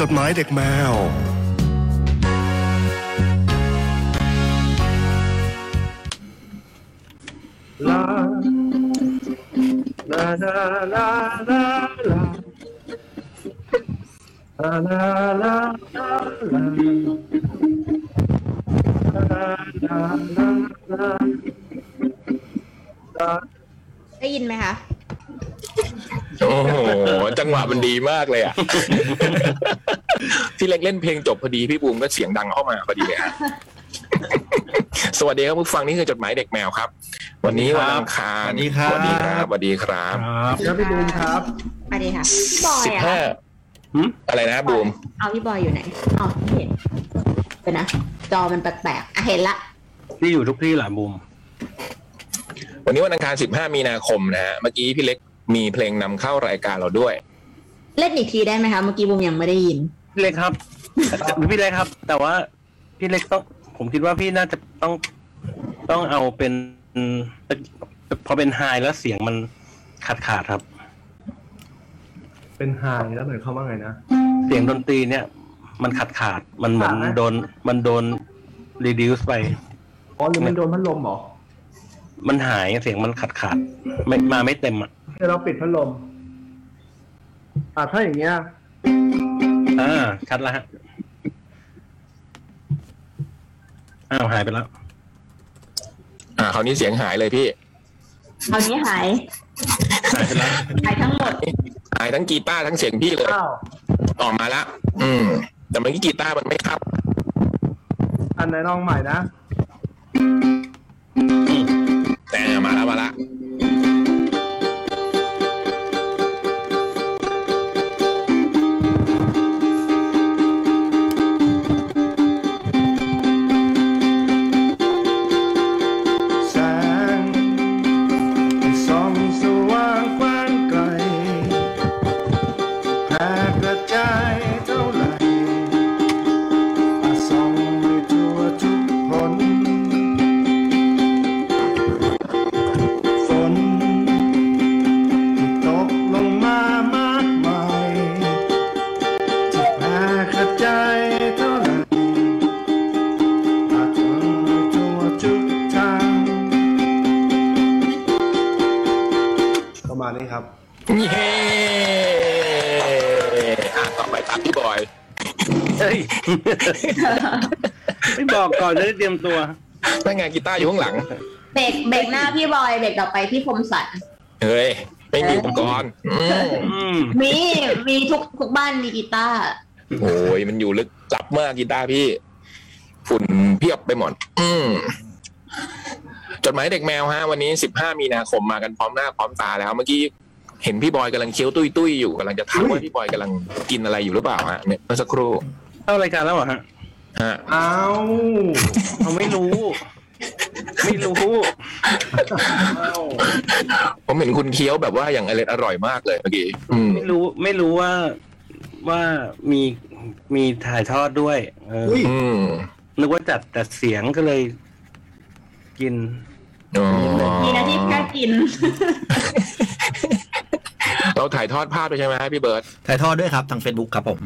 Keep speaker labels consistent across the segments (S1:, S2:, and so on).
S1: จดหมายเด็กแมว
S2: ลาลาลาลาลาลาลาลาลาลาลาลาลาลาลาลา
S3: ได้ยินไหมคะ
S4: โอ้โห จังหวะมันดีมากเลยอ่ะ พี่เล็กเล่นเพลงจบพอดีพี่บูมก็เสียงดังเข้ามาพอดีเลยฮ ะ สวัสดีครับผู้ฟังนี่คือจดหมายเด็กแมวครับ วันนี้วันอังคาร
S5: สวัสดีครับ
S4: สวัสดีครับสวัสดีค
S2: ครับค
S4: รับ
S2: รับพี่บูมครับ
S3: สวัสดีค่ะพี่บอย
S4: สิบ
S3: อะ
S4: ห้า
S5: หืม
S4: อะไรนะบูม
S3: เอาพี่บอยอยู่ไหนอ๋อเห็นเดี๋ยวนะ จอมันแปลกๆอ่ะเห็นละ
S5: ที่อยู่ทุกที่หลายมุม
S4: วันนี้วันอังคารสิบห้ามีนาคมนะฮะเมื่อกี้พี่เล็กมีเพลงนำเข้ารายการเราด้วย
S3: เล่นอีกทีได้ไหมคะ เมื่อกี้บุมยังไม่ได้ยิน
S5: พี่เล็กครับ พี่เล็กครับ แต่ว่าพี่เล็กต้อง ผมคิดว่าพี่น่าจะต้องต้องเอาเป็นพอเป็นไฮแล้วเสียงมันขาดขาดๆครับ
S2: เป็นไฮแล้วหมายความว่าไงนะ
S5: เสียงดนตรีเนี่ย มันขาดขาดๆมันเหมือน
S2: ขาดไหม
S5: โดนมันโดน reduce ไป
S2: อ๋อหรือมันโดนพัดลมเหรอ
S5: มันหายเสียงมันขาดขาดๆไม่มาไม่เต็มอ่ะ
S2: เดี๋ยวเราปิดพัดลมอ่ะถ้าอย่างเงี้ย
S5: อ่าชัดแล้วฮะอ้าวหายไปแล้ว
S4: อ่าคราวนี้เสียงหายเลยพี่
S3: เอานี้หาย
S5: หายไปแล้ว
S3: หายทั้งหมด
S4: หายทั้งกีตาร์ทั้งเสียงพี่เลย
S2: อ้าว
S4: ออกมาละอืม แต่เมื่อกี้กีตาร์มันไม่ครับ
S2: อันไหนลองใหม่นะ
S4: แต่มาแล้วมาละ
S1: แสงที่ส่องสว่างกว้างไกลแผ่กระจายเท่าไหร่อาส่องไปทั่วทุกหนฝนที่ตกลงมามากมายที่แผ่กระจายเท่าไหร่อาจส่องไปทั่วทุกทาง ประมาณนี้ครับ
S4: เย้อ่ะต่อไปตามพี่บอย
S5: เฮ้ย ไม่บอกก่อนจะได้เตรียมตัว
S4: นั่งไงกีตาร์อยู่ข้างหลัง
S3: เบรกเบรกหน้าพี่บอย เบรกต่อไปพี่คมสัน
S4: เฮ้ย ไม่มีอุปกรณ์อืม
S5: อืม
S3: มี มีทุกทุกบ้านมีกีตาร์
S4: โอ้ยมันอยู่ลึกลับมากกีตาร์พี่ ฝุ่นเพียบไปหมด อืมจดหมายเด็กแมวฮะ วันนี้ 15 มีนาคมมากันพร้อมหน้าพร้อมตาแล้ว เมื่อกี้เห็นพี่บอยกำลังเคี้ยวตุ้ยตุ้ยๆอยู่กำลังจะถามว่าพี่บอยกำลังกินอะไรอยู่หรือเปล่าฮะเนี่ยเมื่อสักครู่
S5: เข้ารายการแล้วเหรอฮะ
S4: ฮะ
S2: อ้าว
S5: เขาไม่รู้ ไม่รู้
S4: ผมเห็นคุณเคี้ยวแบบว่าอย่างอร่อยอร่อยมากเลยเมื่อกี้อืม
S5: ไม่รู้ ไม่รู้ว่าว่ามีมีถ่ายทอดด้วย เอออย
S4: อืม
S5: นึกว่าจัดแต่เสียงก็เลย กิน
S4: อ๋อ
S3: มีหน้าที่แค่กิน
S4: เราถ่ายทอดภาพด้วยใช่ไหมฮะพี่เบิร์ต
S6: ถ่ายทอดด้วยครับ ทาง Facebook ครับผม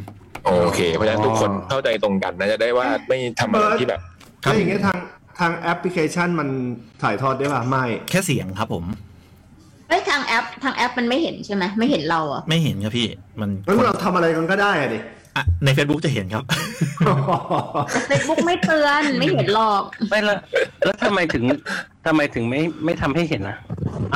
S4: โอเค เพราะฉะนั้นทุกคน
S2: อ๋อ
S4: เข้าใจตรงกันนะจะได้ว่าไม่ทำอะไรที่แบบ
S6: ครับ
S2: ถ้าอย่างเงี้ยทางทางแอปพลิเคชันมันถ่ายทอดได้ป่ะ ไม่
S6: แค่เสียงครับผม
S3: เฮ้ยทางแอป ทางแอปมันไม่เห็นใช่ไหม ไม่เห็นเราอะ
S6: ไม่เห็นครับพี่มัน
S2: งั้นเราทำอะไรกันก็ได้อะดิ
S6: อ่ะใน Facebook จะเห็นครับ
S3: เฟซบุ๊กไม่เตือน ไม่เห็นหรอก
S5: ไม่ละ แล้วทำไมถึงทำไมถึงไม่ไม่ทำให้เห็นนะ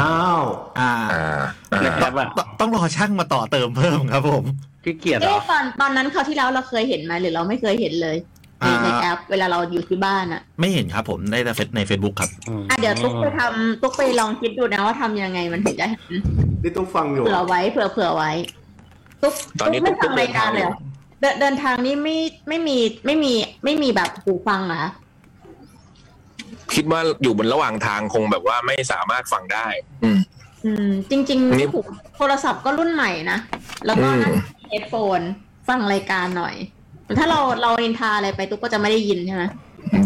S2: อ้าว
S6: อ่า
S4: อ่า
S5: ใน
S4: อ่า
S5: แอปอะ
S6: ตต้องรอช่างมาต่อเติมเพิ่มครับผม
S5: ขี้เกียจเหร
S3: เอ๊ะ
S5: อ
S3: ตอนตอนนั้นคราวที่แล้วเราเคยเห็นไหมหรือเราไม่เคยเห็นเลยใน
S6: อ่า
S3: ในแอป เวลาเราอยู่ที่บ้านอะ
S6: ไม่เห็นครับผมได้แต่เฟซใน Facebook ครับ
S3: อ่ะเดี๋ยวตุ๊กไปทำตุ๊กไปลองคิดดูนะว่าทำยังไงมันถึงจะเห็น
S2: นี่ต้องฟังอยู่
S3: เผื่อไว้เผื่อเผื่อไว้ ตุ๊ก
S4: ตอนนี้
S3: ไม่
S4: ตุ๊ก
S3: ฟัง
S4: เดิ
S3: ราย
S4: น
S3: กา
S4: ทา
S3: รง เล
S4: อย
S3: เหร
S4: ยู่
S3: อเดินเดินทางนี่ไม่ไม่มีไม่มีไม่มีแบบหูฟังเหรอคะ
S4: คิดว่าอยู่บนระหว่างทางคงแบบว่าไม่สามารถฟังได้ อืม
S3: อืม จริง
S4: นี่
S3: ๆหูโทรศัพท์ก็รุ่นใหม่นะ แล้วก็
S4: อืม
S3: น่าจะมีเฮดโฟนฟังรายการหน่อย ถ้าเราเราอินทาอะไรไปตุ๊กก็จะไม่ได้ยินใช่ไหม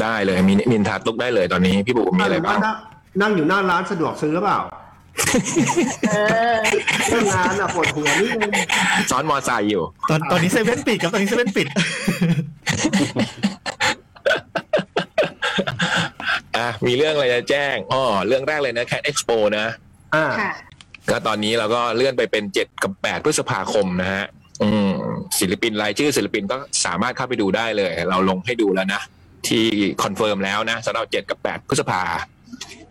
S4: ได้เลยมีนินทาตุกได้เลยตอนนี้ พี่บุ๋มมีอะไรบ้าง
S2: นั่งอยู่หน้าร้านสะดวกซื้อเปล่า
S3: เออ
S1: เรื่องงานอ่ะปวดหัวนี่เอง
S4: ซ้อนมอไซค์อยู่
S6: ตอนตอนนี้เซเว่นปิดครับตอนนี้เซเว่นปิด
S4: อ่ะมีเรื่องอะไรจะแจ้งอ๋อเรื่องแรกเลยนะ Cat Expo นะ
S1: อ่า
S3: ค่ะ
S4: ก็ตอนนี้เราก็เลื่อนไปเป็นเจ็ดกับแปดพฤษภาคมนะฮะ อืมศิลปินรายชื่อศิลปินก็สามารถเข้าไปดูได้เลย เราลงให้ดูแล้วนะ ที่คอนเฟิร์มแล้วนะสำหรับเจ็ดกับแปดพฤษภา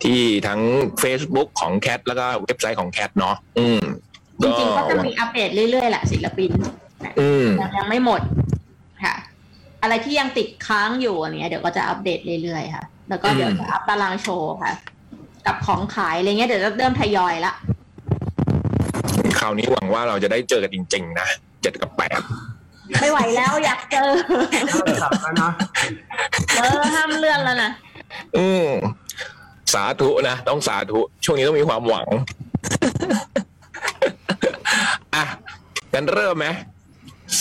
S4: ที่ทั้ง Facebook ของแคทแล้วก็เว็บไซต์ของแคทเนาะอืม
S3: จริงๆก็จะมีอัปเดตเรื่อยๆแหละศิลปิน
S4: อืม
S3: แต่ยังไม่หมดค่ะ อะไรที่ยังติดค้างอยู่อันเนี้ยเดี๋ยวก็จะอัปเดตเรื่อยๆค่ะ แล้วก็เดี๋ยวจะอัปตารางโชว์ค่ะ กับของขายอะไรเงี้ยเดี๋ยวจะเริ่มทยอยละ
S4: คราวนี้หวังว่าเราจะได้เจอกันจริง ๆ นะเจ็ดกับแปด
S3: ไม่ไหวแล้วอยากเจอ
S1: ข้ามสับแล้วนะ
S3: เออห้ามเลื่อนแล้วนะ
S4: อืมสาธุนะ ต้องสาธุ ช่วงนี้ต้องมีความหวัง อ่ะกันเริ่มไหม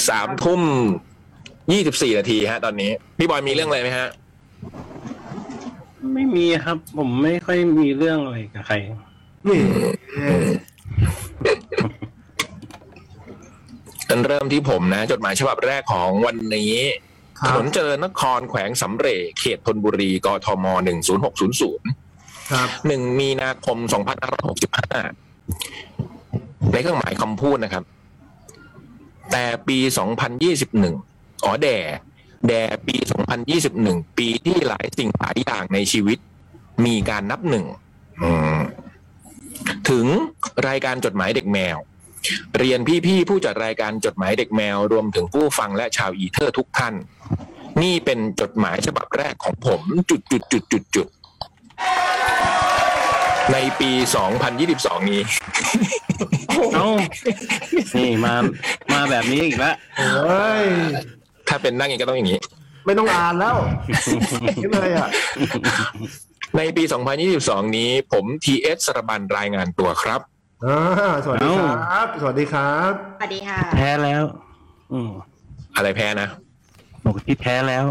S4: สามทุ่มยี่สิบสี่นาทีฮะ ตอนนี้ พี่บอยมีเรื่องอะไรไหมฮะ
S5: ไม่มีครับ ผมไม่ค่อยมีเรื่องอะไรกับใคร
S1: นี่
S4: กันเริ่มที่ผมนะ จดหมายฉบับแรกของวันนี้
S1: ครั
S4: ถน
S1: บ
S4: นเจริญนครแขวงสำเรจเขตธนบุรีกทมหนึ่งศูนย์หกศูนย์ศูนย์
S1: ครับ
S4: หนึ่งมีนาคม 2565 ในเครื่องหมายคำพูดนะครับ แต่ปี 2021 อ๋อแด่ แด่ปี 2021 ปีที่หลายสิ่งหลายอย่างในชีวิต มีการนับหนึ่งอืมถึงรายการจดหมายเด็กแมว เรียนพี่ๆผู้จัดรายการจดหมายเด็กแมว รวมถึงผู้ฟังและชาวอีเทอร์ทุกท่าน นี่เป็นจดหมายฉบับแรกของผม จุดจุดจุดจุดจุดๆๆๆๆ ในปี 2022 นี้
S5: เอ้า นี่มา มาแบบนี้อีกแล้ว
S1: เฮ้ย
S4: ถ้าเป็นนั่งอย่างนี้ก็ต้องอย่างนี้
S1: ไม่ต้องอ่านแล้วนี่เลยอ่ะ
S4: ในปี 2022 นี้ผม TS สระบันรายงานตัวครับ
S1: อ่า สวัสดีครับ สวัสดีครับ
S3: สวัสดีค่ะ
S5: แพ้แล้ว อืม
S4: อะไรแพ้นะ
S5: บอกที่แพ้แล้ว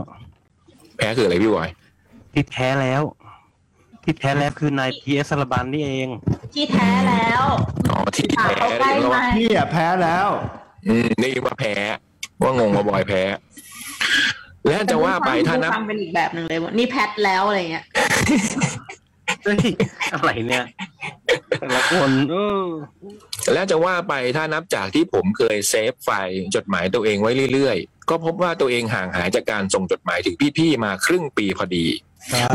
S4: แพ้คืออะไรพี่บอย
S5: ที่แพ้แล้ว ที่แพ้แล้วคือนายทีเอสลาบันนี่เอง
S3: ที่แท้แล้ว
S4: อ๋อ ที่
S3: ปาก
S4: แพ้
S3: เขาใกล้
S4: เรียก
S3: มา
S4: ว่า
S1: พี่อ่ะแพ้แล้ว
S4: อืมนี่ว่าแพ้ ว่างงว่าบอยแพ้ และจะว่าไปถ้านับ
S3: ฟังเป็นอีกแบบหนึ่งเลยว่านี่แพทแล้วอะไรเงี้ย
S5: เฮ้ย อะไรเนี่ยแต่ละคนเออ
S4: และจะว่าไปถ้านับจากที่ผมเคยเซฟไฟล์จดหมายตัวเองไว้เรื่อยๆ ก็พบว่าตัวเองห่างหายจากการส่งจดหมายถึงพี่ๆมาครึ่งปีพอดี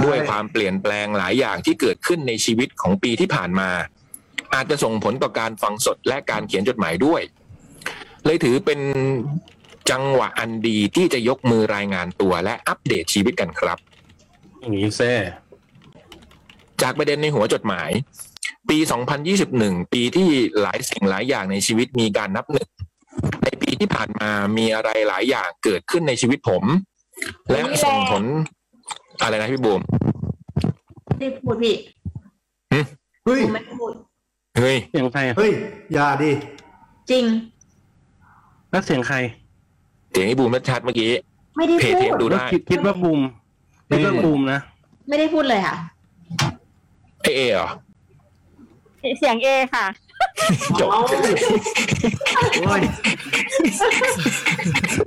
S4: ด้วยความเปลี่ยนแปลงหลายอย่างที่เกิดขึ้นในชีวิตของปีที่ผ่านมา อาจจะส่งผลต่อการฟังสดและการเขียนจดหมายด้วย เลยถือเป็นจังหวะอันดีที่จะยกมือรายงานตัวและอัปเดตชีวิตกันครับ
S5: อย่างนี้เซ่
S4: จากประเด็นในหัวจดหมาย ปี 2021 ปีที่หลายสิ่งหลายอย่างในชีวิตมีการนับหนึ่ง ในปีที่ผ่านมามีอะไรหลายอย่างเกิดขึ้นในชีวิตผม และส่งผลอะไรนะพี่บูม
S3: ไม่พูดพี่
S1: เฮ้ย
S3: ผมไม่พูด
S4: เฮ้ย
S5: เสียงใคร
S1: เฮ้ย อย่าดิ
S3: จริง
S5: แล้วเสียงใคร
S4: เสียงไอ้บูมชัดๆเมื่อกี้
S3: ไม่ได้
S4: เพจ
S3: พู
S4: เท
S3: ด
S4: ปดู
S5: แล้ว
S4: ได้
S5: คิดคิดว่าบูมคิดว่าบูมนะ
S3: ไม่ได้พูดเลยค่ะ
S4: เอเอเหรอ
S7: เสียงเอค่ะ
S4: จบ
S1: โอ้ย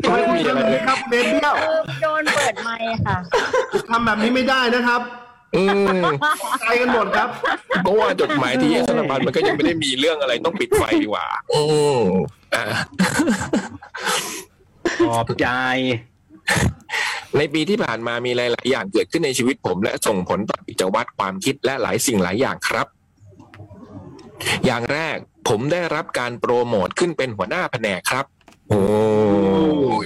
S1: โอ้ยคุณทำแบบนี้ครับเบนเบี้ยว
S7: โดนเปิดไมค์ค่ะ
S1: ทำแบบนี้ไม่ได้นะครับ
S4: อืม
S1: ตายกันหมดครับ
S4: ก็ว่าจดหมายที่สารบันมันก็ยังไม่ได้มีเรื่องอะไรต้องปิดไฟดีกว่า อืมอ่า
S5: ขอบใจ
S4: ในปีที่ผ่านมามีหลาย ๆ อย่างเกิดขึ้นในชีวิตผม และส่งผลต่อกิจวัตรความคิดและหลายสิ่งหลายอย่างครับ อย่างแรกผมได้รับการโปรโมทขึ้นเป็นหัวหน้าแผนกครับ โอ้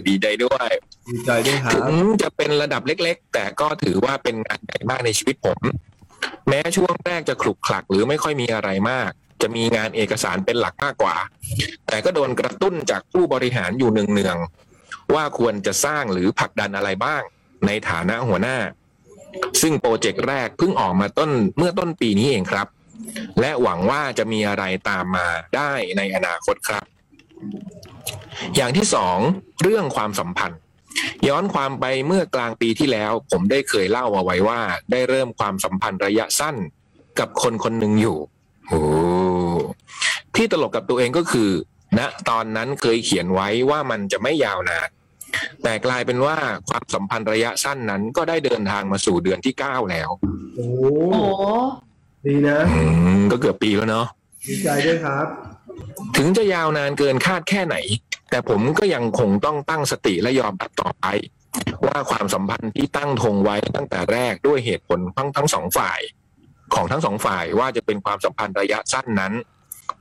S4: ดีใจด้วย
S1: ดีใจด้วยครับ
S4: ถึงจะเป็นระดับเล็ก ๆ แต่ก็ถือว่าเป็นงานใหญ่มากในชีวิตผม แม้ช่วงแรกจะขลุกขลักหรือไม่ค่อยมีอะไรมาก จะมีงานเอกสารเป็นหลักมากกว่า แต่ก็โดนกระตุ้นจากผู้บริหารอยู่เนืองๆว่าควรจะสร้างหรือผลักดันอะไรบ้าง ในฐานะหัวหน้า ซึ่งโปรเจกต์แรกเพิ่งออกมาต้นเมื่อต้นปีนี้เองครับ และหวังว่าจะมีอะไรตามมาได้ในอนาคตครับ อย่างที่สองเรื่องความสัมพันธ์ ย้อนความไปเมื่อกลางปีที่แล้ว ผมได้เคยเล่าเอาไว้ว่า ได้เริ่มความสัมพันธ์ระยะสั้นกับคนคนหนึ่งอยู่โอ้ ที่ตลกกับตัวเองก็คือณนะตอนนั้นเคยเขียนไว้ว่ามันจะไม่ยาวนาน แต่กลายเป็นว่าความสัมพันธ์ระยะสั้นนั้นก็ได้เดินทางมาสู่เดือนที่เก้าแล้ว
S1: โอ้โห
S3: โอ้โห
S1: ดีนะ
S4: อืมก็เกือบปีแล้วเนาะ
S1: ดีใจด้วยครับ
S4: ถึงจะยาวนานเกินคาดแค่ไหน แต่ผมก็ยังคงต้องตั้งสติและยอมรับต่อไป ว่าความสัมพันธ์ที่ตั้งธงไว้ตั้งแต่แรกด้วยเหตุผลทั้งทั้งสองฝ่าย ของทั้งสองฝ่ายว่าจะเป็นความสัมพันธ์ระยะสั้นนั้น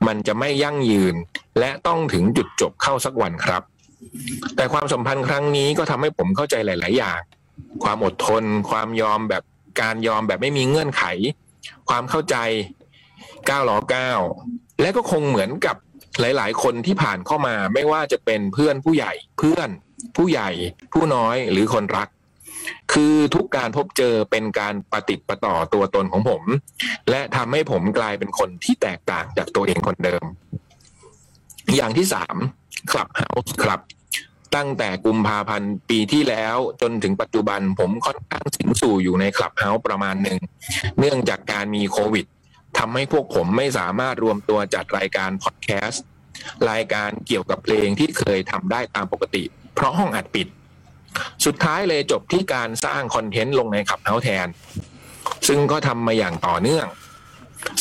S4: มันจะไม่ยั่งยืน และต้องถึงจุดจบเข้าสักวันครับ แต่ความสัมพันธ์ครั้งนี้ก็ทำให้ผมเข้าใจหลาย ๆ อย่าง ความอดทน ความยอมแบบการยอมแบบไม่มีเงื่อนไข ความเข้าใจก้าวล้อก้าวและก็คงเหมือนกับ หลายๆ คนที่ผ่านเข้ามาไม่ว่าจะเป็นเพื่อนผู้ใหญ่เพื่อน ผู้ใหญ่ ผู้น้อยหรือคนรัก คือทุกการพบเจอเป็นการปฏิดประต่อตัวตนของผม และทำให้ผมกลายเป็นคนที่แตกต่างจากตัวเองคนเดิม อย่างที่สามคลับเฮาส์ครับ ตั้งแต่กุมภาพันธ์ปีที่แล้วจนถึงปัจจุบันผมค่อนข้างสินสู่อยู่ในคลับเฮาส์ประมาณหนึ่ง เนื่องจากการมีโควิด ทำให้พวกผมไม่สามารถรวมตัวจัดรายการพอดแคสต์รายการเกี่ยวกับเพลงที่เคยทำได้ตามปกติ เพราะห้องอัดปิด สุดท้ายเลยจบที่การสร้างคอนเทนต์ลงในขับเฮาแทน ซึ่งก็ทำมาอย่างต่อเนื่อง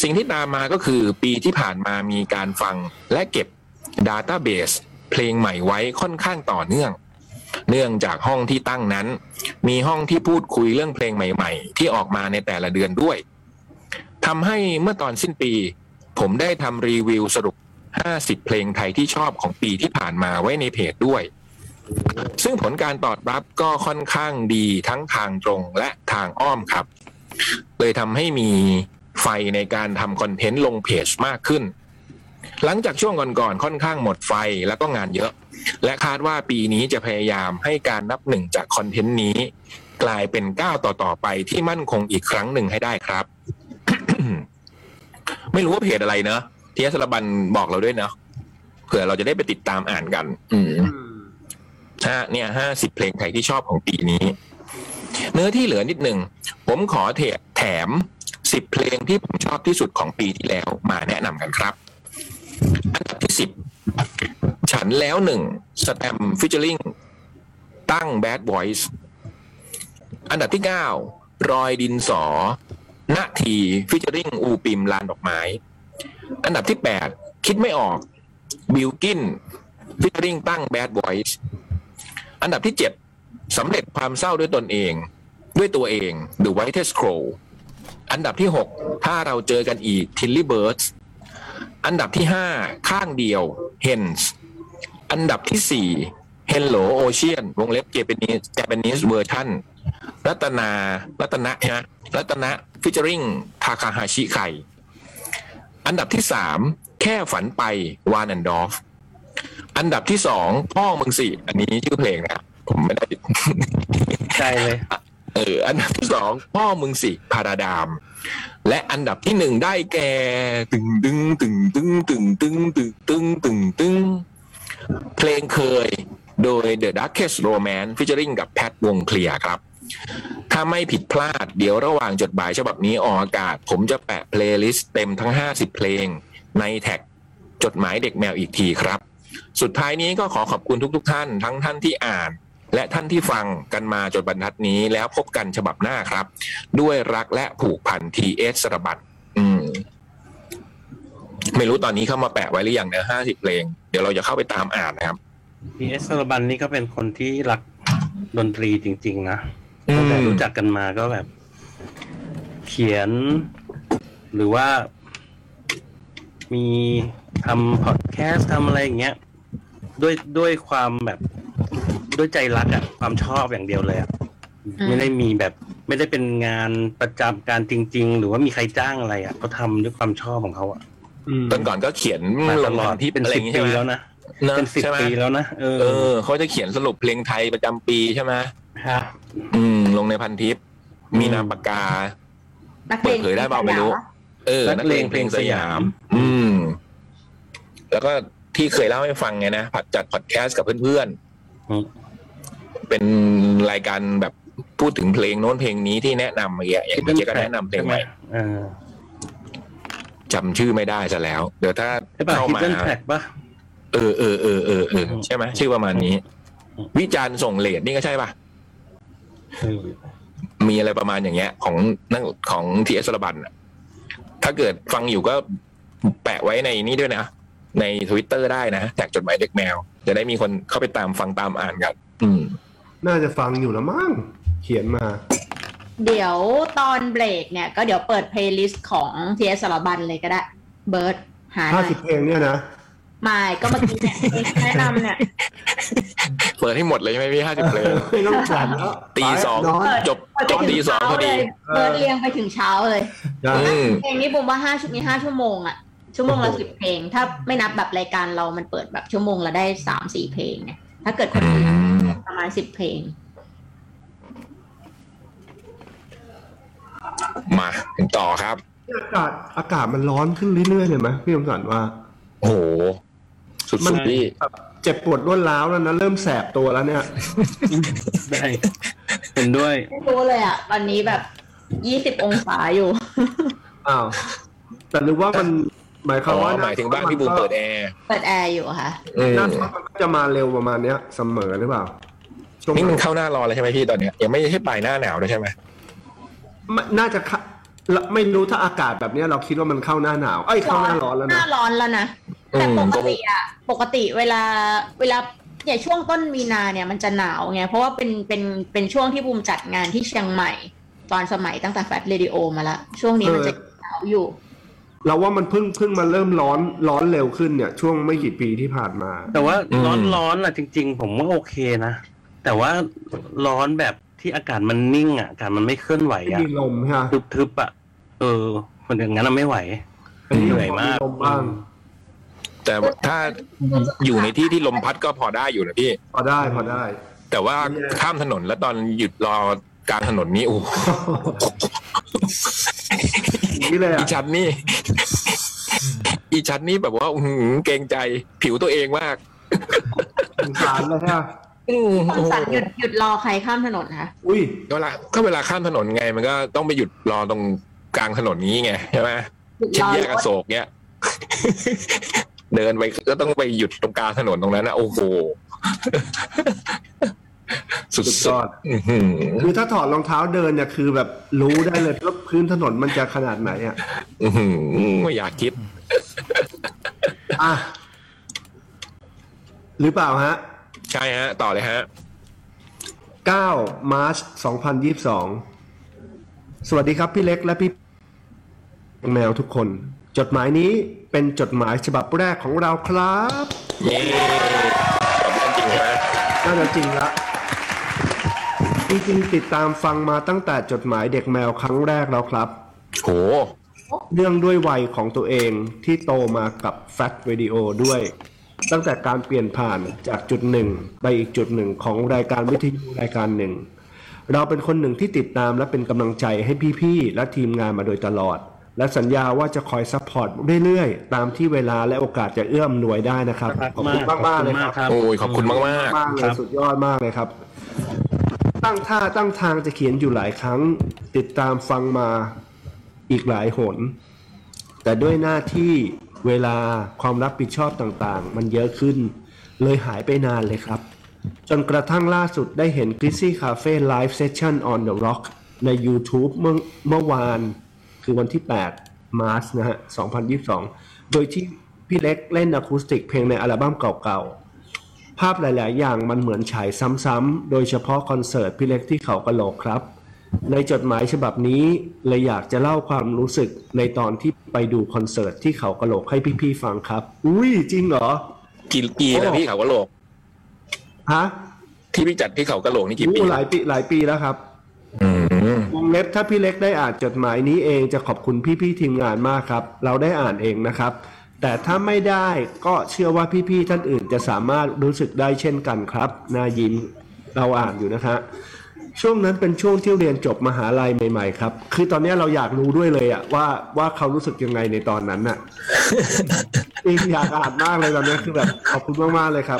S4: สิ่งที่ตามมาก็คือปีที่ผ่านมามีการฟังและเก็บ Database เพลงใหม่ไว้ค่อนข้างต่อเนื่อง เนื่องจากห้องที่ตั้งนั้น มีห้องที่พูดคุยเรื่องเพลงใหม่ ๆ ที่ออกมาในแต่ละเดือนด้วย ทำให้เมื่อตอนสิ้นปี ผมได้ทำรีวิวสรุป 50 เพลงไทยที่ชอบของปีที่ผ่านมาไว้ในเพจด้วย ซึ่งผลการตอบรับก็ค่อนข้างดีทั้งทางตรงและทางอ้อมครับ เลยทำให้มีไฟในการทำคอนเทนต์ลงเพจมากขึ้น หลังจากช่วงก่อนๆค่อนข้างหมดไฟแล้วก็งานเยอะ และคาดว่าปีนี้จะพยายามให้การนับหนึ่งจากคอนเทนต์นี้ กลายเป็นก้าวต่อๆไปที่มั่นคงอีกครั้งหนึ่งให้ได้ครับ ไม่รู้ว่าเพจอะไรเนอะทีสระบันบอกเราด้วยเนอะเผื่อเราจะได้ไปติดตามอ่านกัน อืมฮะเนี่ยห้าสิบเพลงไทยที่ชอบของปีนี้ เนื้อที่เหลือนิดหนึ่ง ผมขอเถแถมสิบเพลงที่ผมชอบที่สุดของปีที่แล้วมาแนะนำกันครับ อันดับที่สิบฉันแล้วหนึ่งสแตมฟิชเชอริงตั้งแบดบอยส์อันดับที่เก้ารอยดินสอ ณทีฟิชเชอริงอูปิมลานดอกไม้ อันดับที่ 8 คิดไม่ออกบิลกินฟิชเชอริงตั้งแบดบอยส์อันดับที่ 7สำเร็จความเศร้าด้วยตนเอง ด้วยตัวเอง The Whitest Crow อันดับที่ 6 ถ้าเราเจอกันอีก Tilly Birds อันดับที่ 5 ข้างเดียว Hens อันดับที่ 4 Hello Ocean วงเล็บ Japanese Japanese version รัตนา รัตนะฮะรัตนะฟิชเจอริงทาคาฮาชิไคอันดับที่สามแค่ฝันไปวานแอนดอฟอันดับที่สองพ่อมึงสิ อันนี้ชื่อเพลงนะผมไม่ได้
S5: ใจเลย
S4: เออ อันดับที่สองพ่อมึงสิพาราดาม และอันดับที่หนึ่งได้แก่ตึงตึงตึงตึงตึงตึงตึงตึงตึงตึงเพลงเคยโดย The Darkest Romance featuring กับแพทวงเคลียร์ครับ ถ้าไม่ผิดพลาดเดี๋ยวระหว่างจดหมายฉบับนี้ออกอากาศ ผมจะแปะเพลย์ลิสต์เต็มทั้ง 50 เพลง ในแท็กจดหมายเด็กแมวอีกทีครับ สุดท้ายนี้ก็ขอขอบคุณทุก ๆ ท่าน ทั้งท่านที่อ่าน และท่านที่ฟังกันมาจนบรรทัดนี้แล้วพบกันฉบับหน้าครับ ด้วยรักและผูกพันทีเอสสระบัดอืม ไม่รู้ตอนนี้เข้ามาแปะไว้หรือยังเนื้อห้าสิบเพลง เดี๋ยวเราจะเข้าไปตามอ่านนะครับ
S5: พีเอสโซลบันนี่ก็เป็นคนที่รักดนตรีจริง ๆ นะตั้งแต่รู้จักกันมาก็แบบ เขียน หรือว่า มีทำพอดแคสต์ทำอะไรอย่างเงี้ย ด้วยด้วยความแบบด้วยใจรักอะความชอบอย่างเดียวเลยอะไม่ได้มีแบบ ไม่ได้เป็นงานประจำการจริง ๆ หรือว่ามีใครจ้างอะไรอะเขาทำด้วยความชอบของเขาอะ
S4: ตอนก่อนก็เขียน
S5: มา
S4: ล
S5: ต
S4: ง
S5: ลอด
S4: ที่
S5: ที่เป็น
S4: อะไรอ
S5: สิบ
S4: ย่างงี้
S5: ปี
S4: ใช่ไหม
S5: แล้วนะ
S4: อะ
S5: เป็นสิบ
S4: ใช่ไหม
S5: ปีแล้วนะเออ
S4: เออเขาจะเขียนสรุปเพลงไทยประจำปีใช่ไหม
S5: ฮะ
S4: อืม ลงในพันทิป มีนามปากกา
S3: นักเลง
S4: เปิดเผยได้เปล่าไม่รู้ เออ นักเลงเพลงสยาม อืม แล้วก็ที่เคยเล่าให้ฟังไงนะผัดจัดพอดแคสต์กับเพื่อน
S5: อืม
S4: ๆ เป็นรายการแบบพูดถึงเพลงโน้นเพลงนี้ที่แนะนำอะไรอย่างเงี้ยอย่างเมื่อกี้ก็แนะนำเพลงใหม่
S5: เออ
S4: จำชื่อไม่ได้ซะแล้ว เดี๋ยวถ้า
S5: ใช่ป่ะ
S4: เข้า
S5: ฮิด
S4: มา
S5: เด้นแท็กป่ะ
S4: เออเออเออเออเออ
S5: อืม
S4: ใช่ไหมชื่อประมาณนี้ วิจารณ์ส่งเลทนี่ก็ใช่ป่ะ
S5: เออ
S4: มีอะไรประมาณอย่างเงี้ย ของนั่งของทีเอสระบันอะถ้าเกิดฟังอยู่ก็แปะไว้ในนี้ด้วยนะ ในทวิตเตอร์ได้นะแจกจดหมายเด็กแมว จะได้มีคนเข้าไปตามฟังตามอ่านกัน อืม
S2: น่าจะฟังอยู่ละมั้งเขียนมา
S3: เดี๋ยวตอนเบรกเนี่ยก็เดี๋ยวเปิดเพลย์ลิสต์ของเทียสารบันเลยก็ได้ เบิร์ดหาหน่อย
S2: 50 เพลงเนี่ยนะ
S3: ไม่ก็เมื่อกี้เนี่ยแนะนำเนี่ย
S4: เปิดให้หมดเลยใช่ไหมพี่ห้าสิบเพลง
S2: ไม่ต้องจัดแล้ว
S4: ตีสอง
S2: น้อย
S4: จบจ บตีสองพอดี
S3: เบิร์ดเรียงไปถึงเช้าเลย
S2: ได้
S4: อืม
S3: เพลงนี้ผมว่าห้าชุดนี้ห้าชั่วโมงอะชั่วโมงละ
S2: โอ้โห
S3: สิบเพลง ถ้าไม่นับแบบรายการเรามันเปิดแบบชั่วโมงละได้สามสี่เพลงเนี่ยถ้าเกิดคน
S4: อื
S3: อื่น
S4: ม
S3: ประมาณสิบเพลง
S4: มาถึงต่อครับ
S2: อากาศอากาศมันร้อนขึ้นเรื่อยๆเลยไหมพี่สมสันว่า
S4: โอ้โห สุ
S2: มัน
S4: ดๆพี่
S2: เจ็บปวดรวดร้าวแล้วนะ เริ่มแสบตัวแล้วเนี่ย
S5: ได้เห็นด้วย
S3: ไม่รู้เลยอะวันนี้แบบยี่สิบองศาอยู่
S2: อ้าว แต่หรือว่ามันหมายค
S4: อ๋
S2: วาม
S4: อ
S2: ว่า
S4: หมายถึงบ้านพี่บูมเปิดแอร์
S3: เปิดแอร์อยู่ค่ะ
S4: อืม
S2: หน้าท้องมันก็จะมาเร็วประมาณเนี้ยเสมอหรือเปล่าช่วง
S4: นี่มัน
S2: นี้
S4: เข้าหน้าร้อนแล้วใช่ไหมพี่ตอนเนี้ยยังไม่ใช่ปลายหน้าหนาวเลยใช่ไหม
S2: ไม่น่าจะเข้าละไม่รู้ถ้าอากาศแบบเนี้ยเราคิดว่ามันเข้าหน้าหนาว เอ้ยเข้าหน้าร้อนแล้ว
S3: ห
S2: นะ
S3: น้าร้อนแล้วนะ
S4: อืม
S3: แต่ปกติอะปกติเวลาเวลาเนี่ยช่วงต้นมีนาเนี่ยมันจะหนาวไง เพราะว่าเป็นเป็นเป็นช่วงที่บูมจัดงานที่เชียงใหม่ ตอนสมัยตั้งแต่แฟลเรดิโอมาละ ช่วงนี้มันจะหนาวอยู่
S2: เราว่ามันเพิ่งเพิ่งมาเริ่มร้อนร้อนเร็วขึ้นเนี่ย ช่วงไม่กี่ปีที่ผ่านมา
S5: แต่ว่า
S4: อืม
S5: ร้อนร้อนอ่ะจริง ๆ ผมว่าโอเคนะ แต่ว่าร้อนแบบที่อากาศมันนิ่งอ่ะอากาศมันไม่เคลื่อนไหว
S2: ไม่
S5: อ่ะ
S2: มีลมฮะ
S5: ทึบๆอ่ะเออคนอย่างนั้นอะไม่ไหว
S2: อันนี้
S5: เหนื่อยมาก
S2: ลมบ้าง
S4: แต่ถ้าอยู่ในที่ที่ลมพัดก็พอได้อยู่นะพี่
S2: พอได้พอได้
S4: แต่ว่าข้ามถนนแล้วตอนหยุดรอกลารถนนนี่โอ้โห
S2: นี่เลย
S4: อี
S2: อ่ะ
S4: ชันนี่ อีชันนี่แบบว่าอื้อหือเกรงใจผิวตัวเองมาก
S2: สงสารเลยฮะ
S4: อืม
S3: คนสั่งหยุดหยุดรอใครข้ามถนนคะ
S2: อุ้ย
S4: เวลาก็เวลาข้ามถนนไง มันก็ต้องไปหยุดรอตรงกลางถนนนี้ไงใช่ไหม
S3: หยุดร
S4: เช่น
S3: อ
S4: แยก
S3: ร
S4: อ
S3: ถ
S4: โศกเนี่ย เดินไปก็ต้องไปหยุดตรงกลางถนนตรงนั้นนะโอ้โห สุด
S2: สุดย
S4: สุ
S2: อ
S4: ด
S2: ดคือถ้าถอดรองเท้าเดินเนี่ยคือแบบรู้ได้เลยว่าพื้นถนนมันจะขนาดไหนอ่ะ
S4: ไม่อยากคิด
S2: อ่ะหรือเปล่าฮะ
S4: ใช่ฮะ ต่อเลยฮะ
S2: 9มาร์ช2022 สวัสดีครับพี่เล็กและพี่แมวทุกคน จดหมายนี้เป็นจดหมายฉบับแรกของเราครับ
S4: เย้ขอบคุณจริงๆนะ
S2: น่าจะจริงละจริงๆติดตามฟังมาตั้งแต่จดหมายเด็กแมวครั้งแรกแล้วครับ
S4: โห
S2: เนื่องด้วยวัยของตัวเองที่โตมากับแฟ t วิดีโอด้วย ตั้งแต่การเปลี่ยนผ่านจากจุดหนึ่งไปอีกจุดหนึ่งของรายการวิทยุรายการหนึ่ง เราเป็นคนหนึ่งที่ติดตามและเป็นกำลังใจให้พี่ๆ และทีมงานมาโดยตลอด และสัญญาว่าจะคอยซัพพอร์ตเรื่อยๆ ตามที่เวลาและโอกาสจะเอื้อมหน่วยได้นะครับ ขอบคุณมากๆเลยครับ
S4: โอ้ยขอบคุณมาก
S2: มากเล
S5: ครั
S2: ย
S5: บ
S2: สุดยอดมากเลยครับ ตั้งท่าตั้งทางจะเขียนอยู่หลายครั้ง ติดตามฟังมาอีกหลายหน แต่ด้วยหน้าที่เวลาความรับผิดชอบต่างๆ มันเยอะขึ้น เลยหายไปนานเลยครับ จนกระทั่งล่าสุดได้เห็น g r i z z y Cafe Live Session on the Rock ใน YouTube เมื่อเมื่อวาน คือวันที่ 8 มาร์ชนะฮะ 2022 โดยที่พี่เล็กเล่นอะคูสติกเพลงในอัลบั้มเก่าๆ ภาพหลาย ๆ อย่างมันเหมือนฉายซ้ำ ๆ โดยเฉพาะคอนเสิร์ตพี่เล็กที่เขากะโหลกครับ ในจดหมายฉบับนี้เลยอยากจะเล่าความรู้สึกในตอนที่ไปดูคอนเสิร์ตที่เขากะโหลกให้พี่ ๆ ฟังครับ อุ้ยจริงเหรอ
S4: ๆ กี่ปีแล้วพี่เขากระโหลก
S2: ฮะ
S4: ที่พี่จัดที่เขากระโหลกนี่กี่ปี
S2: อู้หลายปีหลายปีแล้วครับ
S4: อืม
S2: วงเล็บถ้าพี่เล็กได้อ่านจดหมายนี้เองจะขอบคุณพี่ๆทีมงานมากครับ เราได้อ่านเองนะครับ แต่ถ้าไม่ได้ก็เชื่อว่าพี่ๆท่านอื่นจะสามารถรู้สึกได้เช่นกันครับน่ายิ้มเราอ่านอยู่นะฮะช่วงนั้นเป็นช่วงที่เรียนจบมหาลัยใหม่ ๆ ครับ คือตอนเนี้ยเราอยากรู้ด้วยเลยอะว่าว่าเขารู้สึกยังไงในตอนนั้น น่ะ จริงอยากอ่านมากเลยตอนเนี้ยคือแบบขอบคุณมากๆเลยครับ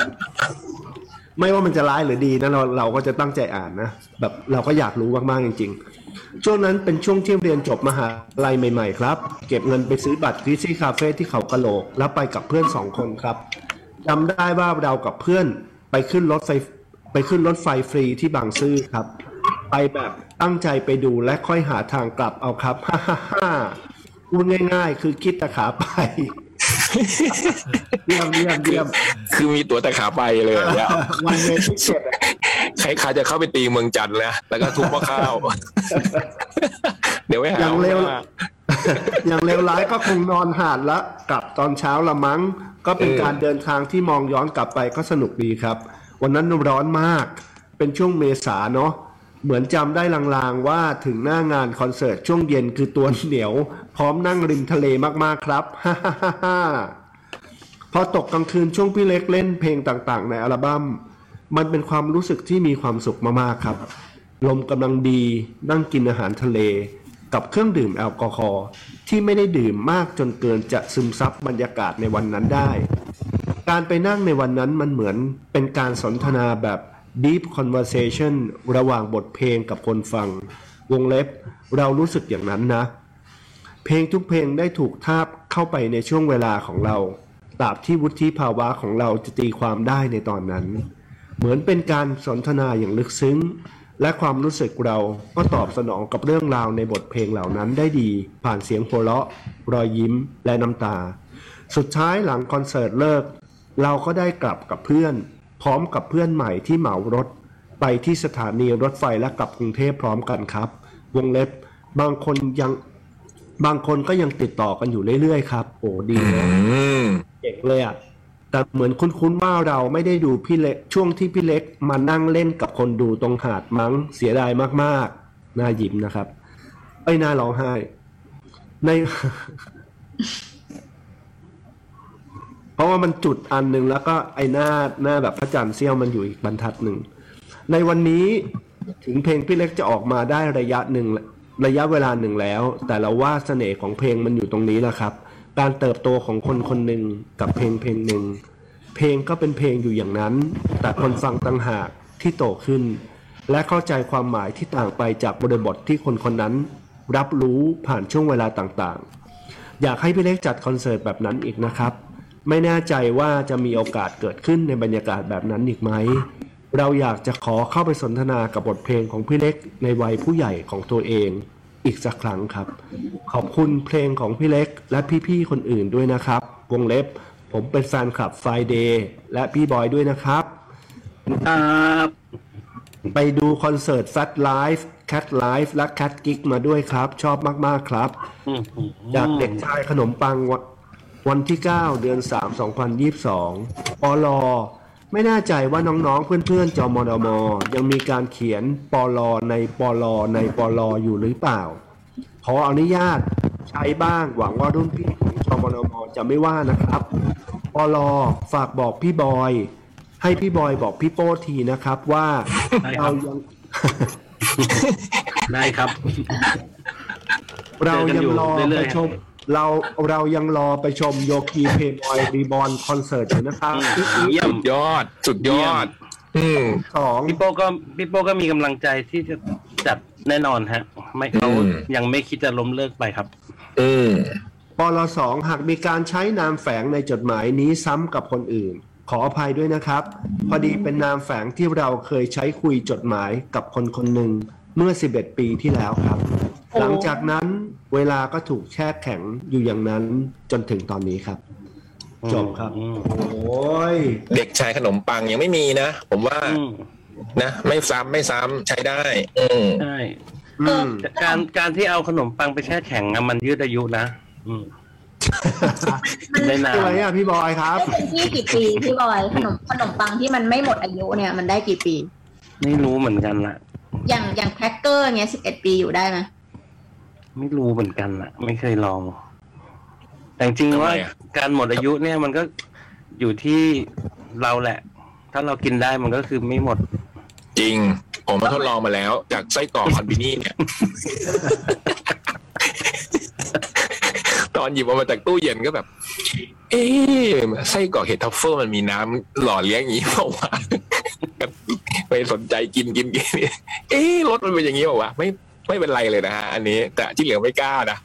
S2: ไม่ว่ามันจะร้ายหรือดีนะเราเราก็จะตั้งใจอ่านนะแบบเราก็อยากรู้มากๆจริง ๆ ช่วงนั้นเป็นช่วงที่เรียนจบมหาลัยใหม่ๆครับ เก็บเงินไปซื้อบัตรกรีซี่คาเฟ่ที่เขากะโหลก แล้วไปกับเพื่อนสองคนครับจำได้ว่าเรากับเพื่อนไปขึ้นรถไฟไปขึ้นรถไฟฟรีที่บางซื่อครับ ไปแบบตั้งใจไปดูและค่อยหาทางกลับเอาครับ ฮ่าฮ่าฮ่าพูดง่ายๆ คือคิดแตะขาไป เยี่ยมเยี่ยมเยี่ยม
S4: คือมีตัวแต่ขาไปเลยอะแล้ว
S2: วันเวทิเก็ต
S4: ใครขาจะเข้าไปตีเมืองจันทร์แล้วแล้วก็ทุบหม้อข้าว เดี๋ยวไว้หา
S2: อย่างเร็ว
S4: มา
S2: อย่างเลวร้ายก็คงนอนหาดละกลับตอนเช้าละมั้ง ก็เป็น
S4: เออ
S2: การเดินทางที่มองย้อนกลับไปก็สนุกดีครับ วันนั้นร้อนมาก เป็นช่วงเมษาเนาะเหมือนจำได้ลางๆว่าถึงหน้างานคอนเสิร์ตช่วงเย็นคือตัวเหนียว พร้อมนั่งริมทะเลมากๆครับ ฮ่าฮ่าฮ่าฮ่าพอตกกลางคืนช่วงพี่เล็กเล่นเพลงต่างๆ ในอัลบัม้มมันเป็นความรู้สึกที่มีความสุขมากๆครับ ลมกำลังดีนั่งกินอาหารทะเล กับเครื่องดื่มแอลกอฮอล์ที่ไม่ได้ดื่มมากจนเกินจะซึมซับบรรยากาศในวันนั้นได้ การไปนั่งในวันนั้นมันเหมือนเป็นการสนทนาแบบ deep conversation ระหว่างบทเพลงกับคนฟัง วงเล็บเรารู้สึกอย่างนั้นนะ เพลงทุกเพลงได้ถูกทาบเข้าไปในช่วงเวลาของเราตราบที่วุฒิภาวะของเราจะตีความได้ในตอนนั้น เหมือนเป็นการสนทนาอย่างลึกซึ้ง และความรู้สึกเราก็ตอบสนองกับเรื่องราวในบทเพลงเหล่านั้นได้ดี ผ่านเสียงหัวเราะ รอยยิ้มและน้ำตา สุดท้ายหลังคอนเสิร์ตเลิก เราก็ได้กลับกับเพื่อน พร้อมกับเพื่อนใหม่ที่เหมารถ ไปที่สถานีรถไฟและกลับกรุงเทพพร้อมกันครับ วงเล็บบางคนยังบางคนก็ยังติดต่อกันอยู่เรื่อยๆครับโอ้ดีเนอะ
S4: อืม
S2: เจ๋งเลยอ่ะ แต่เหมือนคุ้นๆว่าเราไม่ได้ดูพี่เล็กช่วงที่พี่เล็กมานั่งเล่นกับคนดูตรงหาดมั้งเสียดายมากๆ น่ายิ้มนะครับไอ้ยน่าร้องไห้ ใน เพราะว่ามันจุดอันหนึ่งแล้วก็ไอ้หน้าหน้าแบบพระจันทร์เสี้ยวมันอยู่อีกบรรทัดหนึ่ง ในวันนี้ถึงเพลงพี่เล็กจะออกมาได้ระยะหนึ่งระยะเวลาหนึ่งแล้ว แต่เราว่าเสน่ห์ของเพลงมันอยู่ตรงนี้แหละครับ การเติบโตของคนคนหนึ่งกับเพลงเพลงหนึ่ง เพลงก็เป็นเพลงอยู่อย่างนั้น แต่คนฟังต่างหากที่โตขึ้น และเข้าใจความหมายที่ต่างไปจากบริบทที่คนคนนั้น รับรู้ผ่านช่วงเวลาต่างๆ อยากให้พี่เล็กจัดคอนเสิร์ตแบบนั้นอีกนะครับ ไม่แน่ใจว่าจะมีโอกาสเกิดขึ้นในบรรยากาศแบบนั้นอีกไหม เราอยากจะขอเข้าไปสนทนากับบทเพลงของพี่เล็กในวัยผู้ใหญ่ของตัวเองอีกสักครั้งครับ ขอบคุณเพลงของพี่เล็กและพี่ๆคนอื่นด้วยนะครับ วงเล็บ ผมเป็นแฟนคลับไฟเดย์และพี่บอยด้วยนะครับ
S5: ครับ
S2: ไปดูคอนเสิร์ต Fat Life Cat Life และ Cat Gig มาด้วยครับ ชอบมากๆครับ
S5: อืม
S2: จากเด็กชายขนมปังวันวันที่ 9 เดือน 3 2022ปลอไม่แน่ใจว่าน้องๆ เพื่อนๆจอมอดอมอยังมีการเขียนปลอในปลอในปลออยู่หรือเปล่า ขออนุญาตใช้บ้างหวังว่ารุ่นพี่ของจอมอดอมอจะไม่ว่านะครับปลอฝากบอกพี่บอย ให้พี่บอยบอกพี่โป้ทีนะครับว่าเรายัง
S5: ได้ครับ
S2: เรายังรอ
S5: เจอกันอยู่
S2: ไป
S5: เรื่อยๆ
S2: ชม เราเรายังรอไปชมโยคีเพย์บอยรีบอลคอนเสิร์ตอยู่นะครับ
S5: เยี่ยม
S4: สุดยอด สุดยอด อืม
S2: สอง
S5: พี่โป้ก็พี่โป้ก็มีกำลังใจที่จะจัดแน่นอนฮะ ไม่เขา
S4: อืม
S5: ยังไม่คิดจะล้มเลิกไปครับ
S4: อืม
S2: ปลสองหากมีการใช้นามแฝงในจดหมายนี้ซ้ำกับคนอื่น ขออภัยด้วยนะครับ พอดีเป็นนามแฝงที่เราเคยใช้คุยจดหมายกับคนคนหนึ่งเมื่อ 11 ปีที่แล้วครับ
S3: โอ้
S2: หลังจากนั้นเวลาก็ถูกแช่แข็งอยู่อย่างนั้นจนถึงตอนนี้ครับ จบครับ
S5: อืม
S2: โอ้ย
S4: เด็กชายขนมปังยังไม่มีนะ ผมว่า
S5: อืม
S4: นะ ไม่ซ้ำไม่ซ้ำใช้ได้ อืม
S5: ใช่
S2: อืม
S5: การการที่เอาขนมปังไปแช่แข็งอะมันยืดอายุนะอืมได้นาน
S2: อะไรอ่ะพี่บอยครับ
S3: ได้เป็นที่กี่ปีพี่บอยขนมขนมปังที่มันไม่หมดอายุเนี่ยมันได้กี่ปี
S5: ไม่รู้เหมือนกันล่ะ
S3: อย่างอย่างแครกเกอร์เงี้ยสิบเอ็ดปีอยู่ได้ไหม
S5: ไม่รู้เหมือนกันล่ะ ไม่เคยลอง แต่จริง
S4: ทำไม
S5: ๆว่า
S4: อะ
S5: การหมดอายุเนี่ยมันก็อยู่ที่เราแหละ ถ้าเรากินได้มันก็คือไม่หมด
S4: จริง ผมมาทดลองมาแล้ว จากไส้กรอกคอนบินี่เนี่ย ตอนหยิบออกมาจากตู้เย็นก็แบบ เอ๊ะไส้กรอกเห็ดทัฟเฟิลมันมีน้ำหล่อเลี้ยงอย่างนี้เปล่าวะ ไปสนใจกินกินกินเอ๊ะรสมันเป็นอย่างนี้เปล่าวะไม่ ไม่เป็นไรเลยนะฮะอันนี้แต่ที่เหลือไม่กล้านะ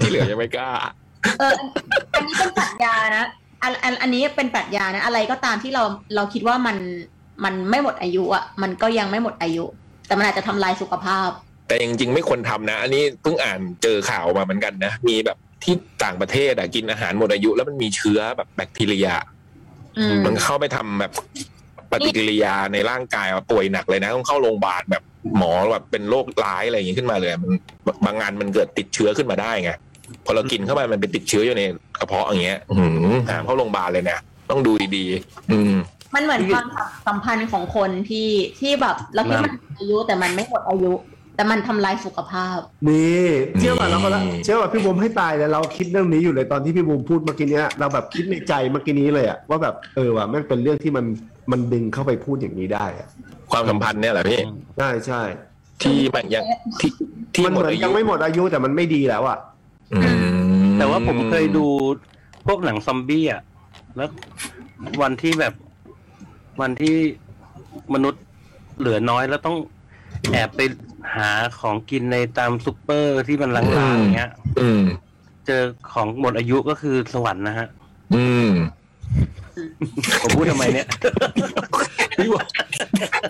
S4: ที่เหลือยังไม่กล้า
S3: เอออันนี้เป็นปรัชญานะอันอันอันนี้เป็นปรัชญานะ อะไรก็ตามที่เราเราคิดว่ามันมันไม่หมดอายุอ่ะมันก็ยังไม่หมดอายุ แต่มันอาจจะทำลายสุขภาพ
S4: แต่จริงๆไม่ควรทำนะ อันนี้เพิ่งอ่านเจอข่าวมาเหมือนกันนะ มีแบบที่ต่างประเทศอะกินอาหารหมดอายุ แล้วมันมีเชื้อแบบแบคทีเรีย
S3: อืม
S4: มันเข้าไปทำแบบปฏิกิริยาในร่างกายอะป่วยหนักเลยนะ ต้องเข้าโรงพยาบาลแบบหมอแบบเป็นโรคร้ายอะไรอย่างงี้ขึ้นมาเลยมันบางงานมันเกิดติดเชื้อขึ้นมาได้ไงพอเรากินเข้าไปมันเป็นติดเชื้ออยู่ในกระเพาะอย่างเงี้ยอื้อหือหามเข้าโรงพยาบาลเลยนะต้องดูดีๆอืม
S3: มันเหมือนความสัมพันธ์ของคนที่ที่แบบเราคิดว่ามันหมดอายุแต่มันไม่หมดอายุ แต่มันทำลายสุขภาพ
S2: นี่เชื่อว่าเราก็ละ
S4: นี่
S2: เชื่อว่าพี่บูมให้ตายแล้วเราคิดเรื่องนี้อยู่เลยตอนที่พี่บูมพูดเมื่อกี้เนี้ยเราแบบคิดในใจเมื่อกี้นี้เลยอะว่าแบบเออว่ะมันเป็นเรื่องที่มันมันดึงเข้าไปพูดอย่างนี้ได้อะ
S4: ความสัมพันธ์เนี่ยแหละพี่
S2: ใช่ใช่
S4: ที่มันยังที่ที่
S2: มัน
S4: หม
S2: เห
S4: ด
S2: มือนยั
S4: อายุ
S2: งไม่หมดอายุแต่มันไม่ดีแล้วอะ
S4: อืม
S5: แต่ว่าผมเคยดูพวกหนังซอมบี้อ่ะ แล้ววันที่แบบวันที่มนุษย์เหลือน้อยแล้วต้องแอบไปหาของกินในตามซุปเปอร์ที่มัน
S4: อื
S5: ล้าง
S4: ม
S5: ๆอย่างเงี้ย
S4: อืม
S5: เจอของหมดอายุก็คือสวรรค์นะฮะ
S4: อืม
S5: ผมพูดทำไมเนี่ย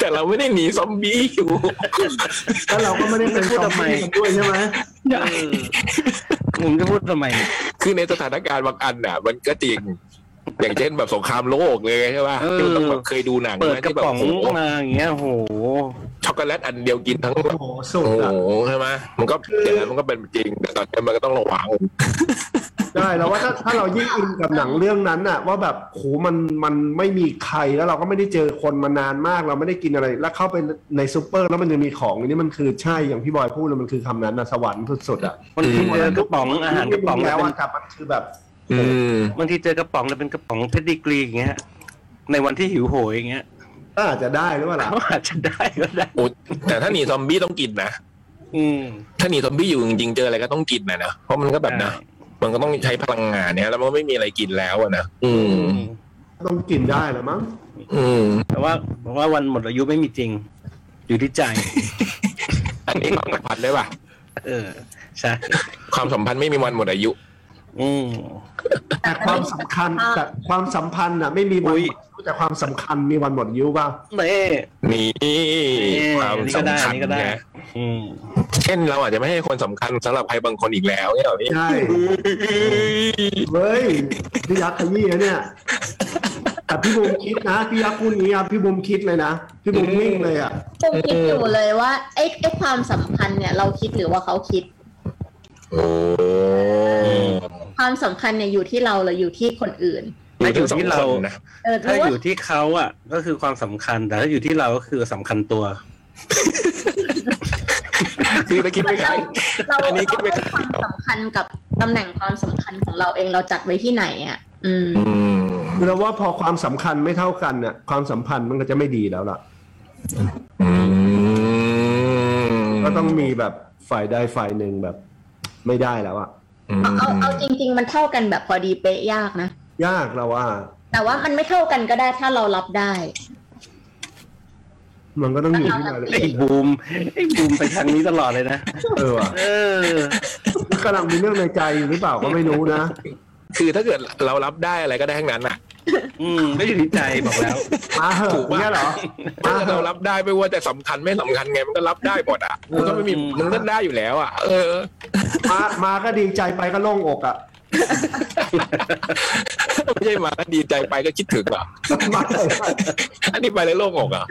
S4: แต่เราไม่ได้หนีซอมบี้อยู่
S2: แล้วเราก็ไม่ได้เป็น
S5: พูด
S2: ซอม
S5: ทำไม
S2: บี้กันด้วยใช่ไหม
S5: เออผมจะพูดทำไม
S4: คือในสถานการณ์บางอันน่ะ มันก็จริง อย่างเช่นแบบสงครามโลกเลยใช่ป่ะ
S5: เออ
S4: ที่มันแบบเคยดูหนัง
S5: เปิด
S4: ไหม
S5: กระ
S4: ที่แบบ
S5: ป๋อง
S4: โโห
S5: มาอย่างเงี้ยโห
S4: ช็อกโกแลตอันเดียวกินทั้ง
S2: โอ้โหสุด
S4: โอ้โห
S2: อะ
S4: ใช่ไหมมันก็อย่างนั้นมันก็เป็นจริง แต่ตอนนี้มันก็ต้องระวัง
S2: ได้แล้วว่าถ้าถ้าเรายิ่งอินกับหนังเรื่องนั้นอะว่าแบบโหมันมันไม่มีใครแล้วเราก็ไม่ได้เจอคนมานานมาก เราไม่ได้กินอะไร แล้วเข้าไปในซูเปอร์แล้วมันยังมีของอันนี้มันคือใช่อย่างพี่บอยพูดเลยมันคือคำนั้นนะสวรรค์สุดๆอะ
S5: บางทีเจอกระป๋องอาหารกระป๋อง
S2: แล้ว
S5: เป็น
S2: อะครับมันคือแบบ
S4: อืม
S5: บางทีเจอกระป๋องแล้วเป็นกระป๋องเพชรดีกรีอย่างเงี้ย ในวันที่หิวโหยอย่างเงี้ย
S2: ก็อาจจะได้หรือเปล่าล่ะ
S5: ก็อาจจะได้ก็ได้
S4: โอ้แต่ถ้าหนีซอมบี้ต้องกินนะ
S5: อืม
S4: ถ้าหนีซอมบี้อยู่จริงๆเจออะไรก็ต้องกินนะนะ เพราะมันก็แบบนะ มันก็ต้องใช้พลังงานเนี่ย แล้วมันก็ไม่มีอะไรกินแล้วอะนะ อื
S5: อื
S4: ม
S5: ม
S2: ต้องกินได้เหรือมั้ง
S4: อืม
S5: แต่ว่าผมว่าวันหมดอายุไม่มีจริง อยู่ที่ใจ
S4: อันนี้ความสัมพันธ์ได้ป่ะ
S5: เออ ใช่
S4: ความสัมพันธ์ไม่มีวันหมดอายุ
S5: อืม
S2: แต่ความสำคัญแต่ความสัมพันธ์น่ะไม่มีวัน
S5: อุ๊
S2: หมด
S5: ย
S2: อายุแต่ความสำคัญมีวันหมดอายุป่ะ
S5: เน่
S4: นี่ความ
S5: อันนี่ก็ได้
S4: สำคั
S5: อัน
S4: ญ
S5: นี่ก็ได้
S4: นะ
S5: อืม
S4: เช่นเราอาจจะไม่ให้คนสำคัญสำหรับใครบางคนอีกแล้วเนี่ยเหรอพี่
S2: ใช่เฮ้ยพี่ยักษ์ขยี้นะเนี่ยแต่พี่บุมคิดนะพี่ยักษ์พูดอย่างนี้อะพี่บุมคิดเลยนะพี่บุมนิ่งเลยอ่ะ
S3: ผมคิดอยู่เลยว่าไอ้ไอ้ความสัมพันธ์เนี่ยเราคิดหรือว่าเขาคิด
S4: โอ้
S3: ความสำคัญเนี่ยอยู่ที่เราหรืออยู่ที่คนอื่น
S4: ไม่ถึงสองคนนะ
S3: เออ
S5: ถ้า
S3: รู้
S5: อ
S3: ว่า
S5: ยู่ที่เขาอ่ะ ก็คือความสำคัญ แต่ถ้าอยู่ที่เราก็คือสำคัญตัว
S4: คือตะคิดไม่
S3: เรา
S4: ได้
S3: เรา
S4: อั
S3: เรา
S4: นนี้คิดไม่
S3: ให้
S4: ได้
S3: ความสำคัญกับตำแหน่งความสำคัญของเราเองเราจัดไว้ที่ไหนอ่ะ อืม
S4: อืม
S2: คือเราว่าพอความสำคัญไม่เท่ากันน่ะความสัมพันธ์มันก็จะไม่ดีแล้วล่ะ
S4: อืม
S2: ก็ต้องมีแบบฝ่ายใดฝ่ายหนึ่งแบบ ไม่ได้แล้วอ่ะ
S4: อืม
S3: เอาเอาเอาจริง ๆ มันเท่ากันแบบพอดีเป๊ะยากนะ
S2: ยากเราว่า
S3: แต่ว่ามันไม่เท่ากันก็ได้ถ้าเรารับได้
S2: มันก็ต้องอยู่ที่รายละ
S5: ไอ้
S2: เอียด
S5: บูมไอ้บูมไปทางนี้ตลอดเลยนะ
S2: เออว่ะ
S5: เออ
S2: กำลังมีเรื่องในใจอยู่หรือเปล่าก็ไม่รู้นะ
S4: คือถ้าเกิดเรารับได้อะไรก็ได้ทั้งนั้นอ่ะ
S5: อืม ไม่อยู่ที่ใจบอกแล้ว
S2: มาเหอะอย่างเนี่ยเหรอ
S4: ถ้าเกิดเรารับได้ไม่ว่าแต่สำคัญไม่สำคัญไงมันก็รับได้หมดอ่ะมันก็ไม่มีมันก็ได้อยู่แล้วอ่ะ เออ
S2: มามาก็ดีใจไปก็โล่งอกอ่ะ
S4: ไม่ใช่มาแล้วดีใจไปก็คิดถึงอ่ะ
S2: มาเลย
S4: อันนี้ไปเลยโล่งอกอ่ะ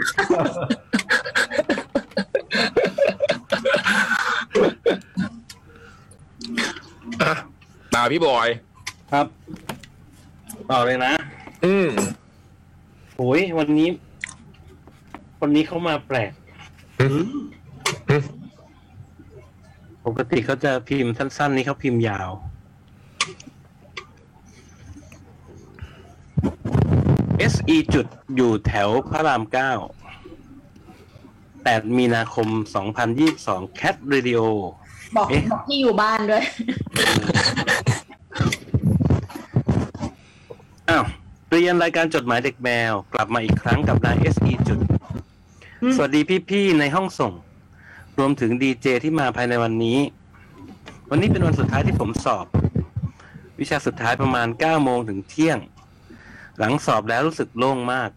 S4: อ่ะตาพี่บอย
S5: ครับ ต่อเลยนะ
S4: อืม
S5: โอ้ยวันนี้ วันนี้เขามาแปลก ปกติเขาจะพิมพ์สั้น ๆ นี่เขาพิมพ์ยาว SE จุดอยู่แถวพระรามเก้า 8 มีนาคม 2022 Cat Radio
S3: บอก
S5: เอ๊ะ
S3: บอกที่อยู่บ้านด้วย
S5: อ้าวเรียนรายการจดหมายเด็กแมว กลับมาอีกครั้งกับนาย SE จุด สวัสดีพี่ ๆ ในห้องส่ง รวมถึงดีเจที่มาภายในวันนี้ วันนี้เป็นวันสุดท้ายที่ผมสอบ วิชาสุดท้ายประมาณ9โมงถึงเที่ยง หลังสอบแล้วรู้สึกโล่งมาก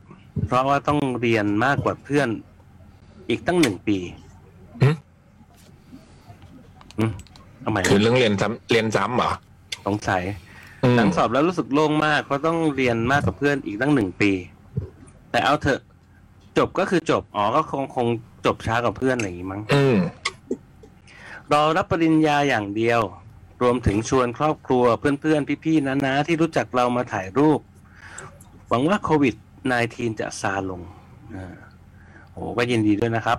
S5: เพราะว่าต้องเรียนมากกว่าเพื่อน อีกตั้งหนึ่งปี
S4: หึ
S5: หึเอาใหม่นะ
S4: คือเรื่องเรียนซ้ำเรียนซ้ำเหรอ
S5: สงสัย
S4: อืม
S5: หลังสอบแล้วรู้สึกโล่งมากเพราะต้องเรียนมากกว่าเพื่อนอีกตั้งหนึ่งปี แต่เอาเถอะ จบก็คือจบอ๋อก็คงคงจบช้ากว่าเพื่อนอะไรอย่างงี้มั้ง
S4: อืม
S5: รอรับปริญญาอย่างเดียว รวมถึงชวนครอบครัวเพื่อนๆ พี่ๆน้าๆที่รู้จักเรามาถ่ายรูป หวังว่าโควิด -19 จะซาลงอ่าโอ้ก็ยินดีด้วยนะครับ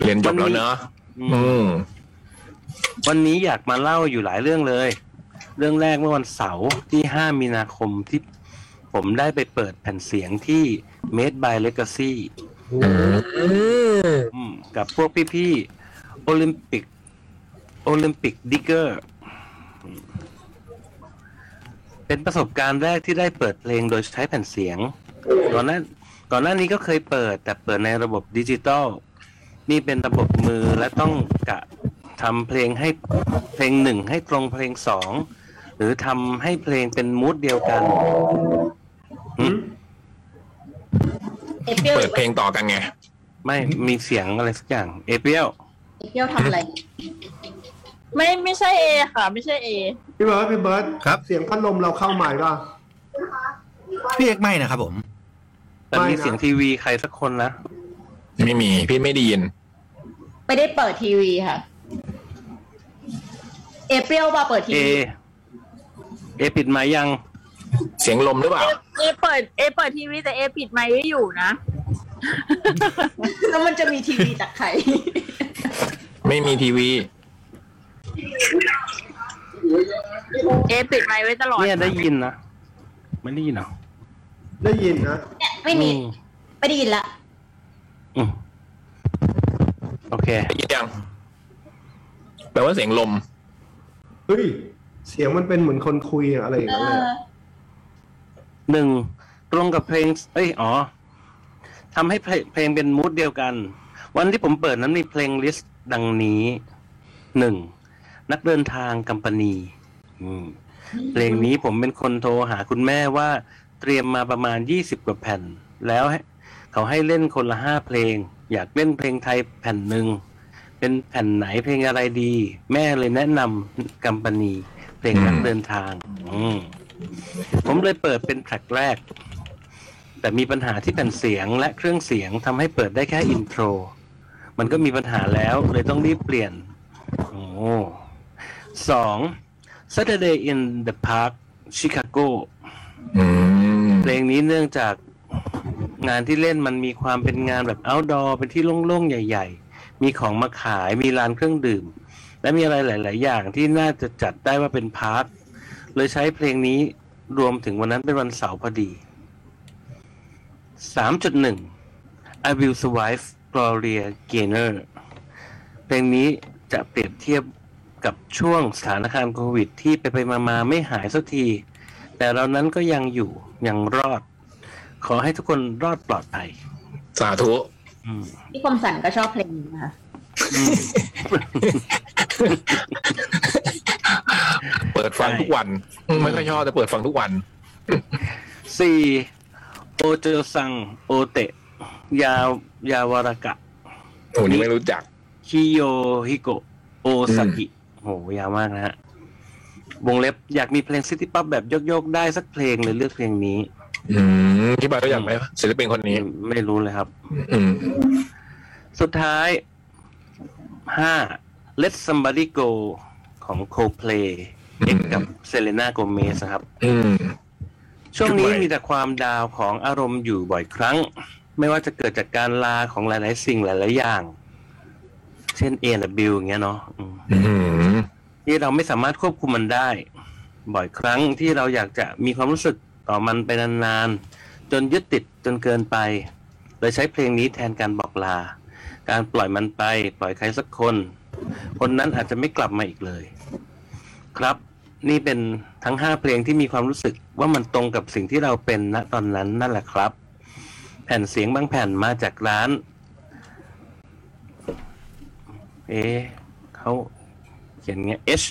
S4: เรียนจบแล้วเนอะ
S5: อืม
S4: อืม
S5: วันนี้อยากมาเล่าอยู่หลายเรื่องเลย เรื่องแรกเมื่อวันเสาร์ที่ 5 มีนาคมที่ผมได้ไปเปิดแผ่นเสียงที่ Made by Legacy อืมกับพวกพี่ๆโอลิมปิกโอลิมปิกดิเกอร์เป็นประสบการณ์แรกที่ได้เปิดเพลงโดยใช้แผ่นเสียง ก่อนหน้าก่อนหน้านี้ก็เคยเปิด แต่เปิดในระบบดิจิตอลนี่เป็นระบบมือและต้องกะ ทำเพลงให้เพลงหนึ่งให้ตรงเพลงสองหรือทำให้เพลงเป็นมูดเดียวกัน
S3: เอเปียว
S4: เปิดเพลงต่อกันไง
S5: ไม่มีเสียงอะไรสักอย่าง เอเปียว
S3: เอเปียวทำอะไร
S7: ไม่ไม่ใช่เอค่ะ ไม่ใช่เอ
S2: พี่เบิร์ดพี่เบิร์ด
S6: ครับ
S2: เสียงพัดลมเราเข้าใหม่ป่ะ
S6: พี่เอกไม่นะครับผม
S5: แต่มีเสียงทีวีใครสักคนนะ
S4: ไม่มี พี่ไม่ได้ยิน
S3: ไม่ได้เปิดทีวีค่ะ เอเปียวป่ะเปิดที
S5: เอ
S3: วี
S5: เอปิดไม้ยัง
S4: เสียงลมหรือเปล่า
S7: เอเอเปิดเอเปิดทีวีแต่เอปิดไมค์ไว้อยู่นะ
S3: แล้วมันจะมีทีวีจากใคร
S4: ไม่มีทีวี
S7: เอปิดไมค์ไว้ตลอด
S5: เนี่ยได้ยินนะ ไม่ได้ยินเหรอ
S2: ได้ยินนะ
S3: เนี่ยไม่มี
S5: อื
S3: ไม่ได้ยินละ
S5: อืมโอเค
S4: ได้ยินยัง แปลว่าเสียงลม
S2: เฮ้ย เสียงมันเป็นเหมือนคนคุยอะไรอย่าง
S3: เอ
S2: เงี้ย
S3: อ
S5: หนึ่งตรงกับเพลง เอ้ย อ๋อทำให้เพลงเพลงเป็นมูดเดียวกัน วันที่ผมเปิดนั้นมีเพลงลิสต์ดังนี้หนึ่งนักเดินทางกัมปนีอืมเพลงนี้ผมเป็นคนโทรหาคุณแม่ว่าเตรียมมาประมาณยี่สิบกว่าแผ่น แล้วให้เขาให้เล่นคนละห้าเพลง อยากเล่นเพลงไทยแผ่นหนึ่ง เป็นแผ่นไหนเพลงอะไรดี แม่เลยแนะนำกัมปนี เพลงนักเดินทาง อืม ผมเลยเปิดเป็นแทร็กแรก แต่มีปัญหาที่แผ่นเสียงและเครื่องเสียงทำให้เปิดได้แค่อินโทร มันก็มีปัญหาแล้วเลยต้องรีบเปลี่ยน โอ้สอง Saturday in the Park Chicago
S4: อืม
S5: เพลงนี้เนื่องจากงานที่เล่นมันมีความเป็นงานแบบ outdoor เป็นที่โล่งๆ ใหญ่ ๆ มีของมาขายมีร้านเครื่องดื่ม และมีอะไรหลาย ๆ อย่างที่น่าจะจัดได้ว่าเป็นพาร์ทเลยใช้เพลงนี้รวมถึงวันนั้นเป็นวันเสาร์พอดี 3.1 I Will Survive Gloria Gaynor เพลงนี้จะเปรียบเทียบกับช่วงสถานการณ์โควิด ที่ไปไปมามาๆไม่หายสักที แต่เรานั้นก็ยังอยู่ยังรอด ขอให้ทุกคนรอดปลอดภัย
S4: สาธุ
S5: อืม
S3: พี่คมสันก็ชอบเพลงนี้นะคะ
S4: เปิดฟังทุกวัน ไม่ค่อยชอบแต่เปิดฟังทุกวัน
S5: สี่โอเจอซัง โอเตะ ยายาวรากะ
S4: โอ้นี่ไม่รู้จัก
S5: คิโยฮิโกะโอซากิโหยาวมากนะฮะ วงเล็บอยากมีเพลงซิตี้ป๊อปแบบโยกๆ ได้สักเพลงเลยเลือกเพลงนี้
S4: อืมที่บ้านรู้จักไหมศิลปินคนนี้
S5: ไม่รู้เลยครับ
S4: อืม
S5: สุดท้ายห้า Let Somebody Go ของ Coldplay เอ็กกับเซเลน่าโกเมสครับ
S4: อืม
S5: ช่วงนี้
S4: จุดหมาย
S5: มีแต่ความดาวของอารมณ์อยู่บ่อยครั้ง ไม่ว่าจะเกิดจากการลาของหลาย ๆ สิ่งหลาย ๆ อย่าง เช่น A w อย่างเงี้ยเนาะอืม
S4: อืม
S5: ที่เราไม่สามารถควบคุมมันได้ บ่อยครั้งที่เราอยากจะมีความรู้สึกต่อมันไปนาน ๆ จนยึดติดจนเกินไปเลยใช้เพลงนี้แทนการบอกลา การปล่อยมันไป ปล่อยใครสักคน คนนั้นอาจจะไม่กลับมาอีกเลย ครับ นี่เป็นทั้งห้าเพลงที่มีความรู้สึกว่ามันตรงกับสิ่งที่เราเป็นณตอนนั้นนั่นแหละครับ แผ่นเสียงบางแผ่นมาจากร้าน เอ๊ะเขาเขียนเงี้ย H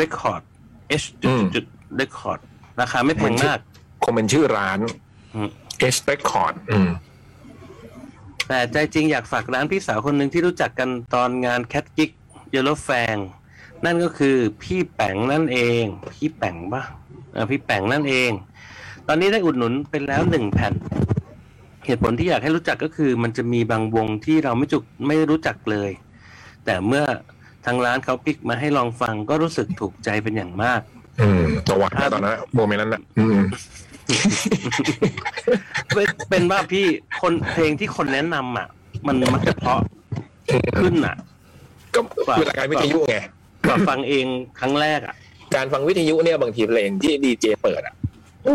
S5: record H จุ
S4: อื
S5: ด
S4: ม
S5: จุด record ราคาไม่แพงมาก
S4: คงเป็นชื่อร้าน
S5: อืม
S4: เอสเปคคอร์ดอืม
S5: แต่ใจจริงอยากฝากร้านพี่สาวคนหนึ่งที่รู้จักกันตอนงานแคทกิกเยลโลแฟงนั่นก็คือพี่แป๋งนั่นเอง พี่แป๋งปะอ่าพี่แป๋งนั่นเอง ตอนนี้ได้อุดหนุนไปแล้วหนึ่งแผ่น เหตุผลที่อยากให้รู้จักก็คือ มันจะมีบางวงที่เราไม่จุกไม่รู้จักเลย แต่เมื่อทางร้านเขาพิกมาให้ลองฟังก็รู้สึกถูกใจเป็นอย่างมาก
S4: อืมจังหวะนั้นตอนนั้นโมเมนต์นั้นนะอืม
S5: เป็นเป็นว่าพี่คนเพลงที่คนแนะนำอ่ะ มันมักจะเพราะขึ้นอ่ะ
S4: ก็คือหลักการวิทยุไง
S5: กว่าฟังเองครั้งแรกอ่ะ
S4: การฟังวิทยุเนี่ยบางทีเพลงที่ดีเจเปิดอ่ะ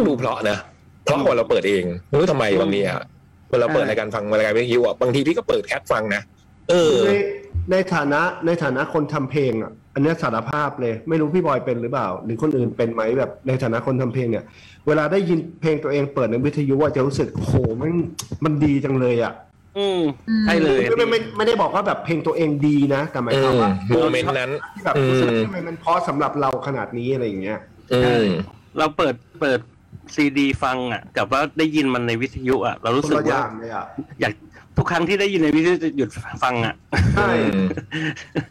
S4: ดูเพราะนะเพราะกว่าเราเปิดเองไม่รู้ทำไมบางทีอ่ะเวลาเปิดรายการฟังรายการวิทยุอ่ะบางทีพี่ก็เปิดแคปฟังนะเออ
S2: ในในฐานะในฐานะคนทำเพลงอ่ะ อันเนี้ยสารภาพเลย ไม่รู้พี่บอยเป็นหรือเปล่า หรือคนอื่นเป็นไหมแบบ ในฐานะคนทำเพลงเนี่ย เวลาได้ยินเพลงตัวเองเปิดในวิทยุว่าจะรู้สึกโหมันมันดีจังเลยอ่ะ
S5: อืมใช่เลย
S2: ไม่ไม่ไม่ไม่ได้บอกว่าแบบเพลงตัวเองดีนะแต่หมายความว่า
S4: เออโมเมนต์นั้น
S2: ที่แบบรู้สึก
S4: อืม
S2: ทำไมมันเพราะสำหรับเราขนาดนี้อะไรอย่างเงี้ย
S4: อืม
S5: เราเปิดเปิดซีดีฟังอ่ะ กับว่าได้ยินมันในวิทยุอ่ะ เรารู้
S2: คน
S5: สึก
S2: ละอ
S5: ว่า
S2: ย่างเลยอ่ะ
S5: อยากทุกครั้งที่ได้ยินในวิทยุจะหยุดฟังอ่ะ
S2: ใช่
S4: อืม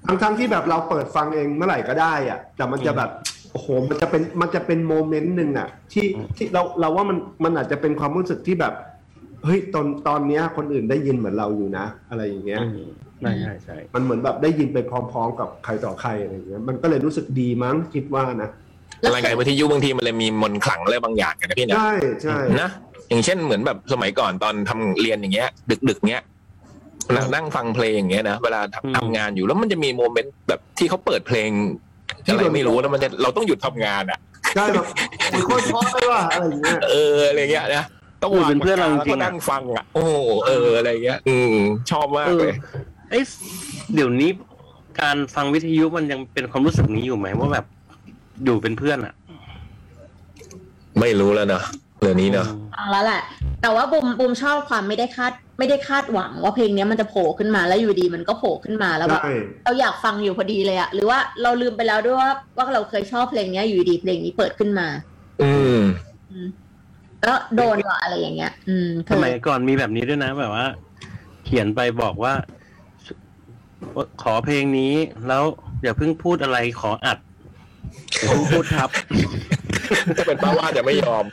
S2: ทั้งทั้งๆที่แบบเราเปิดฟังเองเมื่อไหร่ก็ได้อ่ะ แต่มันจะแบบ โอ้โห มันจะเป็น มันจะเป็นโมเมนต์หนึ่งอ่ะ ที่ ที่เรา เราว่ามัน มันอาจจะเป็นความรู้สึกที่แบบ เฮ้ย ตอน ตอนเนี้ย คนอื่นได้ยินเหมือนเราอยู่นะ อะไรอย่างเงี้ย
S5: ใช่ใช่ใช่
S2: มันเหมือนแบบได้ยินไปพร้อมๆ กับใครต่อใครอะไรอย่างเงี้ย มันก็เลยรู้สึกดีมั้งคิดว่านะ
S3: แล้ว
S4: รายการวิทยุบางทีมันเลยมีมนต์ขลังอะไรบางอย่างกันนะพี่นะ
S2: ใช่ใช่
S4: นะอย่างเช่นเหมือนแบบสมัยก่อนตอนทำเรียนอย่างเงี้ย ดึกดึกๆเงี้ยเรานั่งฟังเพลงอย่างเงี้ยนะเวลาทำทำงานอยู่แล้วมันจะมีโมเมนต์แบบที่เขาเปิดเพลงอะไรไม่รู้แล้วมันจะเราต้องหยุดทำงานอ่ะ
S2: ใช่แบบโอ้ยโคตรเพราะเลยว่ะอะไรอย่างเงี้ย
S4: เอออะไรเงี้ยนะต้องวางปกกแล้วก็นั่งฟังอ่ะ โอ้โหเอออะไรเงี้ย อืมชอบมาก
S5: เอ
S4: เล
S5: อย เอ้ยเดี๋ยวนี้การฟังวิทยุมันยังเป็นความรู้สึกนี้อยู่ไหมว่าแบบอยู่เป็นเพื่อนอ่ะ
S4: ไม่รู้แล้วนะเรื่องนี้เนอะ
S3: ฟังแล้วแหละ แต่ว่าบุมบุมชอบความไม่ได้คาดไม่ได้คาดหวังว่าเพลงเนี้ยมันจะโผล่ขึ้นมาแล้วอยู่ดีมันก็โผล่ขึ้นมาแล้วแบบ
S2: ใช่
S3: เราอยากฟังอยู่พอดีเลยอะหรือว่าเราลืมไปแล้วด้วยว่าว่าเราเคยชอบเพลงเนี้ยอยู่ดีเพลงนี้เปิดขึ้นมา
S4: อืม
S3: แล้วโดนว่ะอะไรอย่างเงี้ย อืมเค
S5: สมั
S3: ย
S5: ยก่อนมีแบบนี้ด้วยนะแบบว่า เขียนไปบอกว่า ขอเพลงนี้ แล้วอย่าเพิ่งพูดอะไรขออัดอย่าเพิ่งพูดครับ
S4: ถ้าเป็นป้าว่าจะไม่ยอม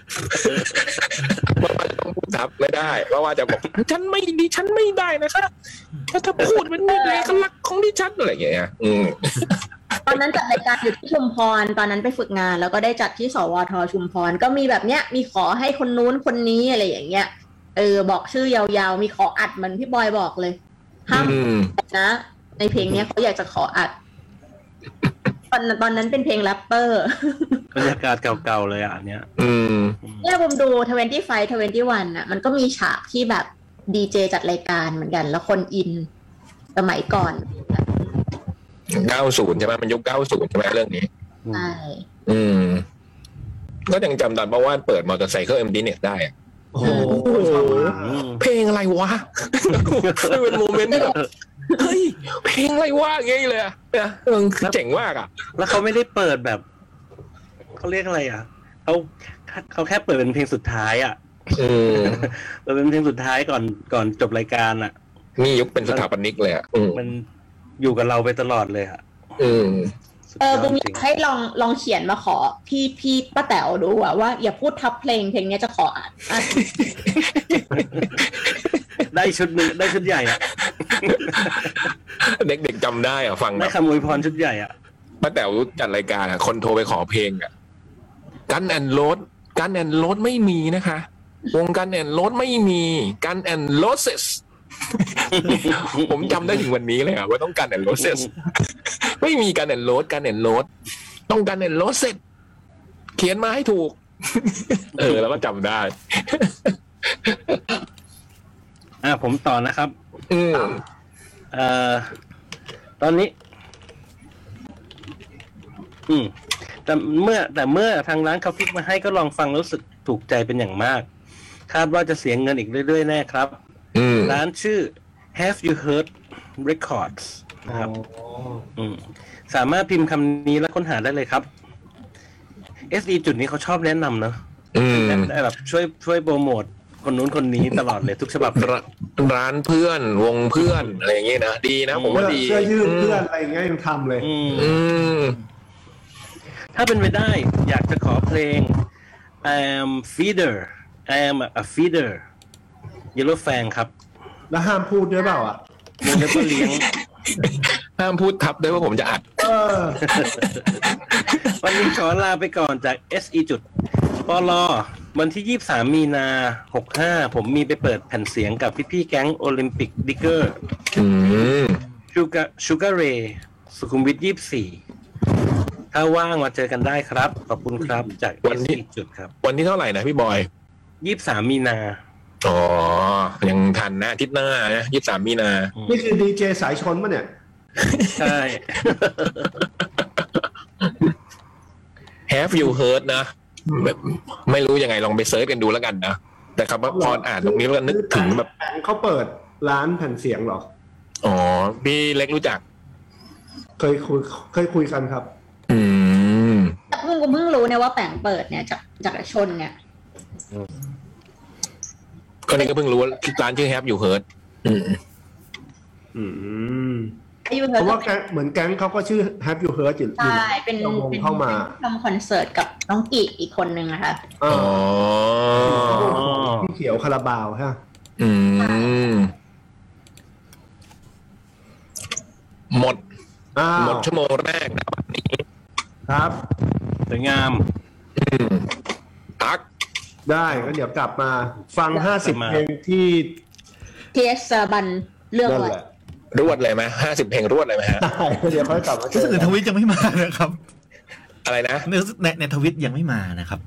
S4: ป้าว่าจะต้องพูดทับไม่ได้ป้าว่าจะบอกฉันไม่ดีฉันไม่ได้นะคะถ้าถ้าพูดมันเป็นเอกลักษณ์ของดิฉันอะไรอย่างเงี้ยอืม
S3: ตอนนั้นจัดรายการอยู่ที่ชุมพร ตอนนั้นไปฝึกงาน แล้วก็ได้จัดที่สวทชุมพรก็มีแบบเนี้ย มีขอให้คนนู้นคนนี้อะไรอย่างเงี้ยเออบอกชื่อยาวๆ มีขออัดเหมันพี่บอยบอกเลยห้าม
S4: อืม
S3: นะ ในเพลงเนี้ยเขาอยากจะขออัด ตอนตอนนั้นเป็นเพลงแรปเปอร์
S5: บรรยากาศเก่าๆเลยอ่ะอันเนี้ย
S4: อืม
S3: เนี่ยผมดู25 21อ่ะ มันก็มีฉากที่แบบดีเจจัดรายการเหมือนกัน แล้วคนอิน สมัยก่อน
S4: เก้าศูนย์ใช่ไหมมันยุคเก้าศูนย์ใช่ไหมเรื่องนี้
S5: อืม
S3: ใช่
S4: อืม ก็ยังจำตอนป้าว่าเปิดมอเตอร์ไซค์เอ็มดีเน็ตได้อะ
S2: โอ้โหชอบมาก
S5: อืม
S4: เพลงอะไรวะ มันเป็นโมเมนต์ที่แบบเฮ้ยเพลงอะไรวะอย่างงี้เลยอะนะเออเจ๋งมากอ่ะ
S5: แล้วเขาไม่ได้เปิดแบบเขาเรียกอะไรอ่ะเขาเขาแค่เปิดเป็นเพลงสุดท้ายอ่ะ
S4: อืม
S5: เปิดเป็นเพลงสุดท้ายก่อนก่อนจบรายการอ่ะ
S4: นี่ยุคเป็นสถาปนิกเลยอ่ะอืม
S5: มันอยู่กับเราไปตลอดเลยอ่ะ
S4: อืม
S3: เออบุม
S5: ม
S3: อยากให้ลองลองเขียนมาขอ พี่พี่ป้าแต๋วดูอะว่าอย่าพูดทับเพลงเพลงเนี้ยจะขออัดอัด
S5: ได้ชุดหนึ่งได้ชุดใหญ่อ่ะ
S4: เด็กๆจำได้อ่ะฟังแบ
S5: ได้
S4: บ
S5: คำอวยพรชุดใหญ่อ่ะ
S4: ป้าแต๋วจัดรายการอ่ะ คนโทรไปขอเพลงอ่ะกันแอนโรดกันแอนโรดไม่มีนะคะ วงกันแอนโรดไม่มีกันแอนโรสส ผมจำได้ถึงวันนี้เลยอ่ะว่าต้องกันแอนโรสส ไม่มีกันแอนโรดกันแอนโรดต้องกันแอนโรสสเขียนมาให้ถูก เออ แล้วก็จำได้
S5: อ่ะผมต่อนะครับ
S4: อืม
S5: เอ่อตอนนี้ อืม แต่เมื่อ แต่เมื่อทางร้านเขาฟิกมาให้ก็ลองฟังรู้สึกถูกใจเป็นอย่างมาก คาดว่าจะเสียเงินอีกเรื่อยๆแน่ครับ
S4: อืม
S5: ร้านชื่อ Have You Heard Records นะครับ อืมสามารถพิมพ์คำนี้แล้วค้นหาได้เลยครับ SD จุดนี้เขาชอบแนะนำเนอะ
S4: อืม
S5: ได้แบบช่วยช่วยโปรโมทคนนู้นคนนี้ตลอดเลยทุกฉบับ
S4: รร้านเพื่อนวงเพื่อนอะไรอย่างเงี้ยนะดีนะ ผม
S2: เสื้อ
S4: ว่าดี
S2: เสื้อยืดเพื่อนอะไรอย่างเงี้ยยังทำเลย
S5: อืม
S4: อืม
S5: ถ้าเป็นไปได้อยากจะขอเพลง I am feeder I am a feeder Yellow Fang ครับ
S2: แล้วห้ามพูดด้วยเปล่าอ่ะ
S5: วงเล็บว่าเลี้ยง
S4: ห้ามพูดทับด้วยว่าผมจะอัด
S2: เออ
S5: วันนี้ขอลาไปก่อนจาก SE จุดปลอวันที่ 23 มีนา 65 ผมมีไปเปิดแผ่นเสียงกับพี่ๆแก๊งโอลิมปิกดิเกอร์
S4: อืม
S5: ชูกาชูกาเรสุขุมวิท 24 ถ้าว่างมาเจอกันได้ครับ ขอบคุณครับจาก
S4: วันที่
S5: SE จุดครับ
S4: วันที่เท่าไหร่นะพี่บอย
S5: 23 มีนา
S4: อ๋อ ยังทันนะอาทิตย์หน้านะยี่สามมีนา
S2: นี่คือดีเจสายชนปะเนี่ย
S5: ใช่
S4: Have you heard นะแบบไม่รู้ยังไงลองไปเซิร์ชกันดูแล้วกันนะ แต่คำว่าพออ่านตรงนี้แล้วก็นึกถึงแบบ
S2: แผงเขาเปิดร้านแผ่นเสียงเหรอ
S4: อ๋อ พี่เล็กรู้จัก
S2: เคยคุยเคยคุยกันครับ
S4: อืม
S3: แต่เพิ่งก็เพิ่งรู้เนี่ยว่าแปงเปิดเนี่ยจากจากชนเนี่ย
S4: ก็นี่ก็เพิ่งรู้ว่าร้านชื่อ Have you heard อืม
S2: อืม
S3: อายุ
S2: เพ
S3: เธอ
S2: ราะว่าแก๊งเหมือนแก๊งเขาก็ชื่อ Have You Heard อยู่
S3: ใช่เป็น
S2: ตรงวง
S3: เป็น
S2: เข้ามา
S3: ทำคอนเสิร์ตกับน้องกีอีกคนนึงนะคะ
S2: อ๋
S4: อ๋
S2: อ
S4: อ
S2: พี่เขียวคาราบาวฮะ
S4: อืม หมด
S2: อ้า
S4: หม
S2: ว
S4: ดชั่วโมงแรกนะวันนี้
S2: ครับ
S5: สวยงาม
S4: ตัก
S2: ได้ก็เดี๋ยวกลับมา ฟังห้าสิบ
S5: มา
S2: เพลงที่
S3: ทีเอสซาบันเลือก
S2: นั่น
S3: ไว้
S2: แหละ
S4: รวดเลยไหมห้าสิบเพลงรวดเลยไหมฮะ
S2: ได้ก็เดี๋ยวค่อยกลับมาเจ
S6: รู้
S2: อ
S6: สึกใน
S2: กัน
S6: ทวิตยังไม่มานะครับ
S4: อะไรนะ
S6: ในในทวิตยังไม่มานะครับ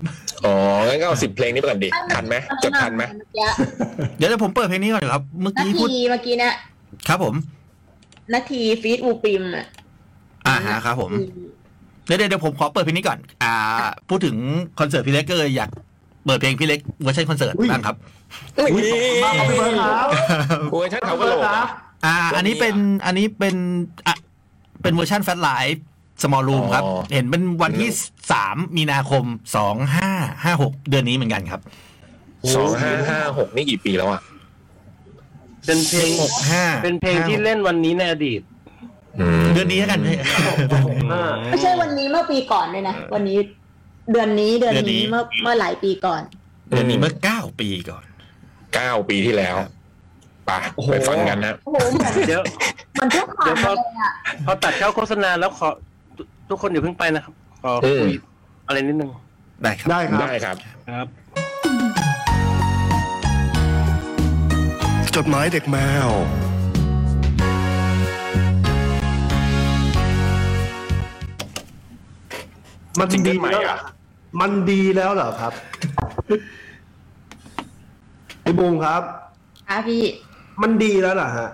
S4: อ๋อ งั้นก็เอาสิบเพลงนี้ไปก่อนดิ ทันไหมจดทันไหม
S3: เมื่อกี้
S6: เดี๋ยวเดี๋ยวผมเปิดเพลงนี้ก่อนครับ เมื่อ
S3: นา
S6: กี้พูด
S3: ทีเมื่อกี้เนี่ย
S6: ครับผม
S3: นาทีฟีดอูปิมอ่ะ
S6: อ่าฮะครับผม เดี๋ยวเดี๋ยวเดี๋ยวผมขอเปิดเพลงนี้ก่อน อ่า พูดถึงคอนเสิร์ตพี่เล็กก็เลยอยากเปิดเพลงพี่เล็กเวอร์ชันคอนเสิร์ตบ้างครับ
S2: อุ้ยขอบคุณมากครับพี่เบิร์ดครับ
S4: เวอร์ชันเขากระโหลกอะ
S6: อ่า อันนี้เป็นอันนี้เป็นอ่ะเป็นเวอร์ชันแฟลไลฟ์สมอลรูมครับ
S4: อ๋อ
S6: เห็นเป็นวันที่สามมีนาคมสองห้าห้าหกเดือนนี้เหมือนกันครับ
S4: สองห้าห้าหกนี่กี่ปีแล้วอ่ะ
S5: เป็นเพลง
S6: หกห้า
S5: เป็นเพลงที่เล่นวันนี้ในอดีต
S6: เดือนนี้แล้วกัน
S2: อ่า
S3: ไม่ใช่วันนี้เมื่อปีก่อนด้วยนะ วันนี้เดือนนี้เดือนนี้เมื่อเมื่อหลายปีก่อน
S6: เดือนนี้เมื่อเก้าปีก่อน
S4: เก้าปีที่แล้วไปไปฟังกันนะ
S3: โอ้โหเหมือน
S5: เดี๋ยว
S3: เหมันทุกข่าวมาเลยอ่ะ
S5: พอตัดเข้าโฆษณาแล้วขอทุทุกคนอย่าเพิ่งไปนะครับ ขอคุยอะไรนิดนึง
S6: ได้ครับ
S2: ได้ครับ
S4: ได้ครับ
S5: ครับ
S8: จดหมายเด็กแมว
S2: มัน
S4: จริง
S2: ดี
S4: ๆใหม่
S2: แล้ว
S4: อะ
S2: มันดีแล้วเหรอครับ ไอ้บูมครับ
S3: ค่ะพี่
S2: มันดีแล้วเหรอฮะ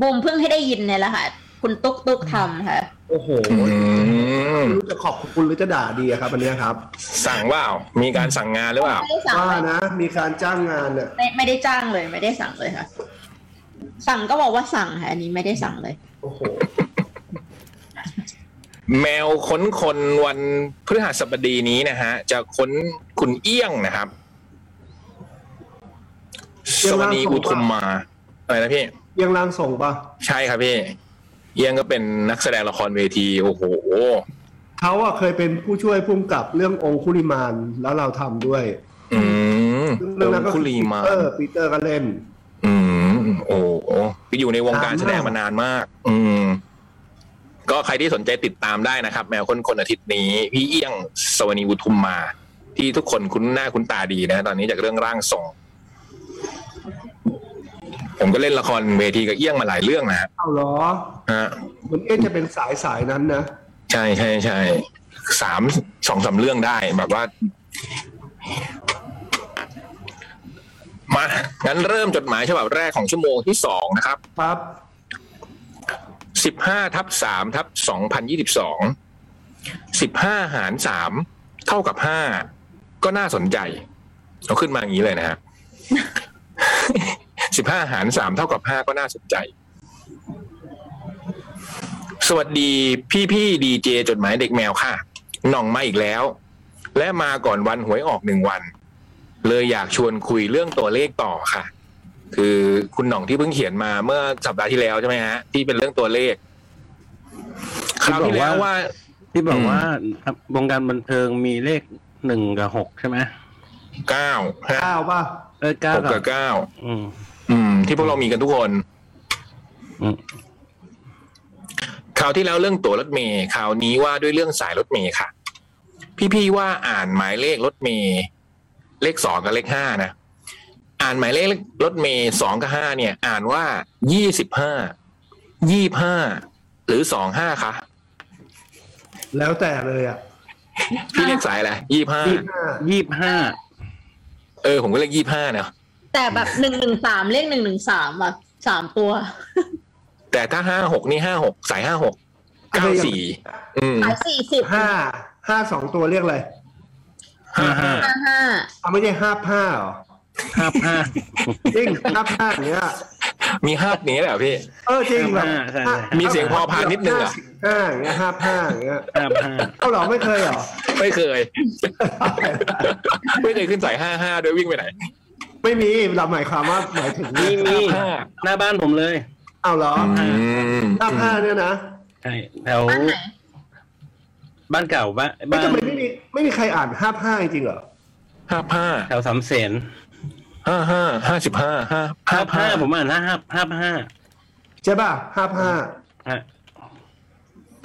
S3: บุมเพิ่งให้ได้ยินเนี่ยแหละค่ะ คุณตุ๊กตุ๊กทำค่ะ
S2: โอ้โห
S4: อืม
S2: ไม่รู้จะขอบคุณหรือจะด่าดีอะครับอันเนี้ยครับ
S4: สั่งว่ามีการสั่งงานหรือเปล่า
S3: ไม่ได้สั่ง
S2: ว่า
S3: เลย
S2: นะ มีการจ้างงานเนี่ย
S3: ไม่ไม่ได้จ้างเลย ไม่ได้สั่งเลยค่ะ สั่งก็บอกว่าสั่งค่ะอันนี้ไม่ได้สั่งเลย
S2: โอ้โห
S4: แมวค้นคนวันพฤหัสบดีนี้นะฮะ จะค้นคุณเอี้ยงนะครับ
S2: เอี้
S4: ส
S2: ยง
S4: วัส
S2: ร่าง
S4: ดี
S2: ทรง
S4: อุทุมมา อะไรนะพี่
S2: ยังรางส่งปะ
S4: ใช่ครับพี่ เอี้ยงก็เป็นนักแสดงละครเวที โอ้โห
S2: เขาอะเคยเป็นผู้ช่วยผู้กำกับเรื่ององคุลิมานแล้วเราทำด้วย
S4: อืม
S2: ซึ่ง
S4: เรื่
S2: เรื่อ
S4: อ
S2: ง
S4: ง
S2: นั้นก็
S4: คุ
S2: อ
S4: ลีมา
S2: ปีเตอร์ปีเตอร์ก็เล่น
S4: อืมโอ้โหไปอยู่ในวงการแสดงมานานมาก อืม ก็ใครที่สนใจติดตามได้นะครับ แมวคนคนอาทิตย์นี้ พี่เอี้ยงสวนีวุทุมมา ที่ทุกคนคุ้นหน้าคุ้นตาดีนะ ตอนนี้จากเรื่องร่างทรงผมก็เล่นละครเวทีกับเอี้ยงมาหลายเรื่องนะ
S2: เอาเหรอ
S4: ฮะ
S2: เหมือนเอ๊ะจะเป็นสายสายนั้นนะ
S4: ใช่ใช่ใช่สามสองสามเรื่องได้แบบว่า มางั้นเริ่มจดหมายฉบับแรกของชั่วโมงที่สองนะครับ
S2: ครับ
S4: สิบห้าทับสามทับสองพันยี่สิบสองสิบห้าหารสามเท่ากับห้าก็น่าสนใจ เอาขึ้นมาอย่างนี้เลยนะฮะ สิบห้าหารสามเท่ากับห้าก็น่าสนใจ สวัสดีพี่พี่ดีเจจดหมายเด็กแมวค่ะหน่องมาอีกแล้ว และมาก่อนวันหวยออกหนึ่งวัน เลยอยากชวนคุยเรื่องตัวเลขต่อค่ะ คือคุณหน่องที่เพิ่งเขียนมาเมื่อสัปดาห์ที่แล้วใช่ไหมฮะ ที่เป็นเรื่องตัวเลขคราวที่แล้วว่า
S5: ที่บอก
S4: อืม
S5: ว่าวงการบันเทิงมีเลขหนึ่งกับหกใช่ไหม
S4: เก้าฮะ
S2: ข้าวป่ะ
S5: เออเก้า
S4: ห
S5: กั
S4: กกั
S5: บบ
S4: เก้า
S5: อืม
S4: อืม ที่พวกเรามีกันทุกคน
S5: อืม
S4: คราวที่แล้วเรื่องตั๋วรถเมย์คราวนี้ว่าด้วยเรื่องสายรถเมย์ค่ะ พี่ๆว่าอ่านหมายเลขรถเมย์เลขสองกับเลขห้านะอ่านหมายเลขรถเมย์สองกับห้าเนี่ย อ่านว่ายี่สิบห้ายี่ห้าหรือสองห้าคะ
S2: แล้วแต่เลยอ่ะ
S4: พี่เลขสายอะไรยี่ห้า
S2: ที่ห้า
S5: ยี่สิบห้า
S4: เออผมก็เลขยี่ห้าเนาะ
S3: แต่แบบหนึ่งหนึ่งสามเลขหนึ่งหนึ่งสามแบบสามตัว
S4: แต่ถ้าห้าหกนี่ห้าหกสายห้าหกเก้าสี่อืม
S3: ขายสี่สิบ
S2: ห้าห้าสองตัวเรียกอะไร
S5: ห้าห้า
S3: ห้าห้า
S2: เอาไม่ใช่ห้าห้าเหรอ
S5: ห้าห้า
S2: จริงห้าห้าเนี้ย
S4: มีห้านี้แหละพี่
S2: เออจริงแบบ
S5: 55ใช่ใช่
S4: มีเสียงพอพานนิดนึงเหรอ
S2: ห้าอย่างเงี้ยห้าห้าอย่างเงี้ย
S5: ห้าห้า
S2: เอาเหรอไม่เคยเหรอ
S4: ไม่เคย ไม่เคยขึ้นสายห้าห้าด้วยวิ่งไปไหน
S2: ไม่มีเราหมายความว่าหมายถึง
S5: มีมี
S4: ห้า
S5: หน้าบ้านผมเลย
S2: เอาเหรอห้าห้าเนี่ยนะ
S5: ใช่แถว
S3: บ้านไหน
S5: บ้านเก่าบ้าน
S2: ไม่
S5: บ้าน
S2: ทำไมไม่มีไม่มีใครอ่านห้าห้าจริงเหรอ
S4: ห้าห้า
S5: แถวสามเสน
S4: ห้าห้าห้าสิบห้าห้า
S5: ห้าห้าผมอ่านห้าห้าห้าห้า
S2: ใช่ป่ะห้าห้า
S5: ฮะ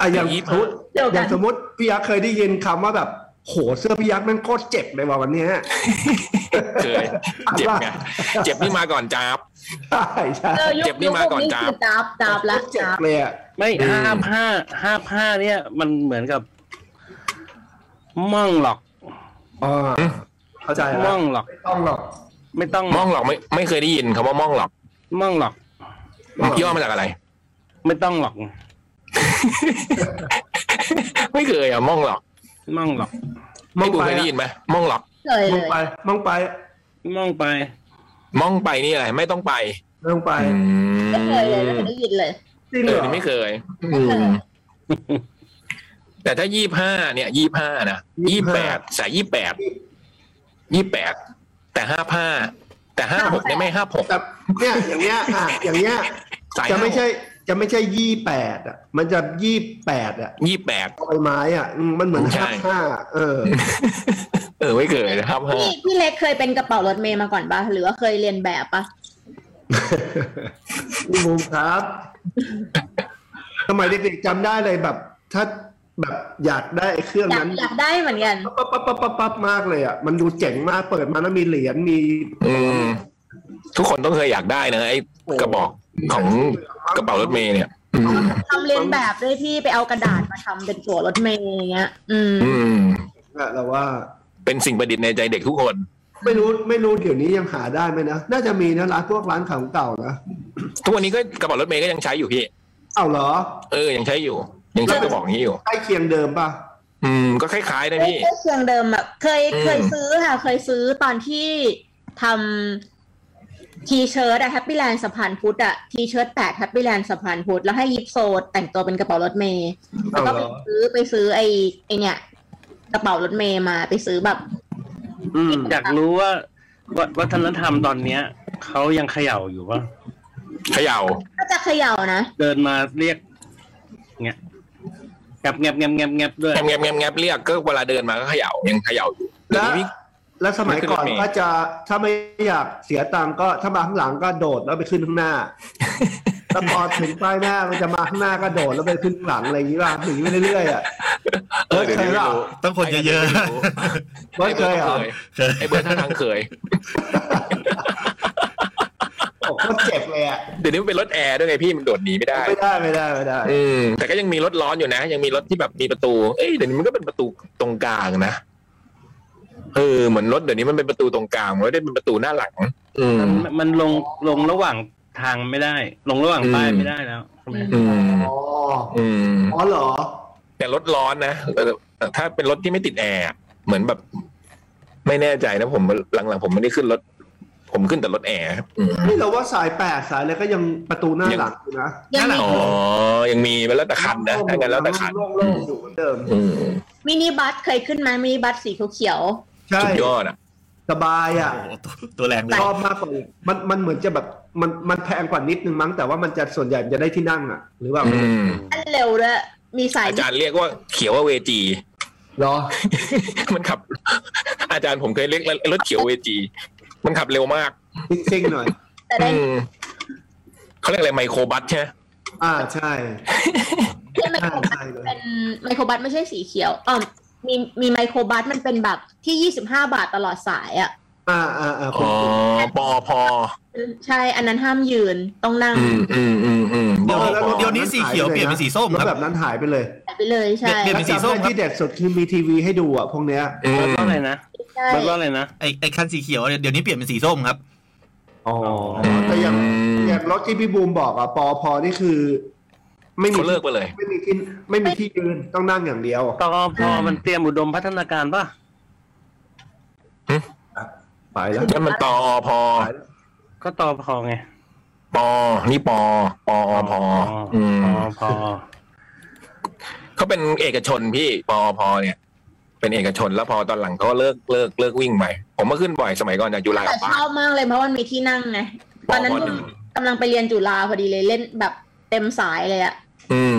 S2: อ่ะอย่างสมมติ
S3: เดี๋ย
S2: อ
S3: วกัน
S2: ย่างสมมติพี่ยักษ์เคยได้ยินคำว่าแบบ โหเสื้อพี่ยักษ์แม่งโคตรเจ็บเลยว่ะวันเนี้ย
S4: เคย เจ็บไง เจ็บนี่มาก่อนจ้าบ
S2: ใช่ใช่
S3: เออยุ
S4: เจ็บนี่มาก่อน
S3: ยุค
S4: จ๊าบ
S3: คือจับจับละ
S2: เจ็บ
S3: จับ
S2: เลยอ่ะ
S5: ไม่
S4: อืม
S5: ห้าห้าห้าห้าเนี่ยมันเหมือนกับม่องหรอก
S2: อ๋อเข้าใจแล้
S5: ม่
S2: ว
S5: องหรอก
S2: ไม่ต้องหรอก
S5: ไม่ต้อง
S4: ม่องหลอกไม่ไม่เคยได้ยินคำว่าม่องหลอก
S5: ม่องหรอก
S4: ย่อมาจากอะไร
S5: ไม่ต้องหรอก
S4: ไม่เคยอ่ะม่องหลอก
S5: ม่องหรอก
S2: มอ
S4: ไม่
S2: ง
S4: กู
S2: ไป
S4: เคยได้ยินไหมม่องหลอก
S3: เลย
S2: ม
S3: เล
S2: อง
S3: ย
S2: ไปมองไป
S5: ม่องไป
S4: ม่องไปนี่อะไร ไม่ต้องไป
S2: มองไป
S4: อืม
S3: ไม่เคยเลยไม่เคยได้ยินเลย
S2: จริง
S4: เอ
S2: เหรอ
S4: อนี่ไม่เคยอืมแต่ถ้ายี่ห้าเนี่ยยี่ห้านะยี่แปดสายยี่แปดยี่แปดแต่ห้าห้าแต่ห้าหกเนี่ยไม่ห้าหก
S2: แต่เนี่ยอย่างเงี้ยอ่ะอย่างเงี้ย
S4: สาย
S2: จะไม่ใช่จะไม่ใช่ยี่แปดอ่ะมันจะยี่แปดอ่ะ
S4: ยี่แปด
S2: ใบไม้อ่ะอืมมันเหมือน
S4: ใช่
S2: ห้าห้าเออ
S4: เออไม่เคยนะครับห้า
S3: พี่พี่เล็กเคยเป็นกระเป๋ารถเมย์มาก่อนปะหรือว่าเคยเรียนแบบปะ
S2: พี่บูมครับสมัยเด็กๆจำได้เลยแบบ ถ้าแบบอยากได้ไอ้เครื่อง
S3: อยาก
S2: นั้น
S3: อยากได้เหมือนกัน
S2: ปั๊บปั๊บปั๊บปั๊บปั๊บมากเลยอ่ะ มันดูเจ๋งมาก เปิดมาแล้วมีเหรียญ มี
S4: อืมทุกคนต้องเคยอยากได้นะไอ้กระบอกของกระเป๋ารถเมย์เนี่ย อืม
S3: ทำเรียนแบบด้วยพี่ไปเอากระดาษมาทำเป็นตัวรถเมย์อย่างเงี้ย อืม
S4: อืม
S2: อะเราว่า
S4: เป็นสิ่งประดิษฐ์ในใจเด็กทุกคน
S2: ไม่รู้ไม่รู้เดี๋ยวนี้ยังหาได้ไหมนะ น่าจะมีนะร้านพวกร้านของเก่านะ
S4: ทุกวันนี้ก็กระเป๋ารถเมย์ก็ยังใช้อยู่พี่
S2: เอาเหรอ
S4: เออ ยังใช้อยู่ ยังใช้กระบอกนี้อยู่
S2: ใกล้เคียงเดิมป่ะ
S4: อืม ก็คล้ายๆนะ
S3: ไม่
S4: พี่
S3: ใช่เชียงเดิมแบบเคย
S4: อืม
S3: เคยซื้อค่ะ เคยซื้อตอนที่ทำทีเชิร์ตอะแฮปปี้แลนด์สะพานพุทธอะทีเชิร์ตแปดแฮปปี้แลนด์สะพานพุทธแล้วให้ยิปโซแต่งตัวเป็นกระเป๋ารถเมย์แล้วก็
S2: เอาเห
S3: ไป
S2: รอ
S3: ซื้อไปซื้อไอไอเนี่ย กระเป๋ารถเมย์มาไปซื้อแบบ
S5: อืมอยากรู้ว่าวัวัฒนธรรมตอนเนี้ยเขายังเขย่าอยู่ป่ะ
S4: เขย่า
S3: ก็จะเขย่านะ
S5: เดินมาเรียกเงี้ยแงบแงบแงบแงบแงบด้วย
S4: แงบแงบแงบแงบเรียกก็เวลาเดินมาก็เขย่า ยังเขย่าอยู่เดี๋ยว
S2: และ
S4: นี้พี่
S2: และสมัยก่อน
S4: ไม่ขึ้นรถเมล์
S2: ก็จะถ้าไม่อยากเสียตังค์ก็ถ้ามาข้างหลังก็โดดแล้วไปขึ้น ข้างหน้า แล้วพอถึงป้ายหน้ามันจะมาข้างหน้าก็โดดแล้วไปขึ้นข้างหลังอะไรอย่างนี้ป่ะหนีไปเรื่อยๆอ่ะ
S4: เออเดี๋ยวนี้ไม่รู้
S6: ต้องคนเยอะ
S2: เบิร์ดเคยเหรอ
S6: ๆเคย
S4: ไอ้เบิร์ดท่าทางเคย
S2: โอ้โหโคตรเจ็บเลยอ่ะ
S4: เดี๋ยวนี้มันเป็นรถแอร์ด้วยไงพี่มันโดดหนีไม่ได้
S2: ไม่ได้ไม่ได้ไม่ได้
S4: อืมแต่ก็ยังมีรถร้อนอยู่นะ ยังมีรถที่แบบมีประตู เอ้ยเดี๋ยวนี้มันก็เป็นประตูตรงกลางนะเออเหมือนรถเดี๋ยวนี้มันเป็นประตูตรงกลางมันไม่ได้เป็นประตูหน้าหลัง อืม
S5: มันมันลงลงระหว่างทางไม่ได้ ลงระหว่างป้ายไม่ได้แล้วใช่ไหม
S4: อืม
S2: อ๋อ
S4: อืม
S2: อ๋อเหรอ
S4: แต่รถร้อนนะเออแต่ถ้าเป็นรถที่ไม่ติดแอร์อะเหมือนแบบ ไม่แน่ใจนะผมหลังๆผมไม่ได้ขึ้นรถ ผมขึ้นแต่รถแอร์ครับอืม
S2: นี่เราว่าสายแปดสายอะไรก็ยังประตูหน้าหลังอยู่นะ
S3: ยังมี
S4: อ๋อ ยังมีไปแล้วแต่คันนะถ้างั้นแล้วแต่คัน
S2: โล่งๆอยู่เหมือนเดิม
S4: อืม
S3: มินิบัสเคยขึ้นไหมมินิบัสสีเขียว
S2: ใช่
S4: สุดยอดอ่ะ
S2: สบายอ่ะ
S6: โอ้โหตัวตัวแรงเลย
S2: ชอบมากกว่าอีกมันมันเหมือนจะแบบมันมันแพงกว่านิดนึงมั้ง แต่ว่ามันจะส่วนใหญ่มันจะได้ที่นั่งอ่ะ หรือว่า
S4: อืม
S3: ๆอันเร็วด้วยมีสาย
S4: อาจารย์เรียกว่าเขียวว่าเวจี
S2: รอ
S4: มันขับ อาจารย์ผมเคยเรียกรถเขียวเวจี มันขับเร็วมาก
S2: ซิ่งๆหน่อย
S3: แต่ได้
S4: อืมเขาเรียกอะไรไมโครบัสใช่ไหม
S2: อ่าใช่
S3: ที่ไมโค
S2: ใช่
S3: รบัส
S2: ใช่เลย
S3: เป็นไมโครบัสไม่ใช่สีเขียวอ๋อมีมีไมโครบัสมันเป็นแบบที่ยี่สิบห้าบาทตลอดสายอ่ะ
S2: อ่าอ่าอ่า
S4: อ๋อปอพอ
S3: ใช่อันนั้นห้ามยืนต้องนั่ง
S4: อืมอืมอืมอืมปอ
S2: แล้
S4: พอ
S2: รถ
S6: เดี๋ยวนี้สีเขียวเปลี่ยนเป็นสีส้ม
S2: รถ
S6: ครับ
S2: แบบนั้นหายไปเลย
S3: ไปเลยใช่
S6: เปลี่ยน ป็สีส้ม
S2: แล้วจำ
S6: ครับ
S2: ได้ที่เด็ดสุดคือมีทีวีให้ดูอ่ะพวกเนี้ย
S4: อื
S5: รถ
S4: ม
S5: ว่าอะไรนะ
S3: ใช่
S5: รถว่าอะไรนะ
S6: ไอ้ไอ้คันสีเขียวเนี่ยเดี๋ยวนี้เปลี่ยนเป็นสีส้มครับ
S2: อ๋อแต่อย่างอย่างรถที่พี่บูมบอกอ่ะปอพอนี่คือ ไม่มี
S4: เขาเลิกไปเลย
S2: ไม่มีที่ไม่มีที่ยืนต้องนั่งอย่างเดียว
S5: ตอพอมันเตรียมอุดมพัฒนาการป่ะ
S2: ไปแล้ว
S4: นั่นมันตอพอ
S5: ก็ตอพอไง
S4: ปอนี่ปอปอพออืม
S5: ตอพอ
S4: เขาเป็นเอกชนพี่ปอพอเนี่ย เป็นเอกชนแล้วพอตอนหลังเขาก็เลิกเลิกเลิกวิ่งไปผมมาขึ้นบ่อยสมัยก่อนจากจุฬา
S3: แต่
S4: ป้า
S3: ชอบมากเลยเพราะมันมีที่นั่งไง
S4: ป
S3: ต
S4: อ
S3: อนนั้น
S4: ปอหนึ่ง
S3: กำลังไปเรียนจุฬาพอดีเลยเล่นแบบเต็มสายเลยอ่ะ
S4: อืม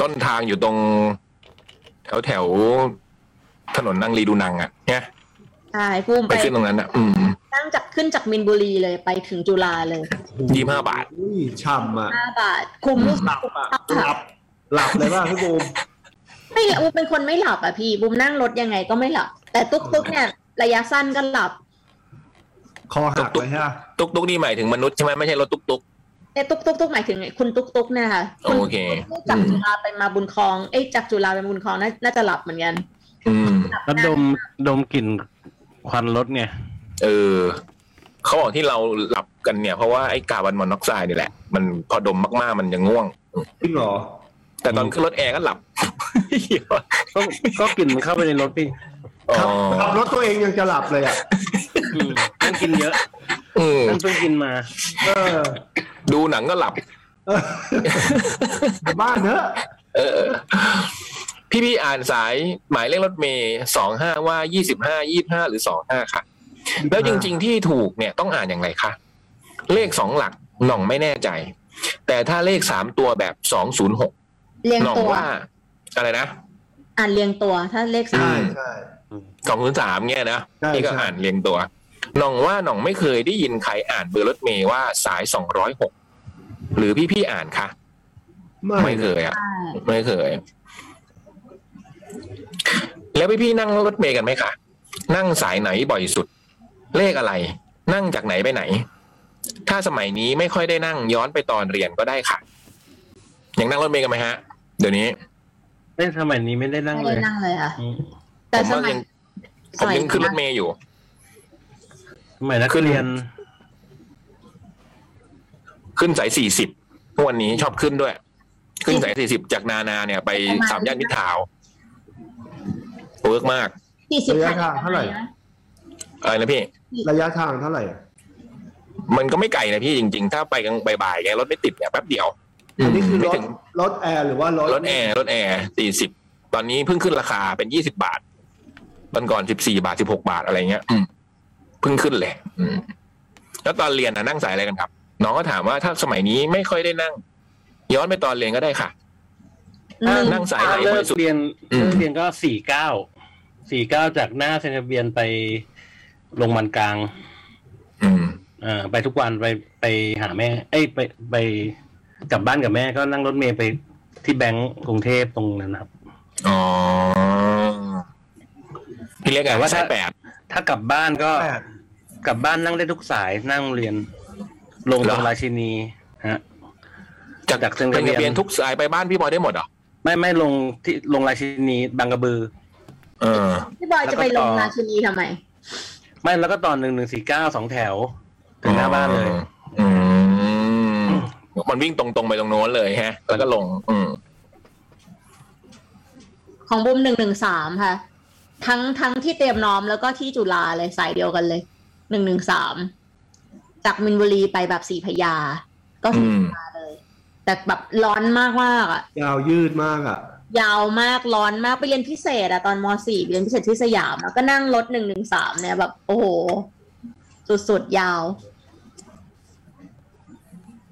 S4: ต้นทางอยู่ตรง แถวแถวถนนนางรีดูนังอ่ะเนี่ย
S3: ใช่ปุ้ม
S4: ไป
S3: ไป
S4: ขึ้นตรงนั้นอ่ะ อืม
S3: นั่งจากขึ้นจากมินบุรีเลยไปถึงจุฬาเลย
S4: ยี่ห้าบาท
S2: อุ้ยช่ำอ่ะ
S3: ห้าบาทคุ้มลูก
S2: หลับอ่ะหลับหลับเลยว่าพี่บูม
S3: ไม่บุ้มเป็นคนไม่หลับอ่ะพี่บุ้มนั่งรถยังไงก็ไม่หลับ แต่ตุ๊กตุ๊กเนี่ยระยะสั้นก็หลับ
S2: คอหักเลยฮะ
S4: ตุ๊กตุ๊กนี่หมายถึงมนุษย์ใช่ไหมไม่ใช่รถตุ๊กตุ๊ก
S3: แต่ตุ๊กตุ๊กตุ๊กหมายถึงไอ้คุณตุ๊กตุ๊กเนี่ยค่ะณ
S4: โอเค
S3: ตุ๊กจากจุฬาไปมาบุญคลองเอ้ยจากจุฬาไปบุญคลองน่าน่าจะหลับเหมือนกัน
S4: อืม
S5: แล้วดมดมกลิ่นควันรถไง
S4: เออเขาบอกที่เราหลับกันเนี่ย เพราะว่าไอ้กาบันมอนน็อกไซด์นี่แหละ มันพอดมมากๆมันจะง่วง
S2: จริงเหรอ
S4: แต่ตอนขึ้นรถแอร์ก็หลับ
S5: ก็ก็กลิ่นมันเข้าไปในรถพี่
S4: อ๋อ
S2: ขับขับรถตัวเองยังจะหลับเลยอ่ะ
S5: นั่งกินเยอะ
S4: อืม
S5: นั่งเพิ่งกินมา
S2: เออ
S4: ดูหนังก็หลับ
S2: เอ อไปบ้านเถอะ
S4: เออ พี่พี่ๆอ่านสายหมายเลขรถเมย์สองห้าว่ายี่สิบห้ายี่ห้าหรือสองห้าค่ะ แล้วจริง ๆ ที่ถูกเนี่ยต้องอ่านอย่างไรคะ เลขสองหลักหน่องไม่แน่ใจ แต่ถ้าเลขสามตัวแบบสองศูนย์หก
S3: เรียง
S4: หน่อง
S3: ตัว
S4: ว่า อะไรนะ
S3: อ่านเรียงตัวถ้าเลขสา
S2: ใช่
S3: ม
S2: ใช่
S4: สองศูนย์สามเนี่ยนะ
S2: ใช่
S4: นี่ก็
S2: ใช่
S4: อ่านเรียงตัวหน่องว่าหน่องไม่เคยได้ยินใครอ่านเบอร์รถเมย์ว่าสายสองร้อยหกหรือพี่พี่ๆอ่านคะไม่เคยอ่ะ ไม่เคย แล้วพี่พี่ๆนั่งรถเมย์กันไหมคะนั่งสายไหนบ่อยสุด เลขอะไร นั่งจากไหนไปไหน ถ้าสมัยนี้ไม่ค่อยได้นั่งย้อนไปตอนเรียนก็ได้ค่ะยังนั่งรถเมย์กันไหมฮะ เดี๋ยวนี้
S5: เล่นสมัยนี้ไม่ได้นั่ง
S3: ไม่
S5: เล
S3: ได้
S5: ย
S3: นั่งเลยค่ะ
S5: อืม
S4: ผ
S3: แต่
S4: ม
S3: ส
S4: ว่า
S3: มัย
S4: ยังผมยังขึ้นรถเมย์อยู่
S5: สมัยนักเรียน
S4: ขึ้นสายสี่สิบทุกวันนี้ชอบขึ้นด้วย ขึ้นสายสี่สิบจากนานาเนี่ย ไปสามย่านมิตรทาวน์เวิร์กมาก
S3: สี่สิบ
S2: ระยะทางเท่าไหร่
S4: อะไรนะพี่
S2: ระยะทางเท่าไหร่อะ
S4: มันก็ไม่ไกลนะพี่จริง ๆ ถ้าไปกลางบ่ายๆไงรถไม่ติดเนี่ยแป๊บเดียว
S2: อันนี้คือร
S4: ไม่
S2: ถ
S4: ถึง
S2: รถแอร์หรือว่ารถ
S4: รถแอร์รถแอร์สี่สิบตอนนี้เพิ่งขึ้นราคาเป็นยี่สิบาทตอนก่อนสิบสี่บาทสิบหกบาทอะไรเงี้ยอืมเพิ่งขึ้นเลยอืมแล้วตอนเรียนนะนั่งสายอะไรกันครับ น้องก็ถามว่าถ้าสมัยนี้ไม่ค่อยได้นั่ง ย้อนไปตอนเรียนก็ได้ค่ะ
S3: หนึ่ง
S4: นั่งสายไหน
S5: ถ้าเลิ
S4: บ่อก ยสุด
S5: เรียน
S4: อืม
S5: เลิกเรียนก็สี่เก้า สี่เก้าจากหน้าเซนทรัลเบียนไปโรงพยาบาลกลาง
S4: อืม
S5: เอ่อไปทุกวันไปไปหาแม่ เอ้ยไปไปกลับบ้านกับแม่ก็นั่งรถเมล์ไปที่แบงก์กรุงเทพตรงนั้นนะครับ
S4: อ๋อพี่เล็กไงว่า
S5: แต่
S4: สาย
S5: ว่าถ้า
S4: แปด
S5: ถ้ากลับบ้านก็
S2: แอร์
S5: กลับบ้านนั่งได้ทุกสายนั่งโรงเรียน ลง
S4: เหร
S5: ตร
S4: อ
S5: งราชินีฮะ
S4: จาก
S5: จากเชิง
S4: เป็
S5: ทะ
S4: น
S5: เบียน
S4: ทะเบียนทุกสายไปบ้านพี่บอยได้หมดเหรอ
S5: ไม่ไม่ลงที่ลงราชินีบางกระบือ
S4: เออ
S3: พี่บอยจะไปลง
S5: แล้วก็ต่อ
S3: ราชินีทำไม
S5: ไม่แล้วก็ตอนหนึ่งหนึ่งสี่เก้าสองแถว ถึงหน้าบ้านเลย
S4: อืมมันวิ่งตรงๆไปตรงโน้นเลยฮะ แล้วก็ลง อืม
S3: ของบุมหนึ่งหนึ่งสามค่ะ ทั้งทั้งที่เตรียมน้อมแล้วก็ที่จุฬาเลยสายเดียวกันเลย หนึ่งหนึ่งสามจากมินบุรีไปแบบสีพยา ก็สีพยาเลย แต่แบบร้อนมากมากๆอ่ะ
S2: ยาวยืดมากอ่ะ
S3: ยาวมากร้อนมากไปเรียนพิเศษอะตอนมสี่ไปเรียนพิเศษที่สยามอะก็นั่งรถหนึ่งหนึ่งสามเนี่ยแบบ โอ้โห สุดๆ ยาว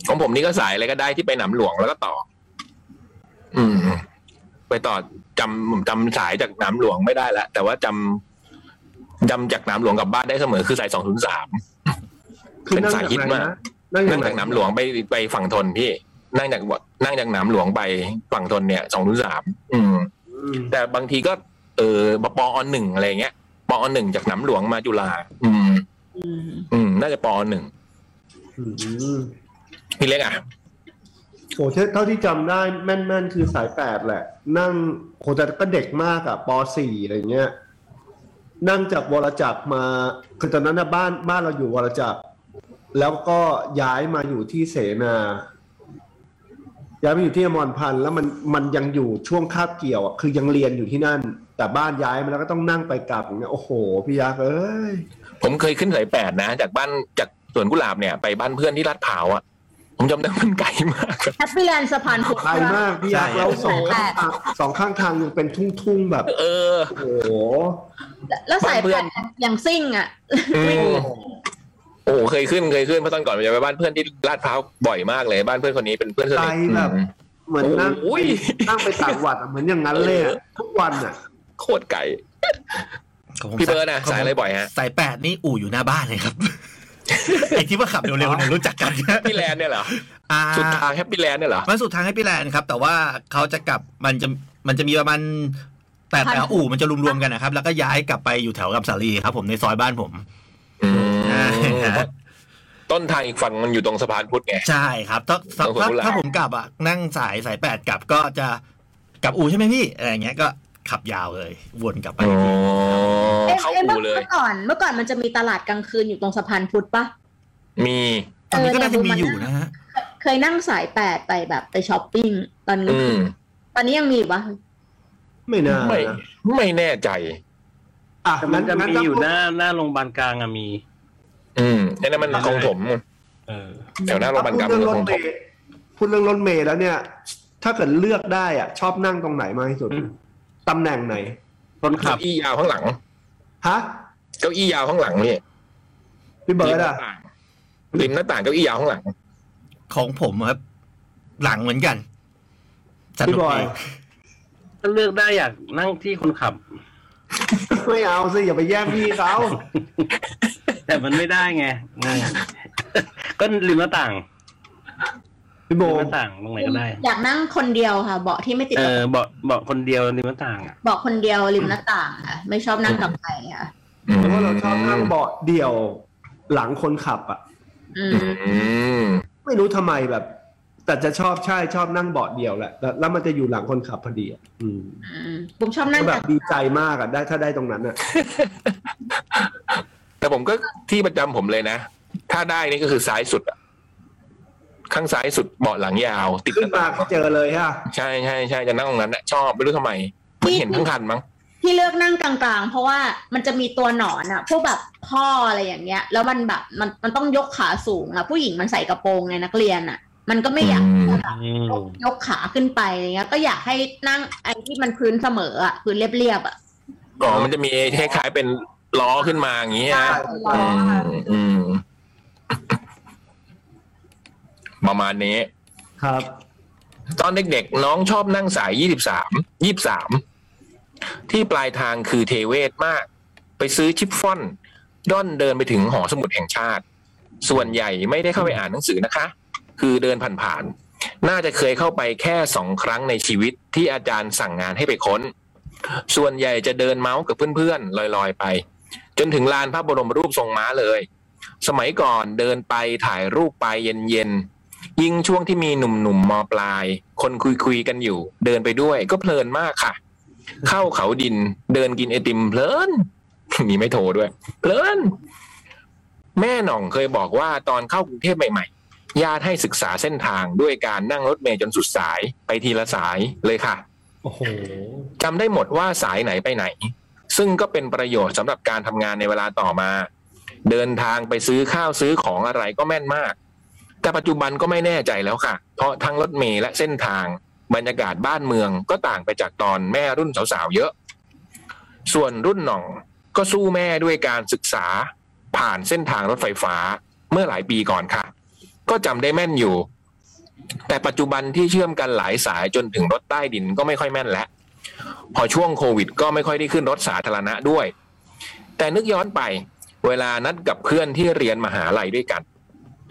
S4: ของผมนี่ก็สายอะไรก็ได้ที่ไปหนามหลวงแล้วก็ต่อ อืม ไปต่อจำผมจำสายจากหนามหลวงไม่ได้ละแต่ว่าจำจำจากหนามหลวงกลับบ้านได้เสมอคือสายสองศูนย์สาม
S2: คือนั่ง
S4: เป็นสาย
S2: จาก
S4: ฮิต
S2: ไหน
S4: มาก
S2: นะนั่ง
S4: นั่ง
S2: ไ
S4: จากหนามหลวงไปไปฝั่งทนพี่ นั่งจากบ่นั่งจากหนามหลวงไปฝั่งทนเนี่ยสองศูนย์สามอืม
S2: อืม
S4: แต่บางทีก็เออปอหนึ่งอะไรเงี้ยปอหนึ่งจากหนามหลวงมาจุฬาอืม
S3: อืม
S4: อืม น่าจะปอหนึ่ง
S2: อืม
S4: พี่เล็กอ่ะ
S2: โอ้เท่าที่จำได้แม่นๆ คือสายแปดแหละ นั่งโหแต่ก็เด็กมากอ่ะปสี่อะไรเงี้ย นั่งจากวรจักรมาคือตอนนั้นนะบ้านบ้านเราอยู่วรจักร แล้วก็ย้ายมาอยู่ที่เสนา ย้ายมาอยู่ที่อมรพันธ์แล้วมันมันยังอยู่ช่วงคาบเกี่ยวอ่ะคือยังเรียนอยู่ที่นั่น แต่บ้านย้ายมาแล้วก็ต้องนั่งไปกลับอย่างเงี้ยโอ้โหพี่ยักษ์เอ้ย
S4: ผมเคยขึ้นสายแปดนะ จากบ้านจากสวนกุหลาบเนี่ยไปบ้านเพื่อนที่ลาดพร้าวอ่ะ ผมจำได้ว่ามันไกลมาก
S3: แฮปปี้แลนด์สะพานพุทธ
S2: ไกลมากพี่ยักษ์
S6: ใช่
S2: แล้วสองข้างทางสองข้างทางยังเป็นทุ่งๆแบบ
S4: เออ
S2: โอ้โห
S3: แล้วสาย
S4: บ้านเพื่
S3: แป
S4: อน
S3: ดอย่างซิ่งอ่ะ
S4: โอ้โหเคยขึ้นเคยขึ้นเพราะตอนก่อนผมจะไปบ้านเพื่อนที่ลาดพร้าวบ่อยมากเลย บ้านเพื่อนคนนี้เป็นเพื่อนส
S2: ไกล
S4: นิท
S2: แบบ
S4: อืม
S2: เหมือนนั่ง
S4: โอ้ย
S2: นั่งไปต่างจังหวัดอะเหมือนอย่างนั้นเลยอะทุกวันอ่ะ
S4: โคตรไกล
S6: ของผม
S4: พี่เบิร์ดนะ
S6: ขงผม
S4: สายอะไรบ่อยฮะ
S6: สายแปดนี่อู่อยู่หน้าบ้านเลย ครับ ไอที่ว่าขับเร็วๆเนี่ยรู้จักกัน
S4: พี่แลนด์เนี่ยเหรอ
S6: อ่า
S4: สุดทางแฮปปี้แลนด์เนี่ยเหรอ
S6: มันสุดทางให้พี่แลนด์ครับ แต่ว่าเขาจะกลับมันจะมันจะมีประมาณแต่แต่ละ
S3: พัน
S6: อู่มันจะรวมๆกันนะครับ แล้วก็ย้ายกลับไปอยู่แถวกำสาลีครับ ผมในซอยบ้านผม
S4: อืม
S6: อ่า
S4: เพราะต้นทางอีกฝั่งมันอยู่ตรงสะพานพุทธไง
S6: ใช่ครับถ้าถ้า
S4: โอ้โห
S6: ถ้า
S4: หลาย
S6: ถ้าผมกลับอ่ะนั่งสายสายแปดกลับก็จะกลับอู่ใช่ไหมพี่อะไรอย่างเงี้ยก็ขับยาวเลย วนกลับไป
S4: อ๋อ
S6: อีกที
S3: อ้ย
S4: เข้า
S3: อ้ย
S4: อู่เลย
S3: เมื่อก่อนเมื่อก่อนมันจะมีตลาดกลางคืนอยู่ตรงสะพานพุทธปะ
S4: มี
S6: ตอนนี้ก็น่าจะมี
S3: เออเนี่ย
S6: อยู่นะฮะ
S3: เคยนั่งสายแปดไปแบบไปช้อปปิ้งตอนกลาง
S4: อื
S3: คื
S4: ม
S3: นตอนนี้ยังมีอยู่ปะ
S2: ไม่น่า
S4: ไม่
S2: นะ
S4: ไม่แน่ใจ
S2: อ่ะ
S5: แต่มั
S2: งั้
S5: น
S2: น
S5: จะ
S2: งั้น
S5: มี
S2: ถ้า
S5: อยู่
S2: พูด
S5: หน้าหน้าโรงพยาบาลกลางอะมี
S4: อืมไอ้นั่นมัน
S5: ไม่ได้
S4: คลองถม
S5: เออ
S4: แถวหน้าโรงพยาบาล
S2: พูด
S4: กลาง
S2: เรื่องร
S4: คล
S2: ถ
S4: อง
S2: เม
S4: ถม
S2: ย์พูดเรื่องรถเมย์แล้วเนี่ย ถ้าเกิดเลือกได้อ่ะ ชอบนั่งตรงไหนมากที่สุด
S5: อืม
S2: ตำแหน่งไหน
S5: คนขั
S4: เก้า
S5: บ
S4: อี้ยาวข้างหลัง
S2: ฮะ
S4: เก้าอี้ยาวข้างหลังนี่
S2: พี่เบิ
S4: ริ
S2: ร์
S4: ม
S2: ด
S4: หน้า
S2: อ่ะ
S4: ต่างริมหน้าต่างเก้าอี้ยาวข้างหลัง
S6: ของผมครับ หลังเหมือนกันส
S2: พี่
S6: นุก
S2: บอย
S6: ดี
S5: ถ้าเลือกได้อยากนั่งที่คนขับ
S2: ไม่เอาสิอย่าไปแย่งพี่เขา
S5: แต่มันไม่ได้ไง อืมก็ริมหน้าต่าง
S2: พี่โบ
S5: ริมหน้าต่างตรงไหนก็ได้
S3: อยากนั่งคนเดียวค่ะ เบาะที่ไม่ติด
S5: เอ
S3: กับ
S5: อเบาะเบาะคนเดียวริมหน้าต่างอะ
S3: เบาะคนเดียวริมหน้าต่างค่ะไม่ชอบนั่งกับใครค่ะ
S4: อื
S2: ห
S4: ม
S2: รือว่าเราชอบนั่งเบาะเดี่ยวหลังคนขับอ่ะ
S3: อื
S4: อื
S3: ม
S4: ม
S2: ไม่รู้ทำไมแบบ แต่จะชอบใช่ชอบนั่งเบาะเดียวแหละแล้วแล้วมันจะอยู่หลังคนขับพอดีอะอืม
S3: อืมผมชอบนั่ง
S2: แบ
S3: กับ
S2: ดีใจมากอ่ะได้ถ้าได้ตรงนั้นอ่ะ
S4: แต่ผมก็ที่ประจำผมเลยนะ ถ้าได้นี่ก็คือซ้ายสุดอะข้างซ้ายสุดเบาะหลังยาว ติดห
S2: ขึ้นมา
S4: น้าต่าง
S2: ก็เจอเลยฮะ
S4: ใช่ใช่ใช่จะนั่งตรงนั้นนะชอบไม่รู้ทำไมไม่เห็นทั้งคันมั้ง
S3: ที่เลือกนั่งกลางๆ เพราะว่ามันจะมีตัวหนอนอะพวกแบบพ่ออะไรอย่างเงี้ย แล้วมันแบบมันมันต้องยกขาสูงอะผู้หญิงมันใส่กระโปรงไงนักเรียนอะมันก็ไม่อยาก
S4: อืม
S3: แบบ
S5: อืม
S3: ยกขาขึ้นไปอะไรเงี้ย ก็อยากให้นั่งไอ้ที่มันพื้นเสมออะพื้นเรียบๆอะ
S4: อ๋อมันจะมีคล้ายๆเป็นล้อขึ้นมาอย่างนี้ฮะ
S3: รอ
S4: อืมอืมประมาณนี้
S2: ครับ
S4: ตอนเด็กๆ น้องชอบนั่งสาย 23 23 ที่ปลายทางคือเทเวศมาก ไปซื้อชิปฟอน ด้อนเดินไปถึงหอสมุดแห่งชาติ ส่วนใหญ่ไม่ได้เข้าไปอ่านหนังสือนะคะ คือเดินผ่านๆ น่าจะเคยเข้าไปแค่สองครั้งในชีวิตที่อาจารย์สั่งงานให้ไปค้น ส่วนใหญ่จะเดินเมาส์กับเพื่อนๆ ลอยๆไป จนถึงลานพระบรมรูปทรงม้าเลย สมัยก่อนเดินไปถ่ายรูปไปเย็นๆ ยิ่งช่วงที่มีหนุ่มๆมมปลาย คนคุยคุยๆกันอยู่ เดินไปด้วยก็เพลินมากค่ะ เข้าเขาดิน เดินกินไอติมเพลิน มีไม่โทรด้วย เพลิน แม่หน่องเคยบอกว่าตอนเข้ากรุงเทพใหม่ๆญาติให้ศึกษาเส้นทางด้วยการนั่งรถเมล์จนสุดสายไปทีละสายเลยค่ะ
S2: โอ้โห
S4: จำได้หมดว่าสายไหนไปไหน ซึ่งก็เป็นประโยชน์สำหรับการทำงานในเวลาต่อมา เดินทางไปซื้อข้าวซื้อของอะไรก็แม่นมาก แต่ปัจจุบันก็ไม่แน่ใจแล้วค่ะ เพราะทั้งรถเมล์และเส้นทางบรรยากาศบ้านเมืองก็ต่างไปจากตอนแม่รุ่นสาวๆเยอะ ส่วนรุ่นหน่องก็สู้แม่ด้วยการศึกษาผ่านเส้นทางรถไฟฟ้าเมื่อหลายปีก่อนค่ะ ก็จำได้แม่นอยู่ แต่ปัจจุบันที่เชื่อมกันหลายสายจนถึงรถใต้ดินก็ไม่ค่อยแม่นแล้ว พอช่วงโควิดก็ไม่ค่อยได้ขึ้นรถสาธารณะด้วย แต่นึกย้อนไป เวลานัดกับเพื่อนที่เรียนมหาลัยด้วยกัน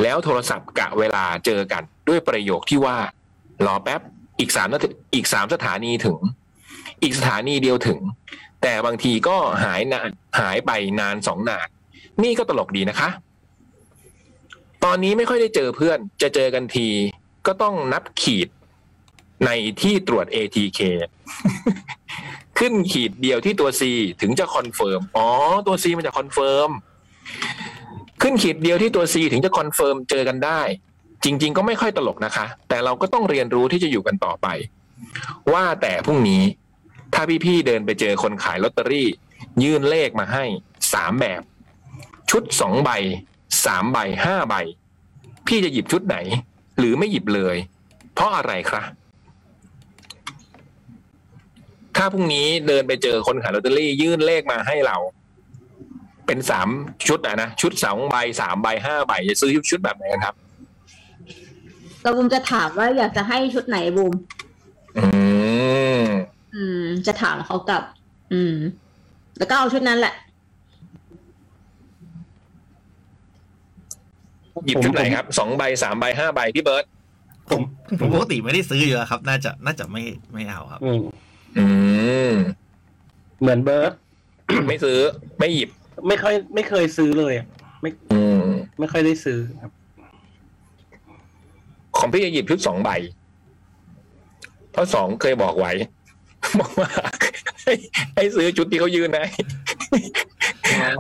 S4: แล้วโทรศัพท์กะเวลาเจอกันด้วยประโยคที่ว่า รอแป๊บอีกสามนาทีอีกสามสถานีถึง อีกสถานีเดียวถึง แต่บางทีก็หายนานหายไปนานสองนานนี่ก็ตลกดีนะคะ ตอนนี้ไม่ค่อยได้เจอเพื่อน จะเจอกันที ก็ต้องนับขีดในที่ตรวจ ATK ขึ้นขีดเดียวที่ตัว C ถึงจะคอนเฟิร์ม อ๋อ ตัว C มันจะคอนเฟิร์ม ขึ้นขีดเดียวที่ตัว C ถึงจะคอนเฟิร์มเจอกันได้ จริง ๆ ก็ไม่ค่อยตลกนะคะ แต่เราก็ต้องเรียนรู้ที่จะอยู่กันต่อไป ว่าแต่พรุ่งนี้ ถ้าพี่ๆเดินไปเจอคนขายลอตเตอรี่ ยื่นเลขมาให้สามแบบ ชุดสองใบสามใบห้าใบ พี่จะหยิบชุดไหน หรือไม่หยิบเลย เพราะอะไรคะ ถ้าพรุ่งนี้เดินไปเจอคนขายลอตเตอรี่ยื่นเลขมาให้เรา เป็นสามชุดอะนะ ชุดสองใบสามใบห้าใบจะซื้อชุดแบบไหนกันครับ
S3: เราบูมจะถามว่าอยากจะให้ชุดไหนบูม
S4: อืม
S3: อืม จะถามเขากลับ อืม แล้วก็เอาชุดนั้นแหละ
S4: หยิบชุดไหนครับสองใบสามใบห้าใบพี่เบิร์ต
S6: ผมผมปกติไม่ได้ซื้ออยู่แล้วครับ น่าจะน่าจะไม่ไม่เอาครับ
S5: อืม
S4: อืม
S5: เหมือนเบิร์ต
S4: ไม่ซื้อไม่หยิบ
S5: ไม่ค่อยไม่เคยซื้อเลยอะ
S4: อืม
S5: ไม่ค่อยได้ซื้อครับ
S4: ของพี่จะหยิบชุดสองใบ เพราะสองเคยบอกไว้ บอกว่า ให้ให้ซื้อชุดที่เขายื่ นให้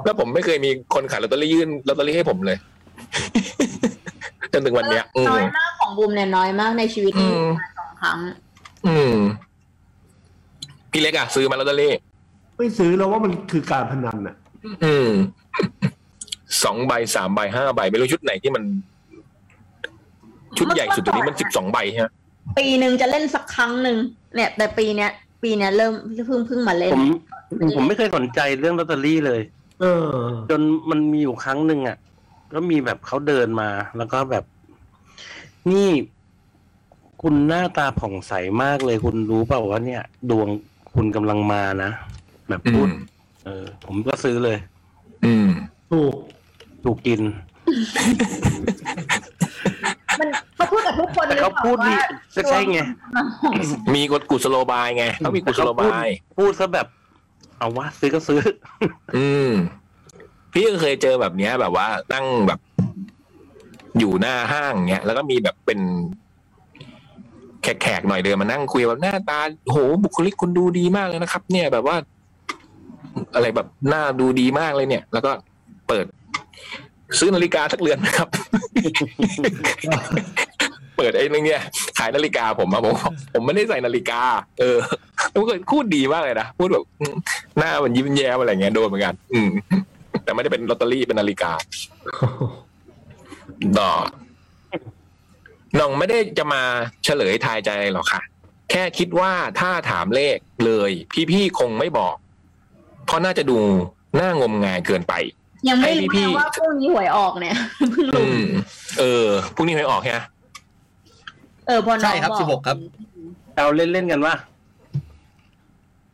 S4: แล้วผมไม่เคยมีคนขายลอตเตอรี่ยื่นลอตเตอรี่ให้ผมเลย จนถึงวันเนี้ย อื
S3: น้
S4: ม
S3: อยมากของบูมเนี่ยน้อยมากในชีวิต
S4: อื
S3: นี้
S4: ม
S3: สองครั้ง
S4: อืม พี่เล็กอะซื้อมาลอตเตอรี่
S2: ไม่ซื้อแล้วว่ามันคือการพนันอ่ะ
S4: อืม สองใบสามใบห้าใบ ไม่รู้ชุดไหนที่มัน ชุดใหญ่สุดตัวนี้มันสิบสองใบฮะ
S3: ปีหนึ่งจะเล่นสักครั้งหนึ่งเนี่ย แต่ปีเนี้ย ปีเนี้ยเริ่มเพิ่งเพิ่งมาเล่น
S5: ผมผมไม่เคยสนใจเรื่องลอตเตอรี่เลย
S2: เออ
S5: จนมันมีอยู่ครั้งหนึ่งอ่ะ ก็มีแบบเขาเดินมา แล้วก็แบบ นี่ คุณหน้าตาผ่องใสมากเลย คุณรู้เปล่าว่าเนี่ย ดวงคุณกำลังมานะ แบบ
S4: อื
S5: พูด
S4: ม
S5: เออ ผมก็ซื้อเลย
S4: อืม
S2: ถูก
S5: ถูกกิน
S3: มันเขาพูดกับทุกคน
S5: แต่เขา
S3: หรือปล่
S5: พูดดี
S3: ว่า
S5: ก็ใช่ไง
S4: มีกฎกุศโลบายไงเขามีกุศโลบาย
S5: พูดซะแบบ เอาวะซื้อก็ซื้อ
S4: อืม พี่ก็เคยเจอแบบเนี้ย แบบว่านั่งแบบ อยู่หน้าห้างเนี้ย แล้วก็มีแบบเป็น แขกๆหน่อยเดินมานั่งคุยแบบหน้าตาโหบุคลิกคุณดูดีมากเลยนะครับ เนี่ยแบบว่า อะไรแบบหน้าดูดีมากเลยเนี่ย แล้วก็เปิด ซื้อนาฬิกาสักเรือนนะครับ เปิดไอ้นึงเนี่ยขายนาฬิกาผมมาผมบอกผมไม่ได้ใส่นาฬิกา เอ อแล้วก็พูดดีมากเลยนะพูดแบบอืมหน้ามันยิ้มแย้มอะไรเงี้ยโดนเหมือนกัน อืม แต่ไม่ได้เป็นลอตเตอรี่เป็นนาฬิกาดอกน้องไม่ได้จะมาเฉลยทายใจหรอกค่ะ แค่คิดว่าถ้าถามเลขเลย พี่ๆคงไม่บอก เพราะน่าจะดูน่างมงายเกินไป
S3: ยังไม่รู้
S4: ให้พี่
S3: นะว่าพรุ่งนี้หวยออกเนี่ย เพิ่ง
S4: อื
S3: รู้
S4: ม เออพรุ่งนี้ไม่ออกใช่ไหม
S3: เออพอน้อง
S6: ใช่ครับ
S3: อก
S6: สิบหกครับ
S5: เอาเล่นๆกันว่า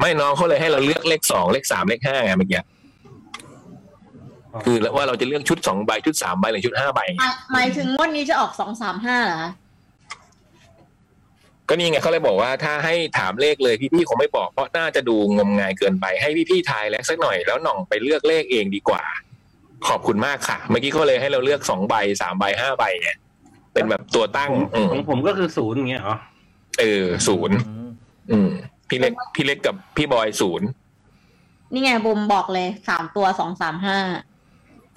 S4: ไม่น้องเขาเลยให้เราเลือกเลขสองเลขสามเลขห้าไงเมื่อกี้
S5: อ๋อ
S4: คือแล้วว่าเราจะเลือกชุดสองใบชุดสามใบหรือชุดห้าใบไง
S3: อ่ะหมายถึงงวดนี้จะออกสองสามห้าเหรอคะ
S4: ก็นี่ไงเขาเลยบอกว่าถ้าให้ถามเลขเลยพี่ๆคงไม่บอกเพราะน่าจะดูงมงายเกินไปให้พี่ๆทายแล้วสักหน่อยแล้วหน่องไปเลือกเลขเองดีกว่า ขอบคุณมากค่ะ เมื่อกี้เขาเลยให้เราเลือกสองใบสามใบห้าใบเนี่ยเป็นแบบตัวตั้งอืม
S5: ของผมก็คือศูนย์อย่างเงี้ยเหรอ
S4: เออศูนย์อืมพี่เล็กพี่เล็กกับพี่บอยศูนย์
S3: นี่ไงบูมบอกเลยสามตัวสองสามห้า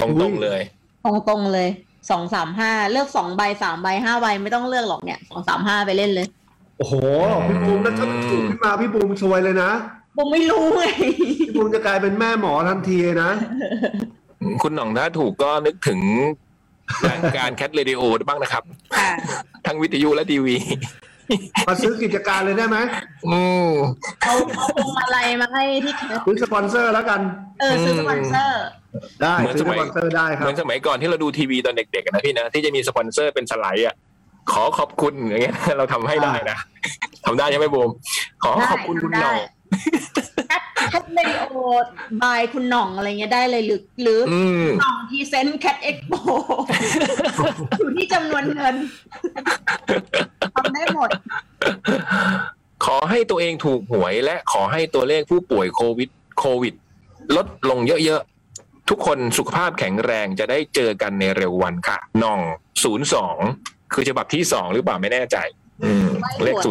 S4: ตรงๆเลย
S3: ตรงตรงๆเลยสองสามห้าเลือกสองใบสามใบห้าใบไม่ต้องเลือกหรอกเนี่ยสองสามห้าไปเล่นเลย
S2: โอ้โห พี่บูมแล้วถ้าถูกขึ้นมาพี่บูมซวยเลยนะ
S3: บูมไม่รู้ไง
S2: พี่บูมจะกลายเป็นแม่หมอทันทีเลยนะ
S4: คุณหน่องถ้าถูกก็นึกถึงรายการแคทเรดิโอบ้างนะครับ
S3: ค่ะ
S4: ทั้งวิทยุและทีวี
S2: มาซื้อกิจการเลยได้ไหม
S4: อืม
S3: เอาเอาพวงมาลัยมาให้ที่แคท
S2: ซื้อสปอนเซอร์แล้วกัน
S3: เออซื้อสปอนเซอร์
S2: ได้
S4: เหมือน
S2: ซื้อ
S4: ส
S2: ส
S4: มั
S2: ป
S4: ย
S2: อนเซอร์ได้ค
S4: เห
S2: รับ
S4: มือนสมัยก่อนที่เราดูทีวีตอนเด็กๆอะนะพี่นะ ที่จะมีสปอนเซอร์เป็นสไลด์อ่ะ ขอขอบคุณอย่างเงี้ย เราทำให้ได้นะ ทำได้ใช่ไหมบูมขอขอบคุณคุณหน่อง
S3: แคทเรดิโอบายคุณหน่องอะไรเงี้ยได้เลยหรือหรือ
S4: อืม
S3: หน่องพรีเซนต์แคทเอ็กโปอยู่ที่จำนวนเงินทำได้หมด
S4: ขอให้ตัวเองถูกหวยและขอให้ตัวเลขผู้ป่วยโควิดโควิด ลดลงเยอะๆ ทุกคนสุขภาพแข็งแรงจะได้เจอกันในเร็ววันค่ะหน่อง 02 คือฉบับที่สองหรือเปล่าไม่แน่ใจ อืม เลข 02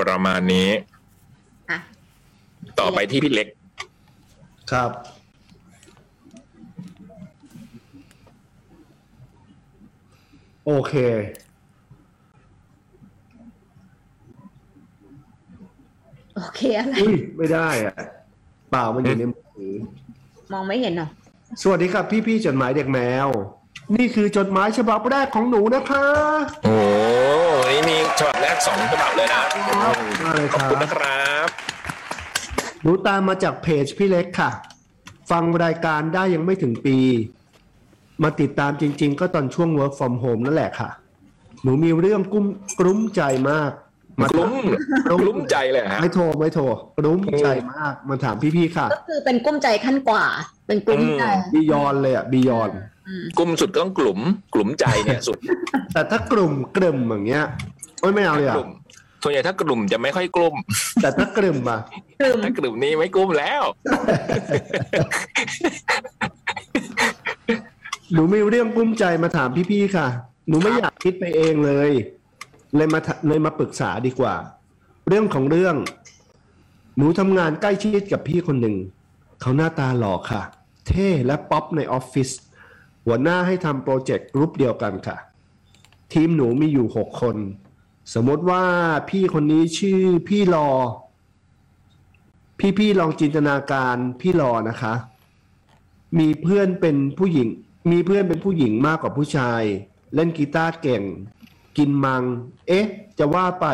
S4: ประมาณนี้
S3: อ่ะ
S4: ต่อไปที่พี่เล็ก
S2: ครับ โอเค
S3: โอเคอะไร
S2: อุ้ยไม่ได้อ่ะเปล่ามันอยู่ในมือถือ
S3: มองไม่เห็นเหรอ
S2: สวัสดีครับพี่พี่ๆจดหมายเด็กแมว นี่คือจดหมายฉบับแรกของหนูนะคะ
S4: โอ้โหวันนี่มีฉบับแรกสองฉบับเลยนะ
S2: มาเลยค
S4: ขอ
S2: รั
S4: บคุณ
S2: บ
S4: นะครับ
S2: หนูตามมาจากเพจพี่เล็กค่ะ ฟังรายการได้ยังไม่ถึงปี มาติดตามจริง ๆ ก็ตอนช่วง work from home นั่นแหละค่ะ หนูมีเรื่องกุ้มกลุ้มใจมาก มาก
S4: ลุ้ม
S2: กลุ้ม
S4: กลุ้มใจเลยเหรอฮะ
S2: ไม่โทรไม่โทรกลุ้มใจมากมาถามพี่ๆค่ะ
S3: ก็คือเป็นกลุ้มใจขั้นกว่า เป็นกลุ้มใจ
S2: บียอนเลยอ่ะบียอน
S4: กลุ่มสุดก็ต้องกลุ่มกลุ่มใจ เนี่ยสุด
S2: แต่ถ้ากลุ่มกลิ่มอย่างเงี้ยโอ้ยไม่เอาเลย
S4: ก
S2: อ่ะ
S4: ลุ่มส่วนใหญ่ถ้ากลุ่มจะไม่ค่อยกลุ่ม
S2: แต่ถ้ากลิ่มอ่ะ
S4: ถ้ากลุ่มนี้ไม่กลุ่มแล้ว
S2: หนูมีเรื่องกลุ้มใจมาถามพี่ๆค่ะ หนูไม่อยากคิดไปเองเลย เลยมาถเลยมาปรึกษาดีกว่า เรื่องของเรื่อง หนูทำงานใกล้ชิดกับพี่คนหนึ่ง เขาหน้าตาหล่อค่ะ เท่และป๊อปในออฟฟิศ หัวหน้าให้ทำโปรเจกต์กรุ๊ปเดียวกันค่ะ ทีมหนูมีอยู่หกคน สมมติว่าพี่คนนี้ชื่อพี่รอ พี่ๆลองจินตนาการพี่รอนะคะ มีเพื่อนเป็นผู้หญิง มีเพื่อนเป็นผู้หญิงมากกว่าผู้ชาย เล่นกีตาร์เก่ง กินมัง เอ๊ะ จะว่าไป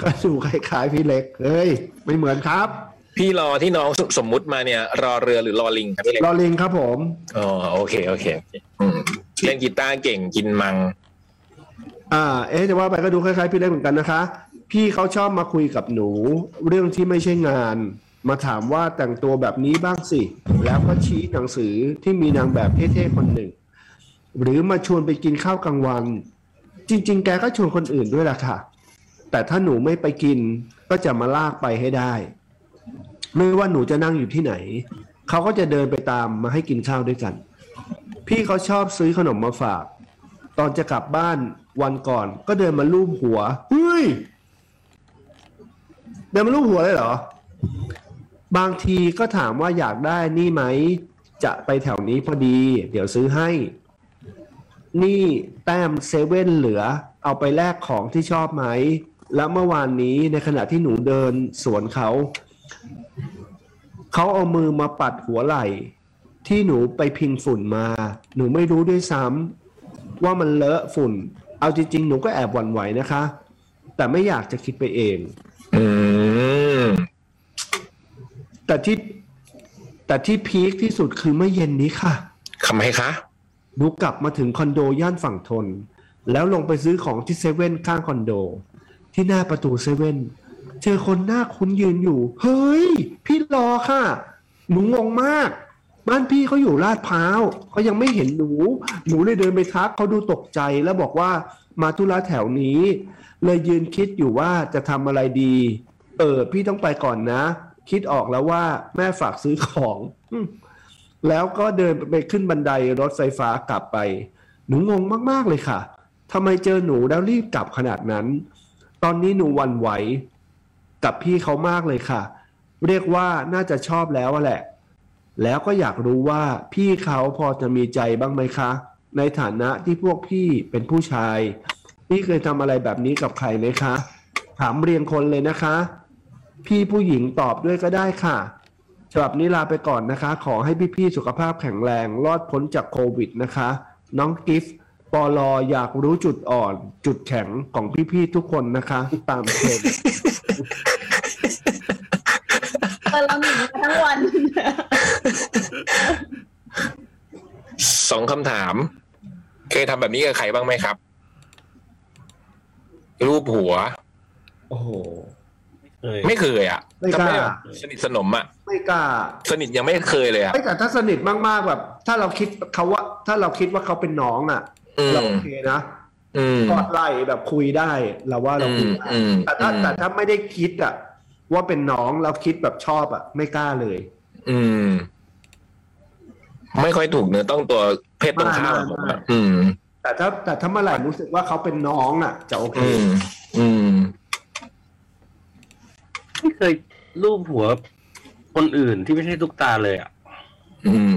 S2: ก็ดูคล้ายๆพี่เล็ก เฮ้ย ไม่เหมือนครับ
S4: พี่รอที่น้องสสมมุติมาเนี่ย รอเรือหรือรอลิงครับพี่เล็ก
S2: รอลิงครับผม
S4: อ๋อโอเคโอเคโอเคอืมเล่นกีตาร์เก่งกินมัง
S2: อ่า เอ๊ะจะว่าไปก็ดูคล้ายๆพี่เล็กเหมือนกันนะคะ พี่เขาชอบมาคุยกับหนู เรื่องที่ไม่ใช่งาน มาถามว่าแต่งตัวแบบนี้บ้างสิ แล้วก็ชี้หนังสือที่มีนางแบบเท่ๆคนหนึ่ง หรือมาชวนไปกินข้าวกลางวัน จริง ๆ แกก็ชวนคนอื่นด้วยล่ะค่ะ แต่ถ้าหนูไม่ไปกินก็จะมาลากไปให้ได้ ไม่ว่าหนูจะนั่งอยู่ที่ไหน เขาก็จะเดินไปตามมาให้กินข้าวด้วยกัน พี่เขาชอบซื้อขนมมาฝาก ตอนจะกลับบ้านวันก่อนก็เดินมาลูบหัว เฮ้ย เดินมาลูบหัวเลยเหรอ บางทีก็ถามว่าอยากได้นี่ไหม จะไปแถวนี้พอดี เดี๋ยวซื้อให้ นี่แต้มเซเว่นเหลือ เอาไปแลกของที่ชอบไหม แล้วเมื่อวานนี้ในขณะที่หนูเดินสวนเขา เขาเอามือมาปัดหัวไหล่ ที่หนูไปพิงฝุ่นมา หนูไม่รู้ด้วยซ้ำ ว่ามันเลอะฝุ่น เอาจริง ๆ หนูก็แอบหวั่นไหวนะคะ แต่ไม่อยากจะคิดไปเอง
S4: อืม
S2: แต่ที่แต่ที่พีคที่สุดคือเมื่อเย็นนี้ค่ะ
S4: ทำไมคะ
S2: หนูกลับมาถึงคอนโดย่านฝั่งทน แล้วลงไปซื้อของที่เซเว่นข้างคอนโด ที่หน้าประตูเซเว่นเจอคนหน้าคุ้นยืนอยู่ เฮ้ย พี่รอค่ะ หนูงงมาก บ้านพี่เขาอยู่ลาดพร้าวเขายังไม่เห็นหนู หนูเลยเดินไปทักเขาดูตกใจแล้วบอกว่ามาธุระแถวนี้ เลยยืนคิดอยู่ว่าจะทำอะไรดี เออ พี่ต้องไปก่อนนะ คิดออกแล้วว่าแม่ฝากซื้อของอืม แล้วก็เดินไปขึ้นบันไดรถไฟฟ้ากลับไป หนูงงมาก ๆ เลยค่ะทำไมเจอหนูแล้วรีบกลับขนาดนั้น ตอนนี้หนูหวันไหว กับพี่เขามากเลยค่ะ เรียกว่าน่าจะชอบแล้วอะแหละ แล้วก็อยากรู้ว่าพี่เขาพอจะมีใจบ้างไหมคะ ในฐานะที่พวกพี่เป็นผู้ชาย พี่เคยทำอะไรแบบนี้กับใครไหมคะ ถามเรียงคนเลยนะคะ พี่ผู้หญิงตอบด้วยก็ได้ค่ะฉบับนี้ลาไปก่อนนะคะ ขอให้พี่ๆสุขภาพแข็งแรง รอดพ้นจากโควิดนะคะ น้องกิฟต์ปอลออยากรู้จุดอ่อน จุดแข็งของพี่ๆทุกคนนะคะ ตามเทรนด์
S3: เออเราหนีมาทั้งวัน
S4: สองคำถาม เคยทำแบบนี้กับใครบ้างไหมครับ รูปหัว
S2: โอ้โห
S5: เออ
S4: ไม่เคยอ่ะ
S2: ไม่กล้า
S4: จำด้แบบสนิทสนมอ่ะ
S2: ไม่กล้า
S4: สนิทยังไม่เคยเลยอ่ะ
S2: ไม่แต่ถ้าสนิทมากๆแบบ ถ้าเราคิดเขาว่า ถ้าเราคิดว่าเขาเป็นน้องอ่ะ
S4: อื
S2: เรา
S4: ม
S2: โอเคนะ
S4: อืม
S2: กอดไหล่แบบคุยได้เราว่าเราคุยได้
S4: อืมอืม
S2: แต่ถ้า
S4: อืม
S2: แต่ถ้าไม่ได้คิดอ่ะ ว่าเป็นน้องเราคิดแบบชอบอ่ะ ไม่กล้าเลย
S4: อืม ไม่ค่อยถูกเนื้อต้องตัวเพศตรงข้ามอะผมอะอืม
S2: แต่ถ้าแต่ถ้าเมื่อไหร่รู้สึกว่าเขาเป็นน้องอ่ะ จะโอเค
S4: อืม อืม
S5: ไม่เคยรูปหัวคนอื่นที่ไม่ใช่ตุ๊กตาเลยอ่ะ
S4: อืม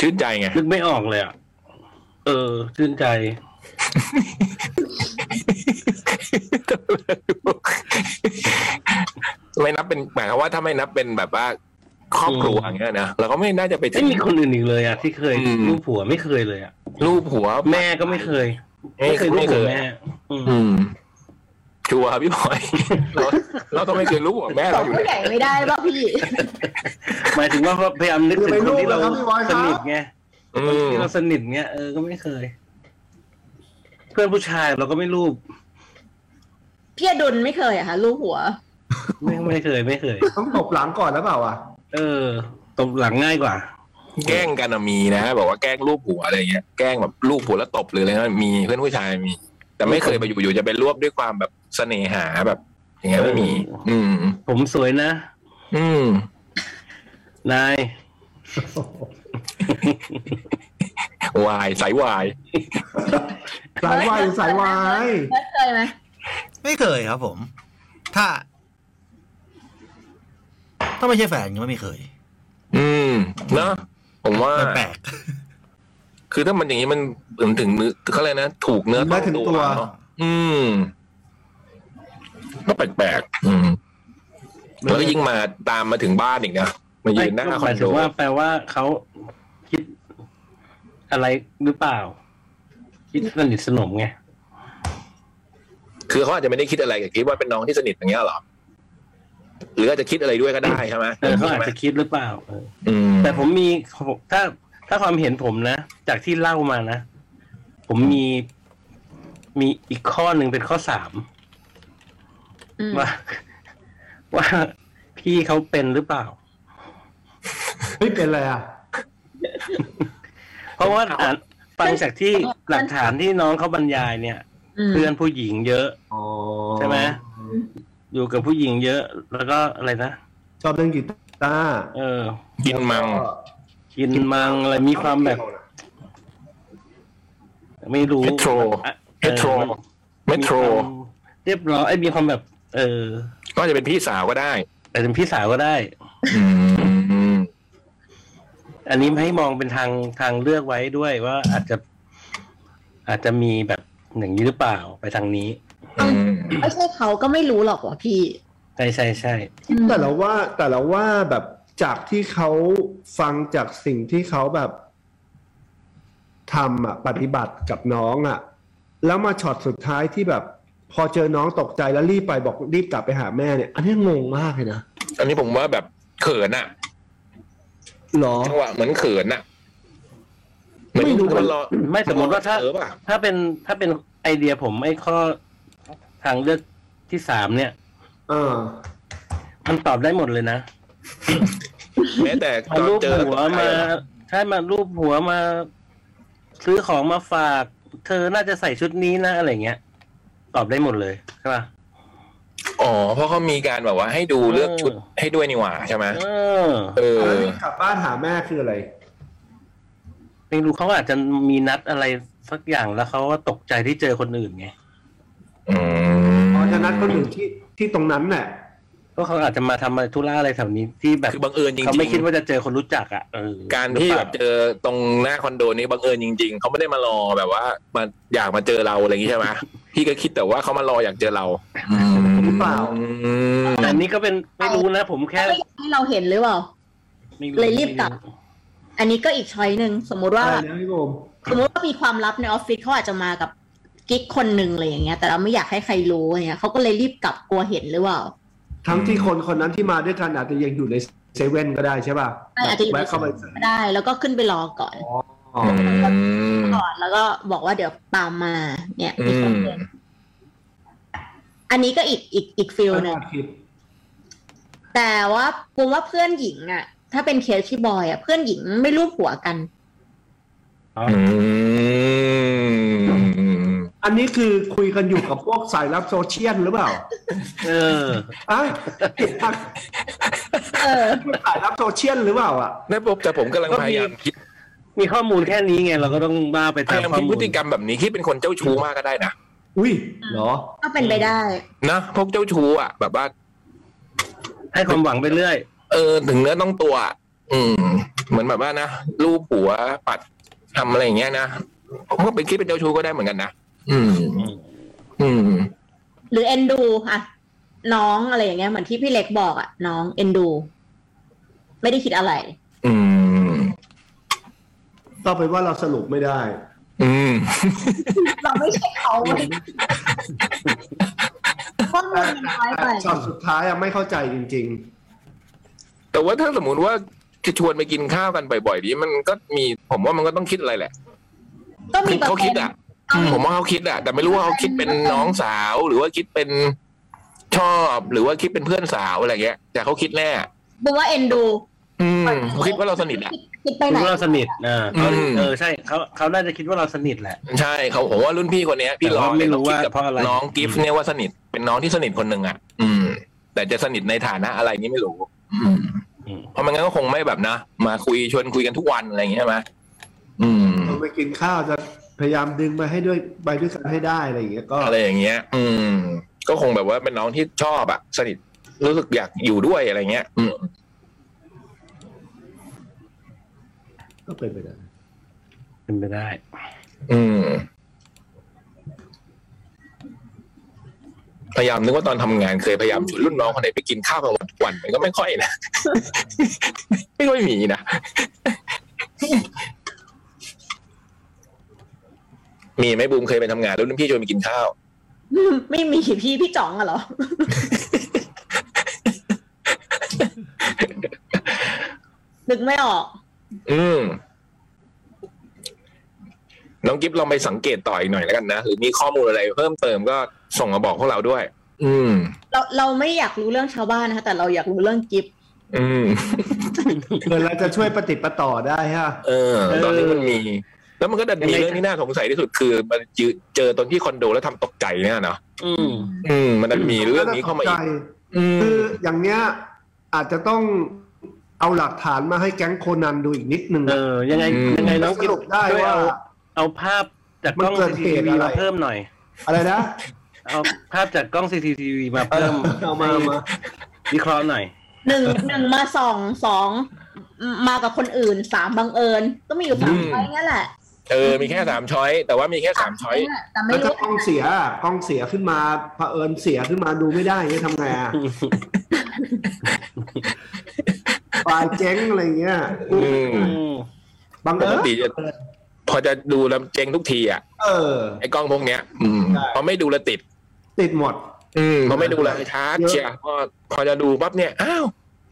S4: ชื่นใจไง
S5: นึกไม่ออกเลยอ่ะ เออ ชื่นใจ
S4: ไม่นับเป็นหมายความว่าถ้าไม่นับเป็นแบบว่า ครอบครัวอย่างเงี้ยนะเราก็ไม่น่าจะไปถึ
S5: ไม่
S4: ง
S5: มีคนอื่นอีกเลยอ่ะ ที่เคย
S4: อืม
S5: รูปหัวไม่เคยเลยอ่ะ
S4: รูปหัว
S5: แม่ก็ไม่เคย
S4: ไม่
S5: ไม่
S4: เค
S5: เค
S4: ย
S5: ยรูปหัว
S4: ไม่เคย
S5: แม่อืม
S4: อืมชัวร์พี่บอย เราเราต้องไม่เคยรู้หัวแม่
S3: บอ
S4: เรา
S3: ก
S4: อยู่
S3: ผู้ใหญ่ไม่ได้ป่ะพี่
S5: หมายถึงว่าพยายามนึกถึงคนที่เราสนิทไง
S4: อืม
S5: ที่เราสนิทเงี้ยเออก็ไม่เคย เพื่อนผู้ชายเราก็ไม่รูป
S3: พี่อดุลไม่เคยอะค่ะลูกหัว
S5: ไม่ไม่เคยไม่เคย
S2: ต้องตบหลังก่อนแล้วเปล่าอ่ะ
S5: เออตบหลังง่ายกว่า
S4: แกล้งกันอะมีนะบอกว่าแกล้งรูปหัวอะไรเงี้ยแกล้งแบบรูปหัวแล้วตบหรืออะไรนะมีเพื่อนผู้ชายมี แต่ไม่เคยไปอยู่อยู่จะไปรวบด้วยความแบบเสน่หาแบบ อย่างเงี้ยไม่มี อืม
S5: ผมสวยนะ
S4: อืม
S5: นาย
S4: วายสายวาย
S2: สายวายหรือสายวาย
S3: เคยไหม
S6: ไม่เคยครับผม ถ้า ถ้าไม่ใช่แฟนก็ไม่เคย
S4: อืมเนอะผมว่า
S6: แปลก
S4: คือถ้ามันอย่างนี้มันถึงถึงเนื้อเขาเลยกนะ ถูกเนื้อ
S2: ไม่ถึงตัว
S4: เนอะอืม ก็แปลกๆอืมแล้วก็ยิ่งมาตามมาถึงบ้านอีกนะมายืนหน้า
S5: ไม่
S4: ค
S5: ห
S4: อ
S5: มาน ย
S4: โด
S5: ถึงว่าแปลว่าเขาคิดอะไรหรือเปล่า คิดสนิทสนมไง
S4: คือเขาอาจจะไม่ได้คิดอะไรแต่คิดว่าเป็นน้องที่สนิทอย่างเงี้ยเหรอหรืออาจจะคิดอะไรด้วยก็ได้ใช่ไหม
S5: เออเขาอาจจะคิดหรือเปล่าเออ
S4: อืม
S5: แต่ผมมีถ้าถ้าความเห็นผมนะ จากที่เล่ามานะ ผมมีมีอีกข้อหนึ่งเป็นข้อสาม
S3: อืม
S5: ว่า ว่าพี่เขาเป็นหรือเปล่า
S2: ไม่เป็นไรอ่ะ
S5: เพราะว่าอ่านฟังจากที่หลักฐานที่น้องเขาบรรยายเนี่ย
S3: ม
S5: เพื่อนผู้หญิงเยอะ
S2: อ๋อ
S5: ใช่ไหมอยู่กับผู้หญิงเยอะ แล้วก็อะไรนะ
S2: ชอบเล่นกีตาร์
S5: เออ
S4: กินมัง
S5: กินมังอะไรมีความแบบ ไม่รู้
S4: Metro
S5: อ่ะ
S4: เมโทร
S5: ออมัน
S4: เมโทร
S5: มีความเรียบร้อยไอ้ยมีความแบบ เออ
S4: ก็อาจจะเป็นพี่สาวก็ได้
S5: แต่เป็นพี่สาวก็ได้
S4: อืม
S5: อันนี้ให้มองเป็นทางทางเลือกไว้ด้วยว่าอาจจะ อาจจะมีแบบอย่างนี้หรือเปล่าไปทางนี้
S4: อืม
S3: ไม่ใช่เขาก็ไม่รู้หรอกว่าพี่
S5: ใช่ใช่ใช่
S2: แต่เราว่าแต่เราว่าแบบจากที่เขาฟังจากสิ่งที่เขาแบบทำอ่ะปฏิบัติกับน้องอ่ะ แล้วมาช็อตสุดท้ายที่แบบ พอเจอน้องตกใจแล้วรีบไปบอกรีบกลับไปหาแม่เนี่ย อันนี้งงมากเลยนะ
S4: อันนี้ผมว่าแบบเขินอะ
S2: หรอ
S4: จังหวะเหมือนเขินน่ะเหมือน
S2: ไม่รู้
S4: คนรอ
S5: ไม่สมมติว่าถ้า
S4: เออป่ะ
S5: ถ้าเป็นถ้าเป็นไอเดียผมไอ้ข้อทางเลือกที่สามเนี่ย
S2: เออ
S5: มันตอบได้หมดเลยนะ
S4: แม้แต่
S5: มา
S4: ตอน
S5: รูป
S4: เจอ
S5: หัวมาใช่มารูปหัวมา ซื้อของมาฝาก เธอน่าจะใส่ชุดนี้นะอะไรเงี้ย ตอบได้หมดเลยใช่ป่ะ
S4: อ๋อ เพราะเขามีการแบบว่าให้ดูเลือกชุด
S5: เออ
S4: ให้ด้วยนี่หว่าใช่ไหม
S5: เออ
S4: เออ
S2: แล้วรีบกลับบ้านหาแม่คืออะไร
S5: ไม่รู้เขาอาจจะมีนัดอะไรสักอย่างแล้วเขาว่าตกใจที่เจอคนอื่นไง
S4: อืม
S2: พอจะนัดคนอื่นที่ที่ตรงนั้นแหละ
S5: ก็เขาอาจจะมาทำอะไรธุระอะไรแถวนี้ที่แบบ
S4: คือบังเอิญจริง
S5: เขา
S4: ๆ
S5: ไม่คิดว่าจะเจอคนรู้จักอ่ะเออ
S4: การที่
S5: หอเป
S4: แบ
S5: ล่
S4: บเจอตรงหน้าคอนโดนี้บังเอิญจริง ๆเขาไม่ได้มารอแบบว่ามาอยากมาเจอเราอะไรอย่างนี้ใช่ไหม พี่ก็คิดแต่ว่าเขามารออยากเจอเรา
S2: หรือเปล่า
S4: อืม
S5: แต่อันนี้ก็เป็นไม่รู้นะ ผมแค่
S3: ไม่อยากให้เราเห็นหรือเปล่า
S5: ไม่
S3: เลยรีบกลับ อันนี้ก็อีกช้อยหนึ่งสมมุติว่า
S2: ได้นะพี่โอม
S3: สมมติว่ามีความลับในออฟฟิศเขาอาจจะมากับกิ๊กคนหนึ่งอะไรอย่างเงี้ย แต่เราไม่อยากให้ใครรู้อะไรเงี้ยเขาก็เลยรีบกลับกลัวเห็นหรือเปล่า
S2: ทั้งที่คนคนนั้นที่มาด้วยกันอาจจะยังอยู่ในเซเว่นก็ได้ใช่ป่ะ
S3: ใช่อาจจะอยู่ใน
S2: แวะเข้าไป
S3: ก็ได้ แล้วก็ขึ้นไปรอก่อน
S2: อ๋อ
S4: อืม
S3: ก่อนแล้วก็บอกว่าเดี๋ยวตามมา เนี่ย
S4: อื
S3: มีคน
S4: ม
S3: เดินอันนี้ก็อีกอีกอีกฟิล
S2: ไม่
S3: หนึง
S2: น่าคิด
S3: แต่ว่าผมว่าเพื่อนหญิงอะถ้าเป็นเคสที่บอยอะเพื่อนหญิงไม่รูปหัวกัน
S4: อืม
S2: อันนี้คือคุยกันอยู่กับพวกสายลับโซเชียลหรือเปล่า
S5: เออ
S2: อ่ะ
S3: เออ
S2: สายลับโซเชียลหรือเปล่าอ่ะ
S4: นะผมแต่ผมกำลัง
S5: ก็มี
S4: พยายามคิด
S5: มีข้อมูลแค่นี้ไงเราก็ต้องบ้าไป
S4: พ
S5: ตาม
S4: ยายาม
S5: ข้อ
S4: คิด
S5: มู
S4: พ
S5: ล
S4: ฤติกรรมแบบนี้ที่เป็นคนเจ้าชู้มากก็ได้นะ
S2: อุ้ยเหรอ
S3: ก็เป็นไปได้
S4: นะพวกเจ้าชู้อ่ะ แบบว่า
S5: ให้ความหวังไปเรื่อย
S4: เออถึงเนื้อต้องตัวอะอืม เหมือนแบบว่านะลูปหัวปัดทำอะไรอย่างเงี้ยนะผมก็เป็นคิดเป็นเจ้าชู้ก็ได้เหมือนกันนะอืม อืม
S3: หรือเอ็นดูอะน้องอะไรอย่างเงี้ยเหมือนที่พี่เล็กบอกอะน้องเอ็นดู ไม่ได้คิดอะไร
S4: อืม
S2: ต่อไปนว่าเราสรุปไม่ได้
S4: อืม
S3: เราไม่ใช่เขาเว้ยข้อมูลมันน้อยไป
S2: ช็อตสุดท้ายอะไม่เข้าใจจริง
S4: แต่ว่าถ้าสมมุติว่าจะชวนไปกินข้าวกันบ่อยๆนี้มันก็มีผมว่ามันก็ต้องคิดอะไรแหละ
S3: ก็มีป
S4: เขา
S3: ระ
S4: คิด
S3: เด็น
S4: อ่ะ ผมว่าเขาคิดอะแต่ไม่รู้ว่าเขาคิดเป็นน้องสาว หรือว่าคิดเป็นชอบหรือว่าคิดเป็นเพื่อนสาวอะไรเงี้ย แต่เขาคิดแน่
S3: ดูว่าเอ็นดู
S4: อืมเขาคิดว่าเราสนิทอะ
S3: คิดไปไห
S5: คิ
S3: น
S5: ดว่าเราสนิทอ่าเขา
S4: อืม
S5: เออใช่เขาเขาน่าจะคิดว่าเราสนิทแหละ
S4: ใช่เขาผมว่ารุ่นพี่คนเนี้ย พี่
S5: แต่
S4: รอ
S5: ว่า
S4: เนี่ย
S5: ไม่รู้
S4: เขาคิด
S5: ว่า
S4: กับ
S5: เพราะอะไร
S4: น้องกิฟต์เนี่ยว่าสนิทเป็นน้องที่สนิทคนหนึ่งอะอืม แต่จะสนิทในฐานะอะไรนี่ไม่รู้อืม
S5: อืม
S4: เพราะไม่งั้นก็คงไม่แบบนะมาคุยชวนคุยกันทุกวันอะไรอย่างเงี้ยใช่ไหมอืม
S2: ๆ เราไปกินข้าวจะพยายามดึงมาให้ด้วยไปด้วยกันให้ได้อะไรอย่างเงี้ยก็
S4: อะไรอย่างเงี้ย อืม ก็คงแบบว่าเป็นน้องที่ชอบอะสนิทรู้สึกอยากอยู่ด้วยอะไรเงี้ย อืม
S2: ก็เป็นไปได้
S5: เป็นไปได้
S4: อืมพยายามนึกว่าตอนทำงานเคยพยายามชวนรุ่นน้องคนไหนไปกินข้าวกลางวันทุกวันมันก็ไม่ค่อยนะ ไม่ค่อยมีนะ มีไหมบูมเคยไปทำงานแล้วรุ่นพี่ชวนไปกินข้าว
S3: ไม่มีพี่พี่จ๋องอะเหรอ นึกไม่ออก
S4: อืมน้องกิฟลองไปสังเกตต่ออีกหน่อยแล้วกันนะ หรือมีข้อมูลอะไรเพิ่มเติมก็ส่งมาบอกพวกเราด้วย อืม
S3: เราเราไม่อยากรู้เรื่องชาวบ้านนะคะ แต่เราอยากรู้เรื่องกิฟต์
S4: อืม
S2: เกิดเราจะช่วยปฏิดปะต่อได้ฮะ
S4: เออ ตอนนี้มันมี แล้วมันก็ดันมีเรื่องที่น่าสงสัยที่สุดคือ มันเจอเจอตอนที่คอนโดแล้วทำตกใจเนี่ยเนาะ
S5: อืม
S4: อืม มันดันมีเรื่องนี้เข้ามาอีกอืม
S2: คืออย่างเนี้ยอาจจะต้องเอาหลักฐานมาให้แก๊งโคนันดูอีกนิดนึง
S5: เอ
S2: นะ
S5: อ ยังไงยังไงน้อง
S2: ส
S5: กิ๊บ
S2: รุปได้
S5: ช่วย
S2: ว่า
S5: เอาเอาภาพจากกล้อง
S2: มันเกิด
S5: ซี
S2: เหตุ
S5: ทีวี
S2: อะไร
S5: มาเพิ่มหน่อย
S2: อะไรนะ
S5: เอาภาพจากกล้องซีทีวีมา
S2: เอ
S5: เพิ่
S2: อ
S5: ม
S2: เอามามา
S5: วิเคราะห์หน่อย
S3: หนึ่งหนึ่งมาสองสองมากับคนอื่นสามบังเอิญ ก็มีอยู่สามช้อยงั้นแหละ
S4: เออ มีแค่สามช้อย แต่ว่ามีแค่สามช้อย
S3: น่ะแต่ไม่
S2: แล้ว
S3: รู้
S2: ถ้ากล้องเสียอะกล้องเสียขึ้นมาเผอิญเสียขึ้นมาดูไม่ได้เนี่ยทำไงอะปลายเจ๊งอะไรเงี้ย
S4: อืม
S5: อืม
S2: บาง
S4: ป
S2: เอิ
S4: ก
S2: ญ
S4: ติจะพอจะดูแล้วเจงทุกทีอ่ะ
S2: เออ
S4: ไอ้กล้องพวกเนี้ย อืม
S2: ใช่
S4: พอไม่ดูแลวติด
S2: ติดหมด
S4: อืมพอไม่ดูแลวชาร์จ
S2: เยอะ
S4: เชียร์พอพอจะดูปั๊บเนี่ย อ้าว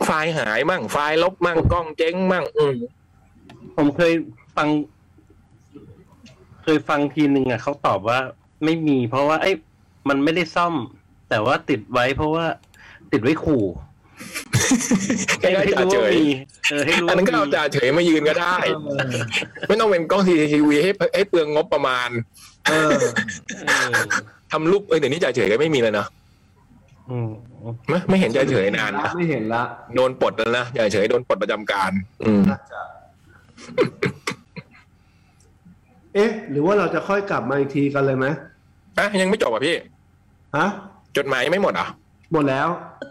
S4: ไฟล์หายมั่ง ไฟล์ลบมั่ง กล้องเจ๊งมั่ง อืม
S5: ผมเคยฟัง เคยฟังทีหนึ่งอ่ะเขาตอบว่าไม่มี เพราะว่า เอ้ยมันไม่ได้ซ่อม แต่ว่าติดไว้เพราะว่า ติดไว้ขู่
S4: ให้ได้
S5: ให้
S4: จ่า
S5: รู้
S4: เฉ
S5: ว่าย มีเออให้รู้
S4: อั
S5: ว่า
S4: นนั้นก็เอา
S5: มี
S4: จ่าเฉยมายืนก็ได้ ไม่ต้องเป็นกล้องซีทีวีให้ให้เปลืองงบประมาณ
S2: เออ
S5: เออ
S4: ทำรูปเอ้ยเดี๋ยวนี้จ่าเฉยก็ไม่มีแล้วเนาะ
S5: อืม
S4: ไม่ไม่เห็นจ่าเฉยนานนะ
S2: ไม่เห็นละ
S4: โดนปลดแล้วนะจ่าเฉยโดนปลดประจำการ อืม
S2: น่าจะเอ๊ะ หรือว่าเราจะค่อยกลับมาอีกทีกันเลยไหม
S4: อ่ะยังไม่จบอ่ะพี่
S2: ฮะ
S4: จดหมายยังไม่หมดเหรอ่ะ
S2: หมดแล้ว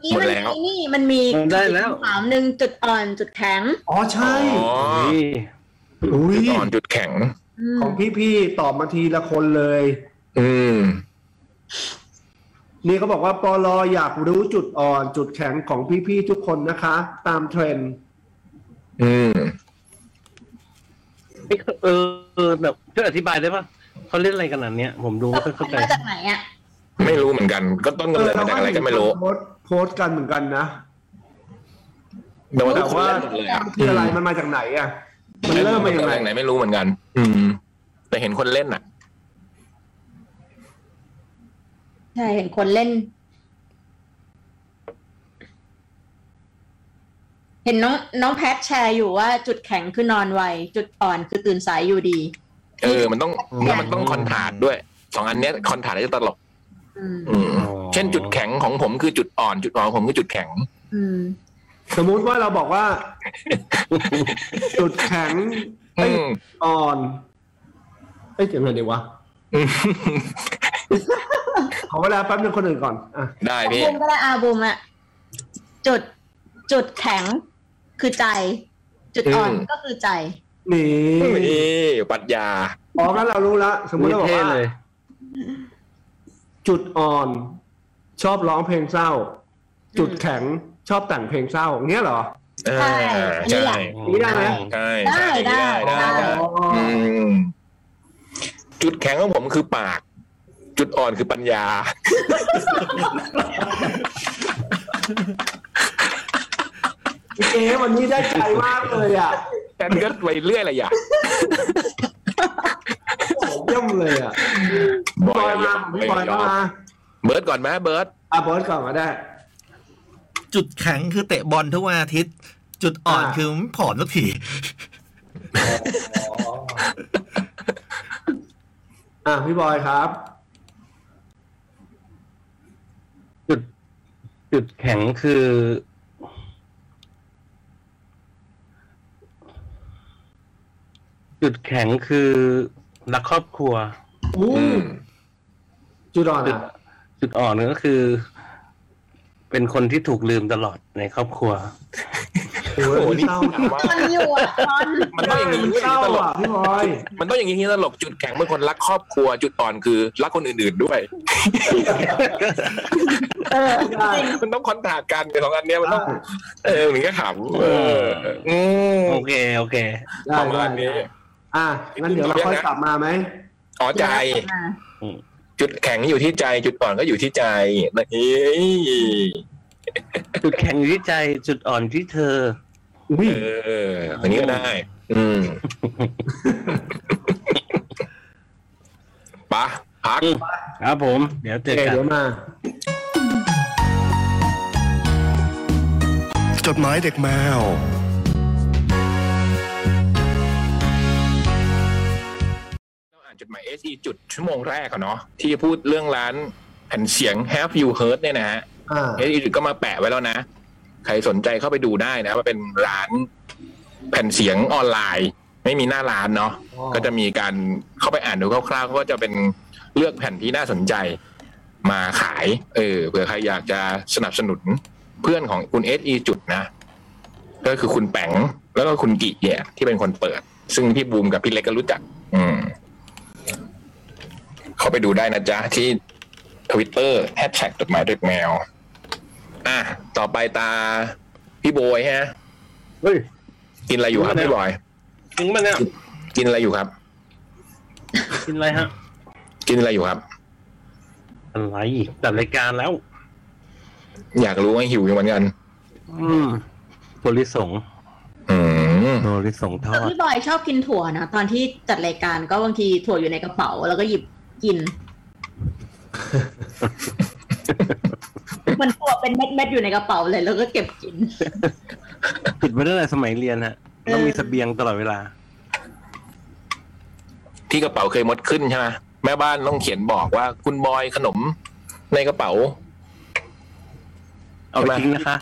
S3: เมื่อกี้มัน
S4: หมดแล้ว
S3: มีนี่มันมี
S5: เออได้แล้ว
S3: ถามหนึ่งจุดอ่อนจุดแข็ง
S2: อ๋อใช่
S4: อ๋อ
S5: นี่
S2: อุ้ย
S4: จุดอ่อนจุดแข็ง
S3: อืม
S2: ของพี่พี่ตอบมาทีละคนเลย
S4: อืม
S2: นี่เขาบอกว่าปอลออยากรู้จุดอ่อนจุดแข็งของพี่ๆทุกคนนะคะ ตามเทรนด์
S4: อืม
S5: เอ้ยเออเออแบบช่วยอธิบายได้ปะเขาเล่นอะไรกันอันเนี้ยผมดูไม่ค่อยเข้าใจ
S3: มาจากไหนอ่ะ
S4: ไม่รู้เหมือนกัน ก็ต้นกำเนิดมาจากอะไรก็ไม่รู้
S2: โพสต์โพสต์กันเหมือนกันนะ
S4: แต่ว่า
S2: แต่ว่า
S4: ทุกคนเล่นหมดเลยอะ
S2: คืออะไรมันมาจากไหนอ่ะ มันเริ่มมาจากไหน
S4: ไหนไม่รู้เหมือนกัน อืม แต่เห็นคนเล่นน่ะ
S3: ใช่เห็นคนเล่น เห็นน้องน้องแพทแชร์อยู่ว่าจุดแข็งคือนอนไว จุดอ่อนคือตื่นสายอยู่ดี
S4: เออ มันต้องแล้วมันต้องคอนถาดด้วย สองอันเนี้ยคอนถาดจะตลก
S3: อืม
S4: อืม
S5: อ๋อ
S4: เช่นจุดแข็งของผมคือจุดอ่อน จุดอ่อนของผมคือจุดแข็ง
S3: อืม
S2: สมมุติว่าเราบอกว่า จุดแข็งไอ้
S4: อื
S2: ย
S4: ม
S2: อ่อนไอ้ยยังไงดีวะ
S4: อืม
S2: ขอเวลาแป๊บนึงคนอื่นก่อนอ่ะ
S4: ได้
S3: อา
S4: พี่
S3: บุมก็ได้อาบุมอะจุดจุดแข็งคือใจ จุดอ่อน
S4: อืม
S3: ก็คือใจ
S2: นี่
S4: นี่ปรัดยา
S2: อ๋องั้นเรารู้ละสมมุติ
S5: นี่
S2: เราบอก
S5: เท่
S2: ว่า
S5: เลย
S2: จุดอ่อน ชอบร้องเพลงเศร้า จุดแข็งชอบแต่งเพลงเศร้าอย่างเงี้ยเหรอ
S4: เออ
S3: ใช่อัน
S4: ใช่
S3: นี้แหละ
S2: อย่างนี้ได้ไหม
S4: ใช่
S3: ได้
S4: ใช่
S3: ได้
S4: ได้ได้
S3: ได้
S4: ได้อืมจุดแข็งของผมคือปาก จุดอ่อนคือปัญญา
S2: เอ๊ะวันนี้ได้ใจมากเลยอ่ะ
S4: แต่มันก็ไปเรื่อยอะไรอย่าง
S2: โอ้โหเยี่ยมเลยอ่ะ
S4: บบ อ
S2: อย ยมาของพี่บอยก็มา
S4: เบิร์ดก่อนไหมเบิร์ด
S2: อ่ะบอสก่อนก็ได้
S6: จุดแข็งคือเตะบอลทุกวันอาทิตย์ จุดอ่อน
S2: อ่า
S6: คือผอมสักที
S2: อ่ะพี่บอยครับ
S5: จุด จุดแข็งคือ จุดแข็งคือรักครอบครัว
S2: อู้
S4: อืม
S2: จุดอ่อน
S5: จุด
S2: อ่ะ
S5: จุดอ่อนก็คือ เป็นคนที่ถูกลืมตลอดในครอบครัว
S2: โอ้โหนี่เศร้านะ
S4: ว่า
S3: มันอยู่อะตอน
S4: มันต้องอย่างนี้
S2: มัน
S4: ด้วย
S2: เศร้า
S4: ตลก
S2: อ่ะพี่บอย
S4: มันต้องอย่างนี้ตลกจุดแข็งเป็นคนรักครอบครัว จุดอ่อนคือรักคนอื่นๆด้วย
S3: เออ
S4: มันต้องคอนถากกันในสองอันเนี้ยมันต้อง เออเหมือนก็ขำเอออืม
S5: โอเคโอเค
S2: ได้
S4: ประมาณนี้
S2: อ่ะงั้นเดี๋ยวเราค่อยกลับมาไหม
S4: อ๋อใจ จุดแข็งอยู่ที่ใจ จุดอ่อนก็อยู่ที่ใจนะเอ้ย
S5: จุดแข็งอยู่ที่ใจจุดอ่อนที่เธอ
S2: อุ้ย
S4: เอออันนี้ก็ได้ อืมปะพัก
S5: ครับผม เดี๋ยวเจอ
S2: เดี๋
S5: กัน
S2: ยวมา
S8: จดหมายเด็กแมว
S4: เราอ่านจดหมาย SE จุดชั่วโมงแรกอะเนาะที่พูดเรื่องร้านแผ่นเสียง Have You Heard เนี่ยนะฮะ
S2: อ่า
S4: SE จุดก็มาแปะไว้แล้วนะ ใครสนใจเข้าไปดูได้นะว่าเป็นร้านแผ่นเสียงออนไลน์ ไม่มีหน้าร้านเนาะ
S2: อ๋อ
S4: ก็จะมีการเข้าไปอ่านดูคร่าวๆก็จะเป็นเลือกแผ่นที่น่าสนใจมาขาย เออเผื่อใครอยากจะสนับสนุนเพื่อนของคุณ SE จุดนะ ก็คือคุณแปงแล้วก็คุณกิแย่ที่เป็นคนเปิด ซึ่งพี่บูมกับพี่เล็กก็รู้จัก อืม เขาไปดูได้นะจ๊ะ ที่ทวิตเตอร์แฮชแท็กจดหมายเด็กแมว อ่ะ ต่อไปตาพี่โบยฮะ
S5: เฮ้ย
S4: กินอะไรอยู่ครับพี่บอย
S5: จริงปะเนี่ย
S4: กินอะไรอยู่ครับ
S5: กินอะไรฮะ
S4: กินอะไรอยู่ครับ
S5: อะไรอีกจัดรายการแล้ว
S4: อยากรู้ว่าหิวอยู่เหมือนกัน
S5: อืมโพลิสง
S4: อืม
S5: โพลิสงทอด
S3: พี่บอยชอบกินถั่วนะตอนที่จัดรายการก็บางทีถั่วอยู่ในกระเป๋า แล้วก็หยิบกิน มันถั่วเป็นเม็ดๆอยู่ในกระเป๋าเลย แล้วก็เก็บกิน
S5: ติดมาตั้งแต่สมัยเรียนฮะ ต้องมีเสบียงตลอดเวลา
S4: ที่กระเป๋าเคยมดขึ้นใช่ไหมแม่บ้านต้องเขียนบอกว่าคุณบอยขนมในกระเป๋า
S5: เอาไปทิ้งนะคะ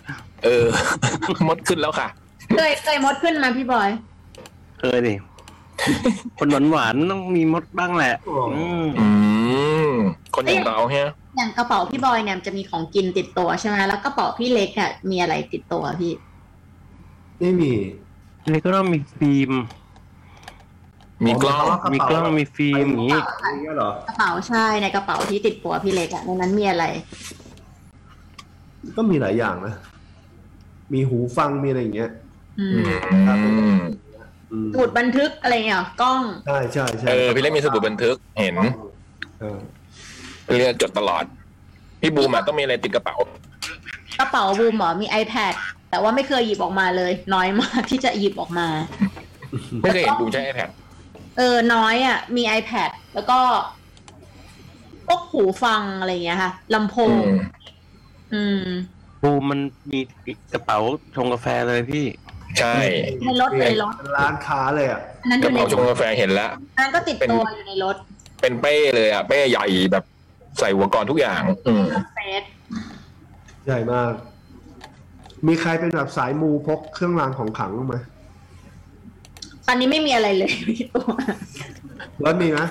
S4: เออ มดขึ้นแล้วค่ะ
S3: เคยเคยมดขึ้นมาพี่บอย
S5: เคยดิ คนหวานหวานๆต้องมีมดบ้างแหละ
S2: อ๋ออื
S5: ม
S4: อืม คนอย่างเราเนี่ย
S3: อย่างกระเป๋าพี่บอยเนี่ยมันจะมีของกินติดตัวใช่ไหมแล้วกระเป๋าพี่เล็กเนี่ยมีอะไรติดตัวพี่
S2: ไม่มี
S5: นี่ก็ต้องมีฟิล์ม
S4: มีกล้อง
S5: มีกล้องมีฟิล์มอย่างนี้
S2: อย่างเงี้ยเหรอ
S3: กระเป๋าใช่ในกระเป๋าที่ติดหัวพี่เล็กอะในนั้นมีอะไร
S2: ก็มีหลายอย่างนะ มีหูฟัง มีอะไรอย่างเงี้ย
S3: อืม
S4: อืม
S2: อืม
S3: สมุดบันทึกอะไรเงี้ยเหรอกล้อง
S2: ใช่ใช่ใช่
S4: เออพี่เล็กมีสมุดบันทึกเห็น
S2: เออ
S4: พี่เล็กจดตลอด พี่บูมอะต้องมีอะไรติดกระเป๋า
S3: กระเป๋าบูมเหมอมี iPad แต่ว่าไม่เคยหยิบออกมาเลย น้อยมาก ที่จะหยิบออกมา
S4: ไม่เคยเห็นบูมใช้ iPad
S3: เออน้อยอะ่ะ มี iPad แล้วก็พวกหูฟังอะไรอย่างเงี้ยค่ะลำโพ
S4: อื
S3: ง
S4: ม
S3: อืม
S5: บูมมันมีกระเป๋าชงกาแฟเลยพี่
S4: ใช่
S3: ในรถในรถ
S2: เป็นร้านค้าเลยอ่ะ
S3: อันนั้นอก
S4: ระ
S3: ยู่ใน
S4: เป๋าชงกาแฟเห็นแล้ว
S3: อันนั้นก็ติดตัวอยู่ในรถ
S4: เป็นเป้เลยอ่ะ เป้ใหญ่แบบใส่อุปกรณ์ทุกอย่าง อืม
S3: เฟส
S2: ใหญ่มาก มีใครเป็นแบบสายมูพกเครื่องรางของขลังบ้างไหม
S3: ตอนนี้ไม่มีอะไรเลย พี่ตัว
S2: แล้วมีนะ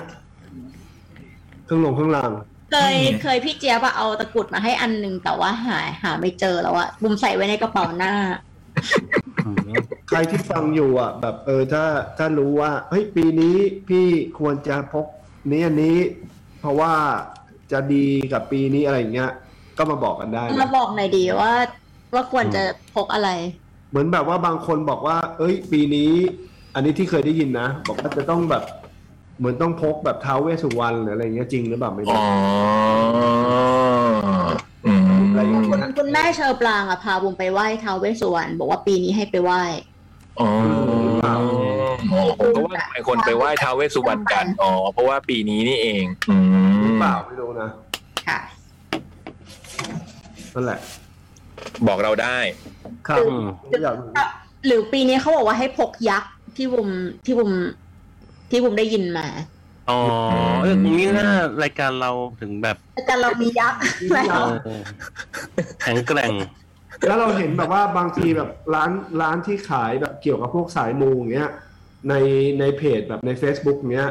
S2: เครื่องลงเครื่องราง
S3: เคยเคยพี่เจี๊ยบอะเอาตะกรุดมาให้อันหนึ่งแต่ว่าหาหาไม่เจอแล้วอะบุมใส่ไว้ในกระเป๋าหน้า
S2: ใครที่ฟังอยู่อ่ะ แบบ เออถ้าถ้ารู้ว่าเฮ้ยปีนี้พี่ควรจะพกนี้อันนี้ เพราะว่าจะดีกับปีนี้อะไรอย่างเงี้ย ก็มาบอกกันได้
S3: มา
S2: นะ
S3: บอกหน่อยดีว่า ว่าควรจะพกอะไร
S2: เหมือนแบบว่าบางคนบอกว่า เอ้ย ปีนี้ อันนี้ที่เคยได้ยินนะ บอกว่าจะต้องแบบ เหมือนต้องพกแบบท้าวเวสสุวรรณหรืออะไรอย่างเงี้ยจริงหรือเปล่าไม่
S4: อ๋
S2: รู้
S4: ออืม
S2: อะไรอย่างเงี้ยนะ
S3: คุณแม่เชอปลางอะพาบุมไปไหว้ท้าวเวสสุวรรณบอกว่าปีนี้ให้ไปไหว้
S4: อ๋อผมก็ว่าทำไมคนไปไหว้ท้าวเวสสุวรรณกัน อ๋อ เพราะว่าปีนี้นี่เอง อื
S2: หรือ
S4: ม
S2: เปล่าไม่รู้นะ
S3: ค่ะ
S2: นั่นแหละ
S4: บอกเราได้
S2: ครับ
S5: อืม
S2: อยากรู้
S3: หรือปีนี้เขาบอกว่าให้พกยักษ์ที่บุมที่บุมที่บุมได้ยินมา
S5: อ๋อเออตรงนี้น่ารายการเราถึงแบบ
S3: แต่การเรามียักษ์แล้ว
S5: เออแข็งแกร่ง
S2: แล้วเราเห็นแบบว่าบางทีแบบร้านร้านที่ขายแบบเกี่ยวกับพวกสายมูอย่างเงี้ย ในในเพจแบบใน Facebook เงี้ย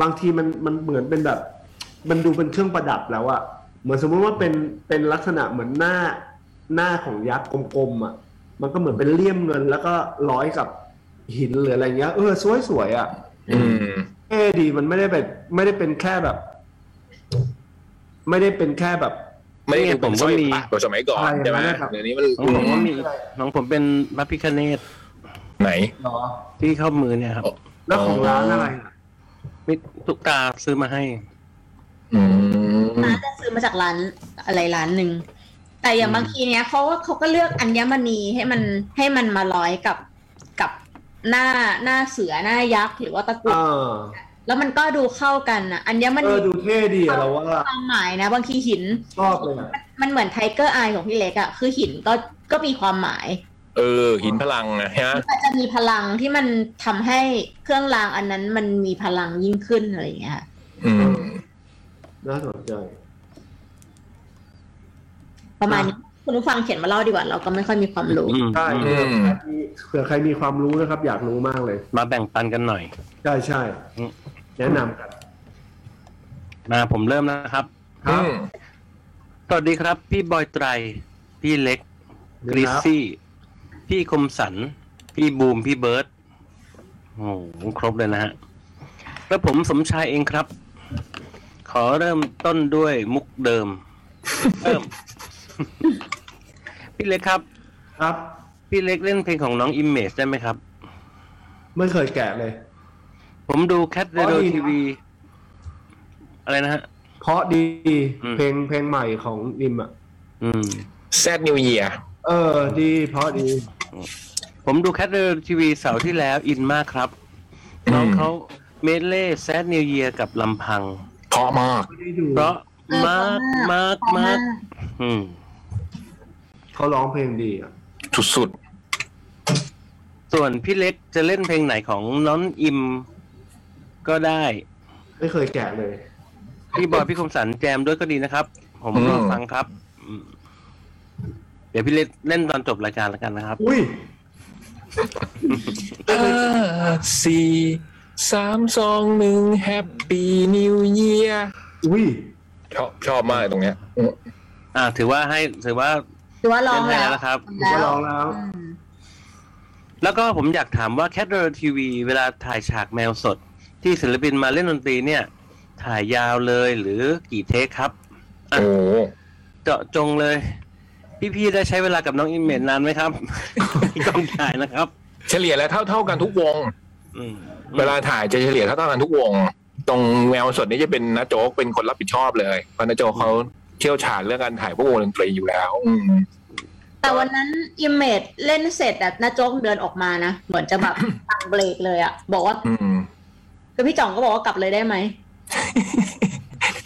S2: บางทีมันมันเหมือนเป็นแบบ มันดูเป็นเครื่องประดับแล้วอะเหมือนสมมุติว่าเป็นเป็นลักษณะเหมือนหน้าหน้าของยักษ์กลมๆอะมันก็เหมือนเป็นเลี่ยมเงิน แล้วก็ร้อยกับหินหรืออะไรเงี้ยเออสวยสวยๆอะ
S4: อืม
S2: เอดีมันไม่ได้แบบไม่ได้เป็นแค่แบบ ไม่ได้เป็นแค่แบบ
S4: ไม่ได้ดูเป็นสร้อย
S5: เนี่ยผมก็มี
S4: พระแบบสมัยก่อนใช่ไหม
S2: อะไรนะครับ
S4: เดี๋ยวนี้มัน
S5: ของผมก็มีของผมเป็นมัพพิคเนต
S4: ไหน
S2: หรอ
S5: ที่เข้ามือเนี่ยครับ
S2: แล้วของร้านอะไรอะ
S5: มิตุกตาซื้อมาให้
S4: อืม
S3: ร้านจะซื้อมาจากร้านอะไรร้านหนึ่ง แต่อย่างบางทีเนี้ยเขาก็เขาก็เลือกอัญมณีให้มันให้มันมาร้อยกับกับหน้าหน้าเสือหน้ายักษ์หรือว่าตะกรุด
S2: อ่า
S3: แล้วมันก็ดูเข้ากันนะอัญม
S2: เอ
S3: ณี
S2: อดูเท่ดีอะเราว่า
S3: ความหมายนะ บางทีหิน
S2: ชอบเลยอะ
S3: มันเหมือนไทเกอร์อายของพี่เล็กอะคือหินก็ก็มีความหมาย
S4: เออ หินพลังนะฮะ
S3: มันจะมีพลังที่มันทำให้เครื่องรางอันนั้นมันมีพลังยิ่งขึ้นอะไรอย่างเงี้ยค่ะ
S4: อืม
S2: น่าสนใจ
S3: ประมาณนี้คุณผู้ฟังเขียนมาเล่าดีกว่าเราก็ไม่ค่อยมีความรู้
S5: อืม
S2: ใช่
S4: อืม
S2: เผื่อใครมีความรู้นะครับ อยากรู้มากเลย
S5: มาแบ่งปันกันหน่อย
S2: ใช่ใช่
S5: อืม
S2: แนะนำกัน
S5: มาผมเริ่มแล้วนะครับ
S2: ครับ
S4: อืม
S5: สวัสดีครับ พี่บอยไตร พี่เล็ก
S2: สวัส
S5: ก
S2: ดี
S5: ริ
S2: ค
S5: ซ
S2: รับ
S5: ซี่ พี่คมสัน พี่บูม พี่เบิร์ตโอ้โหครบเลยนะฮะ แล้วผมสมชายเองครับ ขอเริ่มต้นด้วยมุกเดิม เริ่ม พี่เล็กครับ
S2: ครับ
S5: พี่เล็กเล่นเพลงของน้องอิมเมจได้ไหมครับ
S2: ไม่เคยแกะเลย
S5: ผมดูแคทเร
S2: อ๋
S5: โด
S2: อดีนะ
S5: ทีวีอะไรนะฮะ
S2: เพราะดี
S5: อืม
S2: เพลงเพลงใหม่ของนิมอ่ะ
S5: อืม
S4: แซดนิวเยีย
S2: เออ ดี เพราะดี
S5: ผมดูแคทเรโดทีวีเสาร์ที่แล้วอินมากครับ น้องเขาเมดเล่แซดนิวเยียกับลำพัง
S4: เพราะมาก
S2: ไม่ได้ดู
S5: เพราะมากมากมากอืม
S2: เขาร้องเพลงดีอ่ะ
S4: สุด
S5: ส่วนพี่เล็กจะเล่นเพลงไหนของน้องอิมก็ได้
S2: ไม่เคยแกะเลย
S5: พี่บอยพี่คมสันแจมด้วยก็ดีนะครับ ผมรอฟังครับอืมเดี๋ยวพี่เล็กเล่นตอนจบรายการแล้วกันนะครับ
S2: อุ้ย
S4: ๆห้าสี่สามสองหนึ่งแฮปปี้นิวเยีย
S2: อุ้ย
S4: ชอบชอบมากตรงเนี้ยอืม
S5: อ่า ถือว่าให้ถือว่า
S3: หรือว่าลอง
S5: เล่น
S3: แล้ว
S5: ให้แล้วครับ
S2: ก็ร้องแล้ว
S3: อืม
S5: แล้วก็ผมอยากถามว่าแคทเดอร์ทีวีเวลาถ่ายฉากแมวสด ที่ศิลปินมาเล่นดนตรีเนี่ย ถ่ายยาวเลยหรือกี่เทคครับ
S4: โอ้โห
S5: เจาะจงเลย พี่ๆได้ใช้เวลากับน้องอิมเมจนานไหมครับ กล้องถ่ายนะครับ
S4: เฉลี่ยแล้วเท่าเท่าๆกันทุกวง
S5: อืม
S4: เวลาถ่ายจะเฉลี่ยเท่าๆกันทุกวง ตรงแววสดนี่จะเป็นนาโจ๊กเป็นคนรับผิดชอบเลยเพราะนาโจ๊กเขาเชี่ยวชาญเรื่องการถ่ายพวกวงดนตรีอยู่แล้วอืม
S3: แต่วันนั้นอิมเมจเล่นเสร็จอะน้าโจ๊กเดินออกมานะ เหมือนจะแบบ ตังเบรกเลยอะบอกว่า
S4: อืม
S3: คือพี่จ่องก็บอกว่ากลับเลยได้ไหม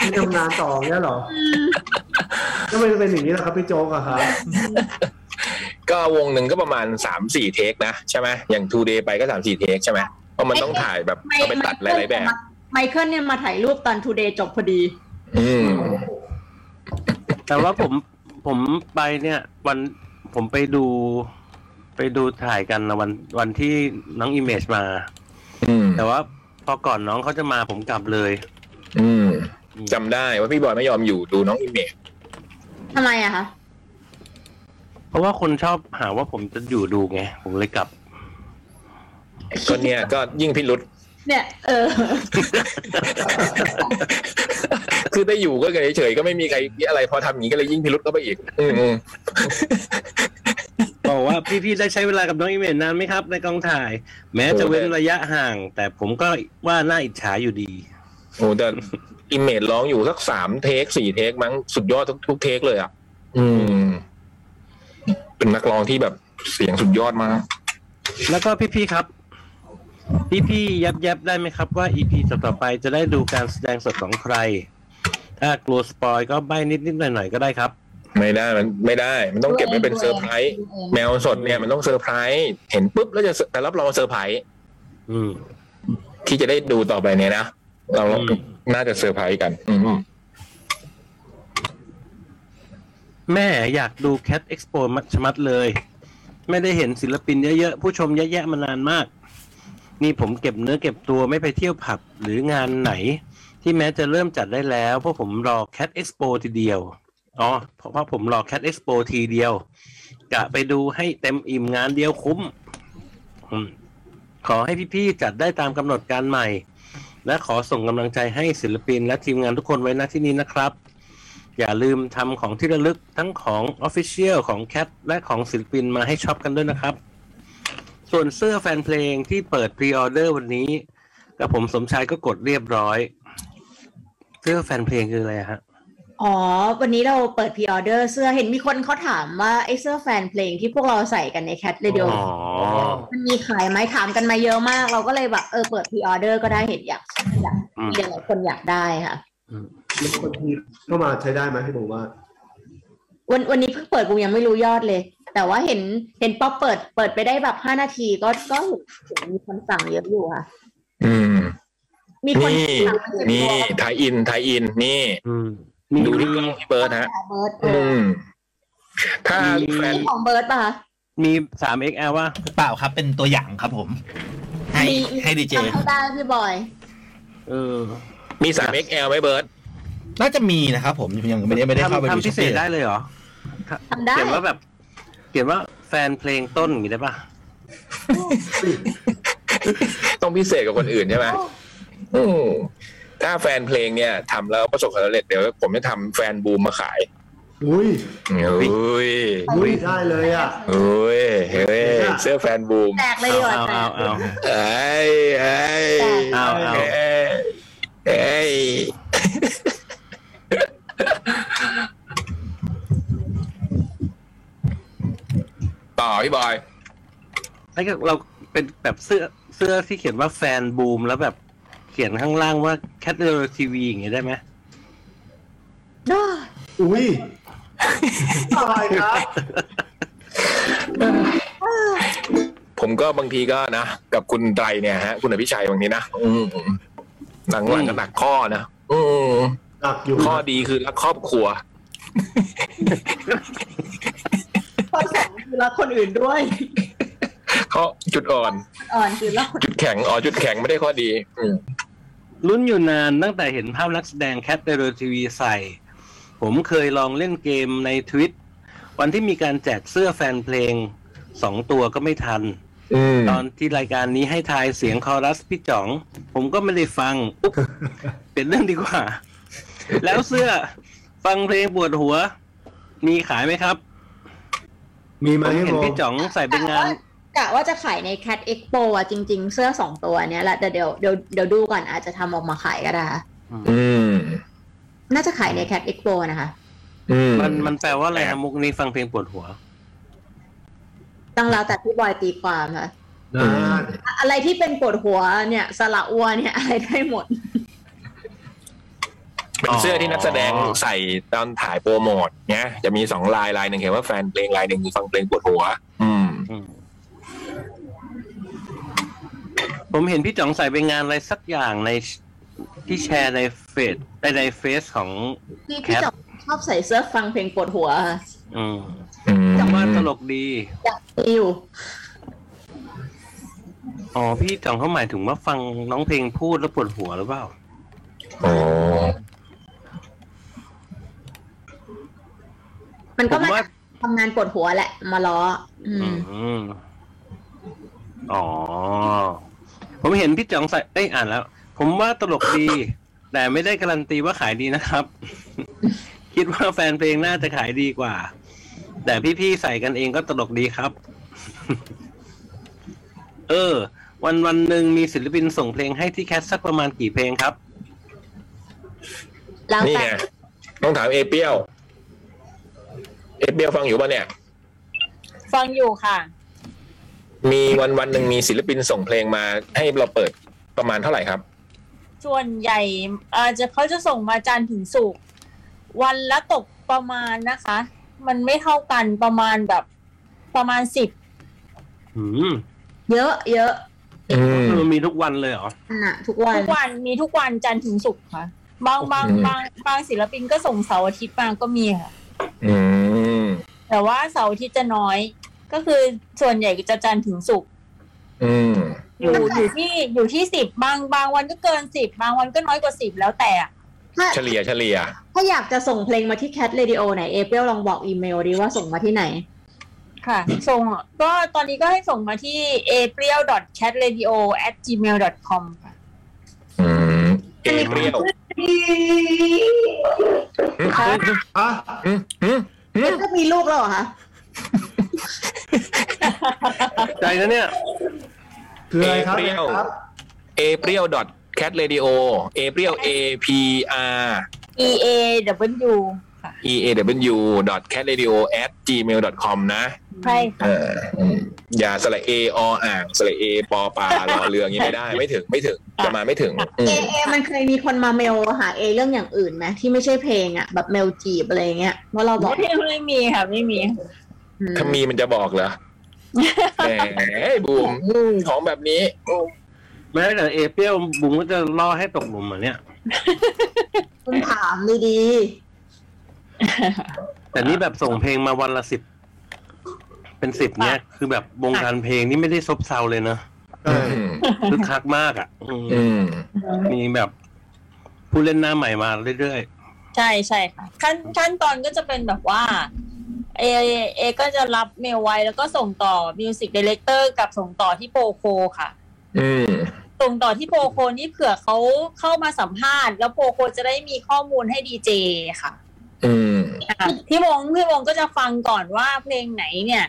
S2: ที่ทำงานต่อเนี้ยเหรอทำไมจะเป็นอย่างนี้ล่ะครับพี่โจ๊กอะครับ
S4: ก็วงหนึ่งก็ประมาณสามสี่เทคนะใช่ไหมอย่าง two day ไปก็สามสี่เทคใช่ไหมเพราะมันต้องถ่ายแบบก็ไปตัดหลายๆแบบ
S3: ไมเคิลเนี่ยมาถ่ายรูปตอน Today จบพอดี
S4: อืม
S5: แต่ว่าผมผมไปเนี่ย วันผมไปดู ไปดูถ่ายกันนะวันวันที่น้องอิมเมจมา
S4: อืม
S5: แต่ว่าพอก่อนน้องเขาจะมาผมกลับเลย
S4: อืม
S5: อืม
S4: จำได้ว่าพี่บอยไม่ยอมอยู่ดูน้องอิมเมจ
S3: ทำไมอะคะ
S5: เพราะว่าคนชอบหาว่าผมจะอยู่ดูไง ผมเลยกลับ
S4: ก็เนี่ยก็ยิ่งพิรุษ
S3: เนี่ย เออ
S4: คือได้อยู่ก็เฉยๆก็ไม่มีใครอะไรพอทำอย่างนี้ก็เลยยิ่งพิรุษเข้าไปอีก อืมอืม
S5: บอกว่า พี่ๆได้ใช้เวลากับน้องอิมเมจนานไหมครับ ในกองถ่าย แม้จะเว้นระยะห่าง แต่ผมก็ว่าน่าอิจฉาอยู่ดี
S4: โอ้แต่อิมเมจร้องอยู่สักสามเทคสี่เทคมั้งสุดยอดทุกทุกเทคเลยอ่ะ อืม เป็นนักร้องที่แบบเสียงสุดยอดมาก
S5: แล้วก็พี่ๆครับ พี่ๆยับยับๆได้ไหมครับว่า EP ต่อๆไปจะได้ดูการแสดงสดของใคร ถ้ากลัวสปอยก็ใบ้นิดๆหน่อยๆก็ได้ครับ
S4: ไม่ได้มันไม่ได้ มันต้องเก็บไว้เป็นเซอร์ไพรส์แมวสดเนี่ยมันต้องเซอร์ไพรส์เห็นปุ๊บแล้วจะแต่รับรองเซอร์ไพรส์
S5: อืม
S4: ที่จะได้ดูต่อไปเนี่ยนะเรา
S5: อืม
S4: น่าจะเซอร์ไพรส์กัน อืม
S5: แม่อยากดู Cat Expo มัดชะมัดเลย ไม่ได้เห็นศิลปินเยอะๆ ผู้ชมเยอะแยะมานานมาก นี่ผมเก็บเนื้อเก็บตัวไม่ไปเที่ยวผับหรืองานไหน ที่แม้จะเริ่มจัดได้แล้วเพราะผมรอ Cat Expo ทีเดียว อ๋อ เพราะว่าผมรอ Cat Expo ทีเดียวกะไปดูให้เต็มอิ่มงานเดียวคุ้มอืมขอให้พี่ๆจัดได้ตามกำหนดการใหม่ และขอส่งกำลังใจให้ศิลปินและทีมงานทุกคนไว้ณที่นี้นะครับ อย่าลืมทำของที่ระลึกทั้งของ Official ของ Cat และของศิลปินมาให้ช็อปกันด้วยนะครับ ส่วนเสื้อแฟนเพลงที่เปิดพรีออเดอร์วันนี้กับผมสมชายก็กดเรียบร้อย เสื้อแฟนเพลงคืออะไรอะฮะ
S3: อ๋อ วันนี้เราเปิดพ r ีออเดอร์เสื้อเห็นมีคนเขาถามว่าไอ้เสื้อแฟนเพลงที่พวกเราใส่กันในแคทเรดิโอ
S5: อ๋อ
S3: มันมีขายไหมถามกันมาเยอะมาก เราก็เลยแบบเออเปิดพ r ีออเดอร์ก็ได้เห็นอยากอยาก
S5: อืม
S3: มีหลายคนอยากได้ค่ะ
S2: แล้วคนที่เข้ามาใช้ได้ไหมพี่ผมว่า
S3: วันวันนี้เพิ่งเปิดกูยังไม่รู้ยอดเลย แต่ว่าเห็นเห็นป๊อปเปิดเปิดไปได้แบบห้านาทีก็ก็เห็นมีคนสั่งเยอะอยู่ค่ะ
S4: อืม
S3: มีคน
S4: นี่
S3: สั่งมาสิบ
S4: นี่
S3: ตัว
S4: ไทยอินไทยอิน นี่
S5: อืมมี
S4: ดูที่กล้องพี่เบิร์ดฮะ
S3: เบิร์ด
S4: อืม ถ้าแฟน
S3: นี่ของเบิร์ดป่ะคะ
S5: มี 3XL ว่า
S6: เปล่าครับ เป็นตัวอย่างครับผม ให้
S3: มี
S6: ให้ดีเจ
S3: ทำให้ได้พี่บอย
S5: เออ
S4: มีสาม XL ไหมเบิร์ด
S6: น่าจะมีนะครับผมยังไม่ได้ไม่ได้เข้าไป
S5: ทำ
S6: ดู
S5: ทำพิเศษได้เลยเหรอ
S3: ทำได้
S5: เขียนว่าแบบ เขียนว่าแฟนเพลงต้นอย่างนี้ได้ปะ
S4: ต้องพิเศษกับคนอื่นใช่ไหมอืมถ้าแฟนเพลงเนี่ยทำแล้วประสบความสำเร็จเดี๋ยวผมจะทำแฟนบูมมาขาย
S2: อุ้ย
S4: เฮ้ย
S2: อุ้ยได้เลยอ่ะ
S4: เฮ้ย เฮ้ย เสื้อแฟนบูม
S3: แตกเลยดีกว่า
S5: เอา
S3: แต
S5: เอา
S3: ก
S5: เอาเอา
S4: เอ้ยเอ้ย
S5: เอา
S4: เอ้ยเอ้ยต่อพี่บอย
S5: ถ้าเกิดเราเป็นแบบเสื้อเสื้อที่เขียนว่าแฟนบูมแล้วแบบเขียนข้างล่างว่าแคทเดอร์ทีวีอย่างเงี้ยได้ไหม
S2: อุ้ยอะไรครับ
S4: ผมก็บางทีก็นะ กับคุณไตรเนี่ยฮะ คุณอภิชัยบางทีนะอืมหลังหลังก็หนักข้อนะอืม
S2: หนักอยู่
S4: ข้อดีคือรักครอบครัว
S3: ข้อสองคือรักคนอื่นด้วย
S4: ข้อจุดอ่อน
S3: อ่อนคือรักคน
S4: จุดแข็งอ๋อจุดแข็งไม่ได้ข้อดี อืม
S5: ลุ้นอยู่นานตั้งแต่เห็นภาพนักแสดงแคทเดอร์ทีวีใส่ ผมเคยลองเล่นเกมในทวิตวันที่มีการแจกเสื้อแฟนเพลงสองตัวก็ไม่ทัน
S4: อืม
S5: ตอนที่รายการนี้ให้ทายเสียงคอรัสพี่จ๋อง ผมก็ไม่ได้ฟังอุ๊บเป็นเรื่องดีกว่า แล้วเสื้อฟังเพลงปวดหัว มีขายไหมครับ
S2: มีไหม
S5: ผม
S2: ให้
S5: เห็น
S2: บอก
S5: พี่จ๋องใส่ไปงาน
S3: กะว่าจะขายใน Cat Expo อ่ะจริง ๆ เสื้อสองตัวเนี้ยแหละแต่เดี๋ยวเดี๋ยวเดี๋ยวดูก่อนอาจจะทำออกมาขายก็ได้
S4: อืม
S3: น่าจะขายใน Cat Expo นะคะ
S4: อืม
S5: มันมันแปลว่าอะไร
S4: แปล
S5: นะ
S4: ก
S5: มุกนี้ฟังเพลงปวดหัว
S3: ต้องแล้วแต่พี่บอยตีความค่ะ
S2: นะ
S3: อะไรที่เป็นปวดหัวเนี่ยสละอัวเนี่ยอะไรได้หมด
S4: เป็นเสื้อที่นักแสดงใส่ตอนถ่ายโปรโมทเนี่ยจะมีสองลายลายหนึ่งเห็นว่าแฟนเพลงลายหนึ่งคือฟังเพลงปวดหัว อืม
S5: อืมผมเห็นพี่จ๋องใส่ไปงานอะไรสักอย่างในที่แชร์ในเฟซในในเฟซของ
S3: พี่พี่จอบชอบใส่เสื้อฟังเพลงปวดหัวค่ะ
S5: อืม
S4: อืม
S5: ว่าตลกดี
S3: อยากมีอยู่
S5: อ๋อ พี่จ๋องเขาหมายถึงว่าฟังน้องเพลงพูดแล้วปวดหัวหรือเปล่า
S4: โอ้
S3: มัน
S5: ผม
S3: ก็าม
S5: ว่า
S3: ทำงานปวดหัวแหละ มาล้ออืม
S5: อืมอ๋อ ผมเห็นพี่จ๋องใส่เอ้ยอ่านแล้ว ผมว่าตลกดี แต่ไม่ได้การันตีว่าขายดีนะครับ คิดว่าแฟนเพลงน่าจะขายดีกว่า แต่พี่ๆใส่กันเองก็ตลกดีครับ เออ วันวันๆหนึ่งมีศิลปินส่งเพลงให้ที่แคสสักประมาณกี่เพลงครับ
S3: แล้ว
S4: นี่
S3: แต่
S4: ไงต้องถามเอเปียว เอเปียวฟังอยู่ป่ะเนี่ย
S7: ฟังอยู่ค่ะ
S4: มีวันวันหนึ่งมีศิลปินส่งเพลงมา ให้เราเปิดประมาณเท่าไหร่ครับ
S7: ส่วนใหญ่เอ่อจะเขาจะส่งมาจันทร์ถึงสุกร์วันละตกประมาณนะคะ มันไม่เท่ากันประมาณแบบประมาณสิบ
S5: อืม
S3: เยอะ เยอะ
S4: อืม
S5: มันมีทุกวันเลยเหรอ
S3: น่ะ ทุกวัน
S7: ทุกวันมีทุกวันจันทร์ถึงสุกร์ค่ะ บางบาง
S4: อืม
S7: บางบางศิลปินก็ส่งเสาร์อาทิตย์มาก็มีค่ะ
S4: อืม
S7: แต่ว่าเสาร์อาทิตย์จะน้อย ก็คือส่วนใหญ่จะจันทร์ถึงสุกร์
S4: อืม
S7: อยู่อยู่ที่อยู่ที่สิบบางบางวันก็เกินสิบบางวันก็น้อยกว่าสิบแล้วแต่อะ
S3: ถ้า
S4: เฉลี่ยเฉลี่ย
S3: ถ้าอยากจะส่งเพลงมาที่ Cat Radio ไหนเอเปลลองบอกอีเมลดีว่าส่งมาที่ไหน
S7: ค่ะ ส่งก็ตอนนี้ก็ให้ส่งมาที่ a p r i l c a t r a d i o g m a i l c o m ค่ะ
S4: อืม เอเปียว
S2: อ่ะ
S4: อืมอืม
S3: มันก็มีลูกแล้วเหรอคะ
S5: ใจนะเนี่ย
S2: คืออะไรครับ
S4: เอเปี
S2: นะ
S4: ยว
S2: ครับ
S4: a p r i l c a t r a d i o a p r i l a p r
S7: E A W ค่ะ
S4: e a w c a t r a d i o gmail com นะ
S7: ใช่
S4: เอ
S7: ค่ะ
S4: ออืมอย่าสระเอออ่างสระเอปอปลาหล่อเรืออย่างนี้ไม่ได้ ไม่ถึงไม่ถึงจะมาไม่ถึงอื
S3: เอ
S4: ม
S3: เอมันเคยมีคนมาเมลหาเอเรื่องอย่างอื่นไหมที่ไม่ใช่เพลงอ่ะ แบบเมลจีบอะไรเงี้ยว่าเราบอก
S7: ไม่ไม่มีค่ะ ไม่มี
S3: อืม
S4: ถ้ามีมันจะบอกเหรอแหมบูมอืมของแบบนี้อืม
S5: แม้แต่เอเปียวบุ๋มก็จะล่อให้ตกหลุมเหรอเนี่ย
S3: คุณถามดี
S5: แต่นี่แบบส่งเพลงมาวันละสิบเป็นสิบเนี้ยคือแบบวงการเพลงนี่ไม่ได้ซบเซาเลยนะ
S4: อืม
S5: คึกคักมากอ่ะอืม
S4: อืม
S5: มีแบบผู้เล่นหน้าใหม่มาเรื่อย
S7: ใช่ใช่ค่ะ ขั้นขั้นตอนก็จะเป็นแบบว่า เอเอก็จะรับเมลไว้แล้วก็ส่งต่อมิวสิกดีเลกเตอร์กับส่งต่อที่โปรโคค่ะ
S4: อืม
S7: ส่งต่อที่โปรโคนี่เผื่อเขาเข้ามาสัมภาษณ์ แล้วโปรโคจะได้มีข้อมูลให้ดีเจค่ะ
S4: อืม
S7: อ่ะพี่วงพี่วงก็จะฟังก่อนว่าเพลงไหนเนี่ย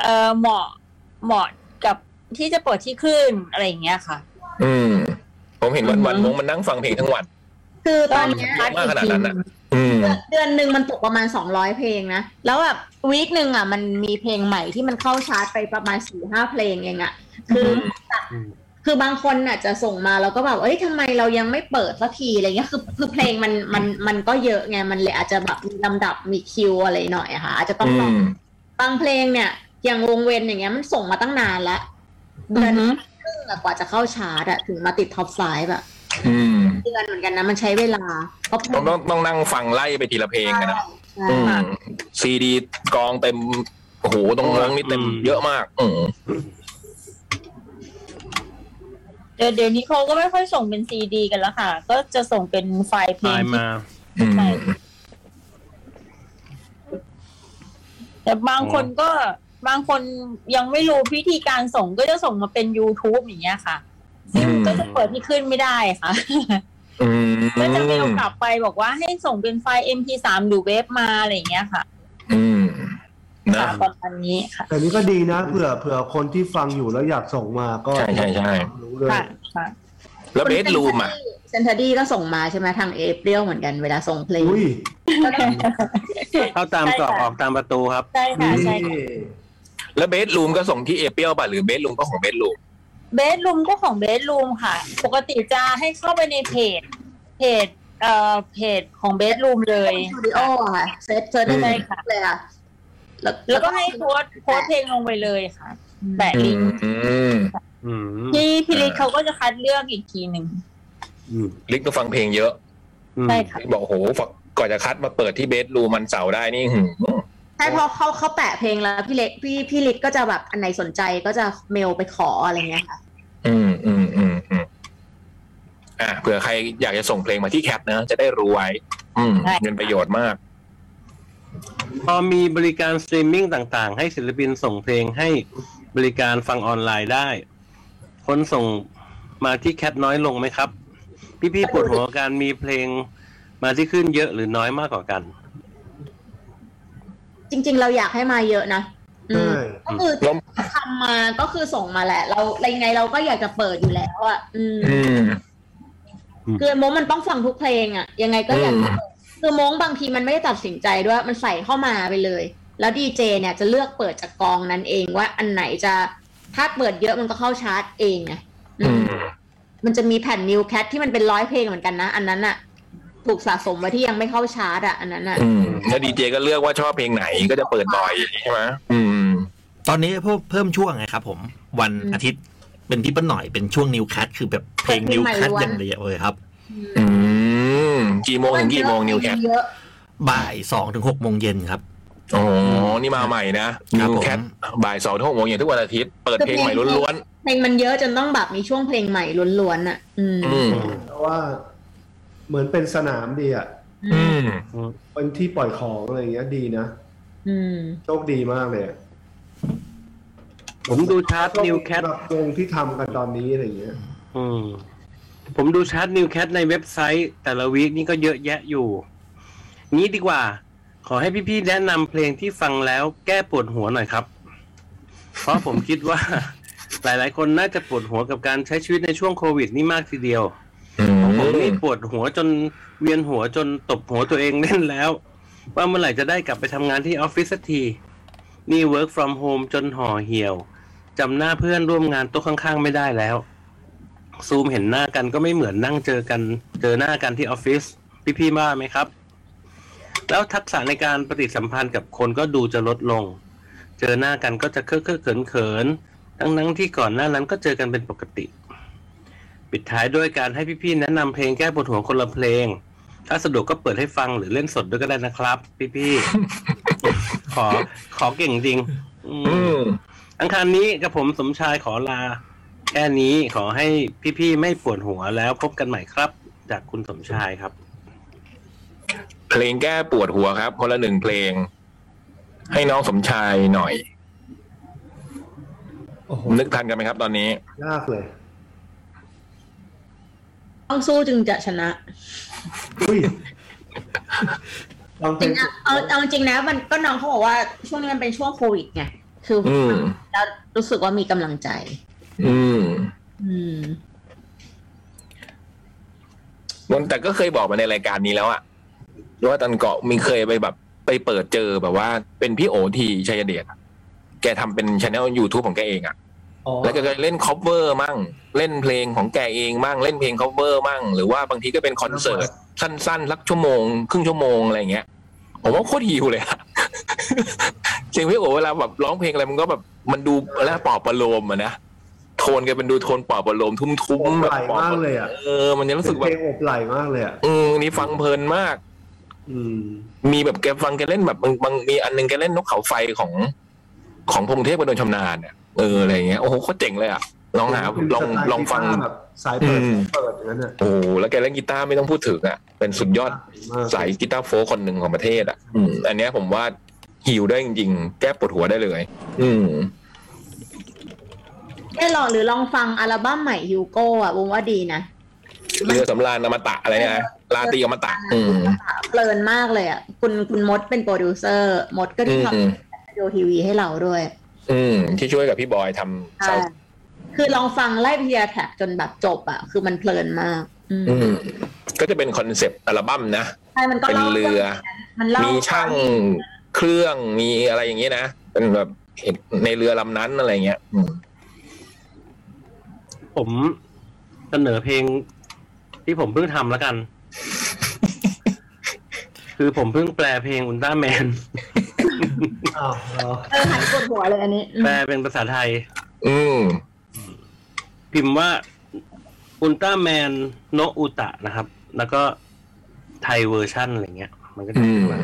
S7: เออเหมาะเหมาะกับที่จะเปิดที่คลื่นอะไรอย่างเงี้ยค่ะ
S4: อืมผมเห็นวันวันๆมงมันนั่งฟังเพลงทั้งวัน
S3: ๆ คือตอนเนี้ย
S4: เยอะมากขนาดนั้นน่ะ อืม
S3: เดือนหนึ่งมันตกประมาณสองร้อยเพลงนะ แล้วแบบวีคหนึ่งอ่ะมันมีเพลงใหม่ที่มันเข้าชาร์ตไปประมาณสี่ห้าเพลงเองอ่ะ คืออคือบางคนอ่ะจะส่งมาแล้วก็แบบเอ้ยทำไมเรายังไม่เปิดสักทีอะไรเงี้ยคือคือเพลงมันมันมันก็เยอะไงมันเลยอาจจะแบบมีลำดับมีคิวอะไรหน่อยอะค่ะ อาจจะต้อง
S4: อื
S3: รอ
S4: ม
S3: บางเพลงเนี่ย อย่างวงเวนอย่างเงี้ยมันส่งมาตั้งนานละเดือนครึ่งอะกว่าจะเข้าชาร์ตอะถึงมาติดท็อปไฟว์แบบ
S4: อืม
S3: เดือนเหมือนกันนะมันใช้เวลาเพราะเพล
S4: ผม
S3: ง
S4: ต้องต้องนั่งฟังไล่ไปทีละเพลงกันนะ
S3: ใช่
S4: อืมซีดีกองเต็มโอ้โหตรงนั้งนี่เต็มเยอะมาก อืม
S7: เดี๋ยวเดี๋ยวนี้เขาก็ไม่ค่อยส่งเป็นซีดีกันแล้วค่ะ ก็จะส่งเป็นไฟล์เพ
S5: ๆ
S7: ล
S5: ตาย
S7: งที่
S5: มา
S4: อืม
S7: แต่บางคนก็บางคนยังไม่รู้วิธีการส่งก็จะส่งมาเป็น YouTube อย่างเงี้ยค่ะ ซึ่ง
S4: อืม
S7: ก็จะเปิดที่ขึ้นไม่ได้ค่ะ
S4: อืม
S7: ก็จะไม่เอากลับไปบอกว่าให้ส่งเป็นไฟล์ MP3 หรือเวฟมาอะไรอย่างเงี้ยค่ะ
S4: อืมนะ
S7: ค่ะประมาณนี้ค่ะ
S2: แต่นี้ก็ดีนะเผื่อเผื่อคนที่ฟังอยู่แล้วอยากส่งมาก็
S4: ใช่ใช่ใช่
S2: รู้เลย
S7: ค่ะค่ะ
S4: แล้วเบดรูมอ่ะ
S3: เซนทาดี้ก็ส่งมาใช่ไหมทางเอเปรียวเหมือนกันเวลาส่งเพลง
S2: อุ้ย
S5: เข้าตามตรอกออกตามประตูครับ
S7: ใช่ค่ะใช่ค่ะ
S2: นี่
S4: แล้วเบดรูมก็ส่งที่เอเปียวป่ะหรือเบดรูมก็ของเบดรูม
S7: เบดรูมก็ของเบดรูมค่ะ ปกติจะให้เข้าไปในเพจ เพจเอ่อเพจของเบดรูมเลย
S3: สตูดิโอค่ะเซตเซตได้เลย
S7: อืม
S3: ค่ะเลยอะ
S7: แล้วก็ให้โพสต์โพสต์เพลงลงไปเลยค่ะแปะลิงก์
S4: อืม
S5: อืม
S7: ที่พี่ลิศเขาก็จะคัดเลือกอีกทีหนึ่ง
S5: อืม
S4: ลิกก็ฟังเพลงเยอะ
S5: อืม
S7: ใช่ค่ะ
S4: ลิกบอกโอ้โหฟังก่อนจะคัดมาเปิดที่เบดรูมมันเสาร์ได้นี่หืม
S3: ใช่พอเขาเขาแปะเพลงแล้วพี่เล็กพี่พี่ลิศก็จะแบบอันไหนสนใจก็จะเมลไปขออะไรเงี้ยค่ะ
S4: อืมอืมอืมอืมอ่ะเผื่อใครอยากจะส่งเพลงมาที่แคปนะจะได้รู้ไว้ อืม
S7: ได้
S4: เป็นประโยชน์มาก
S5: พอมีบริการสตรีมมิ่งต่างๆ ให้ศิลปินส่งเพลงให้บริการฟังออนไลน์ได้ คนส่งมาที่แคทน้อยลงไหมครับ พี่ๆปวดหัวกับการมีเพลงมาที่ขึ้นเยอะหรือน้อยมากกว่ากัน
S3: จริง ๆ เราอยากให้มาเยอะนะอื
S2: ใช่
S3: มก็คือ
S4: แล้ว
S3: ทำมาก็คือส่งมาแหละ เราอะไรไงเราก็อยากจะเปิดอยู่แล้วอ่ะอืม
S4: อืม
S3: คือมงมันต้องฟังทุกเพลงอ่ะ ยังไงก็อยาก
S4: อืม
S3: คือมงบางทีมันไม่ได้ตัดสินใจด้วยมันใส่เข้ามาไปเลย แล้วดีเจเนี่ยจะเลือกเปิดจากกองนั้นเองว่าอันไหนจะถ้าเปิดเยอะมันก็เข้าชาร์ตเองไงอื
S4: อื
S3: ม
S4: ม
S3: มันจะมีแผ่นนิวแคทที่มันเป็นร้อยเพลงเหมือนกันนะ อันนั้นอะถูกสะสมไว้ที่ยังไม่เข้าชาร์ตอะอันนั้นอะ
S4: อืมแล้วดีเจก็เลือกว่าชอบเพลงไหนก็จะเปิดบ่อยอย่างนี้ใช่ไหมอืม
S6: ตอนนี้เพิ่มเพิ่มช่วงไงครับผมวันอาทิตย์เป็นพี่ป้าหน่อยเป็นช่วงนิวคัทคือแบบเพลงนิวคัทอย่างเดียวเลยครับ
S4: อืมกี่โมงถึงกี่โมงนิวแคท
S3: เยอะ
S6: บ่ายสองถึงหกโมงเย็นครับ
S4: อ๋อ นี่มาใหม่นะครับ นิว
S6: ผม
S4: แคทบ่ายสองถึงหกโมงเย็นทุกวันอาทิตย์ เปิดเพลงใหม่ล้วน
S3: เพลงมันเยอะจนต้องแบบมีช่วงเพลงใหม่ล้วนๆอะอืม
S4: ๆ อืม
S2: เพราะว่าเหมือนเป็นสนามดีอ่ะ
S4: อืม
S2: เป็นที่ปล่อยของอะไรอย่างเงี้ยดีนะ
S3: อืม
S2: โชคดีมากเลยอะ
S5: ผมดูชาร์ตนิวแคท
S2: สำหรับวงที่ทำกันตอนนี้อะไรอย่างเงี้ย
S5: อืมผมดูชาร์ตนิวแคทในเว็บไซต์ แต่ละวีคนี่ก็เยอะแยะอยู่ นี้ดีกว่า ขอให้พี่ๆแนะนำเพลงที่ฟังแล้วแก้ปวดหัวหน่อยครับ เพราะผมคิดว่า หลายๆ คนน่าจะปวดหัวกับการใช้ชีวิตในช่วงโควิดนี่มากทีเดียว
S4: อื
S5: ของผมนี่
S4: ม
S5: ปวดหัวจนเวียนหัวจนตบหัวตัวเองเล่นแล้ว ว่าเมื่อไหร่จะได้กลับไปทำงานที่ออฟฟิศสักที นี่ work from home จนห่อเหี่ยวจำหน้าเพื่อนร่วมงานโต๊ะข้างๆไม่ได้แล้ว ซูมเห็นหน้ากันก็ไม่เหมือนนั่งเจอกัน เจอหน้ากันที่ออฟฟิศพี่ๆว่าไหมครับ แล้วทักษะในการปฏิสัมพันธ์กับคนก็ดูจะลดลง เจอหน้ากันก็จะเคอะเคอะเขินเขินๆทั้งๆที่ก่อนหน้านั้นก็เจอกันเป็นปกติ ปิดท้ายด้วยการให้พี่ๆแนะนำเพลงแก้ปวดหัวคนละเพลง ถ้าสะดวกก็เปิดให้ฟังหรือเล่นสดด้วยก็ได้นะครับ พี่ ๆ ขอขอเก่งจริง อื
S4: อื
S5: ม
S4: ม
S5: อังคารนี้กับผมสมชายขอลา แค่นี้ขอให้พี่ๆไม่ปวดหัวแล้วพบกันใหม่ครับ จากคุณสมชายครับ
S4: เพลงแก้ปวดหัวครับ คนละหนึ่งเพลง ให้น้องสมชายหน่อย
S2: โอ้โห
S4: นึกทันกันไหมครับตอนนี้
S2: ยากเลย
S3: ต้องสู้จึงจะชนะ
S2: อุ้ยลอง
S3: จ
S2: เป็
S3: ริ
S2: น
S3: งอะเอาเอาจริงนะมันก็น้องเขาบอกว่าช่วงนี้มันเป็นช่วงโควิดไงคืออ
S4: อืม
S3: แล้วรู้สึกว่ามีกำลังใจ
S4: อืม
S3: อืม
S4: มันแต่ก็เคยบอกมาในรายการนี้แล้วอะว่าตอนเกาะมีเคยไปแบบ ไปเปิดเจอแบบว่า เป็นพี่โอทีชัยเดชอะแกทำเป็นช anel YouTube ของแกเองอะ
S2: อ๋อ
S4: แล้วก็เล่น cover มั่ง เล่นเพลงของแกเองมั่ง เล่นเพลง cover มั่ง หรือว่าบางทีก็เป็นคอนเสิร์ตสั้นๆสักชั่วโมง ครึ่งชั่วโมงอะไรอย่างเงี้ย ผมว่าโคตรฮิวเลยอะ จริงพี่โอเวลาแบบร้องเพลงอะไรมันก็แบบมันดูแล้วปลอบประโลมอะนะ โทนแกเป็นดูโทนปลอบประโลมทุ่มๆแบบ
S2: ปลอบประโลมมากเลยอะ
S4: เออ มันจะรู้สึกแบ
S2: เพ
S4: บ
S2: ลงอบไหลมากเลยอ่ะ
S4: อืมนี่ฟังเพลินมาก
S2: อืม
S4: มีแบบแกฟังแกเล่นแบบบางบางมีอันหนึงแกเล่นนกเขาไฟของ ของพงเทพกระโดนชำนาญเนี่ยเอออะไรอย่างเงี้ยโอ้โหโคตรเจ๋งเลยอะลองหาลองลองฟัง
S2: แบบสายเปิดสายเปิดอย่างนั้นอ่ะ
S4: โอ้โหแล้วแกเล่นกีตาร์ไม่ต้องพูดถึงอ่ะ เป็นสุดยอด
S2: มาก
S4: สายกีตาร์โฟล์คคนหนึ่งของประเทศอ่ะ อืม อันเนี้ยผมว่าฮิวได้จริงๆ แก้ปวดหัวได้เลย อืม
S3: ได้ลองหรือลองฟังอัลบั้มใหม่ฮิวโก้อ่ะวงว่าดีนะ
S4: เรือสำราญอมตะอะไรเนี่ยนะลาตรีอมตะ อืม
S3: เพลินมากเลยอ่ะ คุณคุณมดเป็นโปรดิวเซอร์มดก็
S4: อื
S3: ที่
S4: ม
S3: ทำดูทีวีให้เราด้วย
S4: อืมที่ช่วยกับพี่บอยทำ
S3: ใช่คือลองฟังไล่พิยาแท็กจนแบบจบอ่ะ คือมันเพลินมาก อืม
S4: อืมก็จะเป็นคอนเซปต์อัลบั้มนะ
S3: ใช่มันก็
S4: เป็น
S3: เล่า
S4: เรือ
S3: มันเล่า
S4: มีช่างเครื่องมีอะไรอย่างเงี้ยนะ เป็นแบบเห็นในเรือลำนั้นอะไรเงี้ยอืม
S5: ผมเสนอเพลงที่ผมเพิ่งทำแล้วกัน คือผมเพิ่งแปลเพลงอุลตร้าแมน
S2: อ้าวเหรอ
S3: เออหายปวดหัวเลยอันนี้อืม
S5: แปลเป็นภาษาไทย
S4: อืม
S5: พิมพ์ว่าอุลตร้าแมนโนอุตะนะครับ แล้วก็ไทยเวอร์ชั่นอะไรเงี้ย มันก็จะ
S4: อื
S5: ขึ้
S4: ม
S5: นมา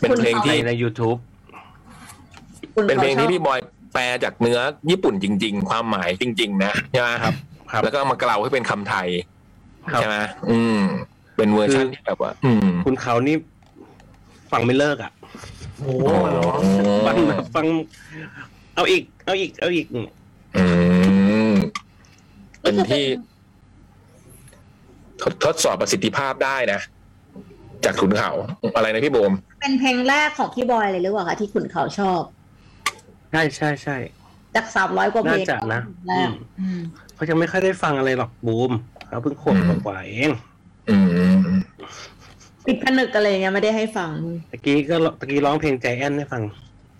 S4: เป็นเพลง
S5: ใน
S4: ที่
S5: ใน YouTube
S3: คุณ
S4: เป็นเพลง
S3: ขาชอบ
S4: ที่พี่บอยแปลจากเนื้อญี่ปุ่นจริง ๆ ความหมายจริง ๆ นะใช่ไหมครับ
S5: ครับ
S4: แล้วก็มากล่าวให้เป็นคำไทย
S5: ครับ
S4: ใช่ไหมอืม เป็นเวอร์ชันที่แบบว่า อืม
S5: คุณเขานี่ฟังไม่เลิกอ่ะ
S2: โอ้โห
S4: อ๋อ
S2: เหรอ
S5: ฟังแบบฟัง เอาอีก เอาอีก เอาอีก
S4: อืมเป็นที่ทดทดสอบประสิทธิภาพได้นะ จากขุนเขาอะไรนะพี่โบม
S3: เป็นเพลงแรกของพี่บอยเลยหรือเปล่าคะที่คุณเขาชอบ
S5: ใช่ใช่ใช่
S3: จากสามร้อยกว่าเพลง
S5: น่าจะนะ
S3: แรกอืม
S5: เขายังไม่ค่อยได้ฟังอะไรหรอกบูมเขาเพิ่งขวบ
S4: อืม
S5: กว่าเอง
S4: อืม
S3: ปิดผนึกอะไรเงี้ยไม่ได้ให้ฟัง
S5: ตะกี้ก็ร้องตะกี้ร้องเพลงใจแอนให้ฟัง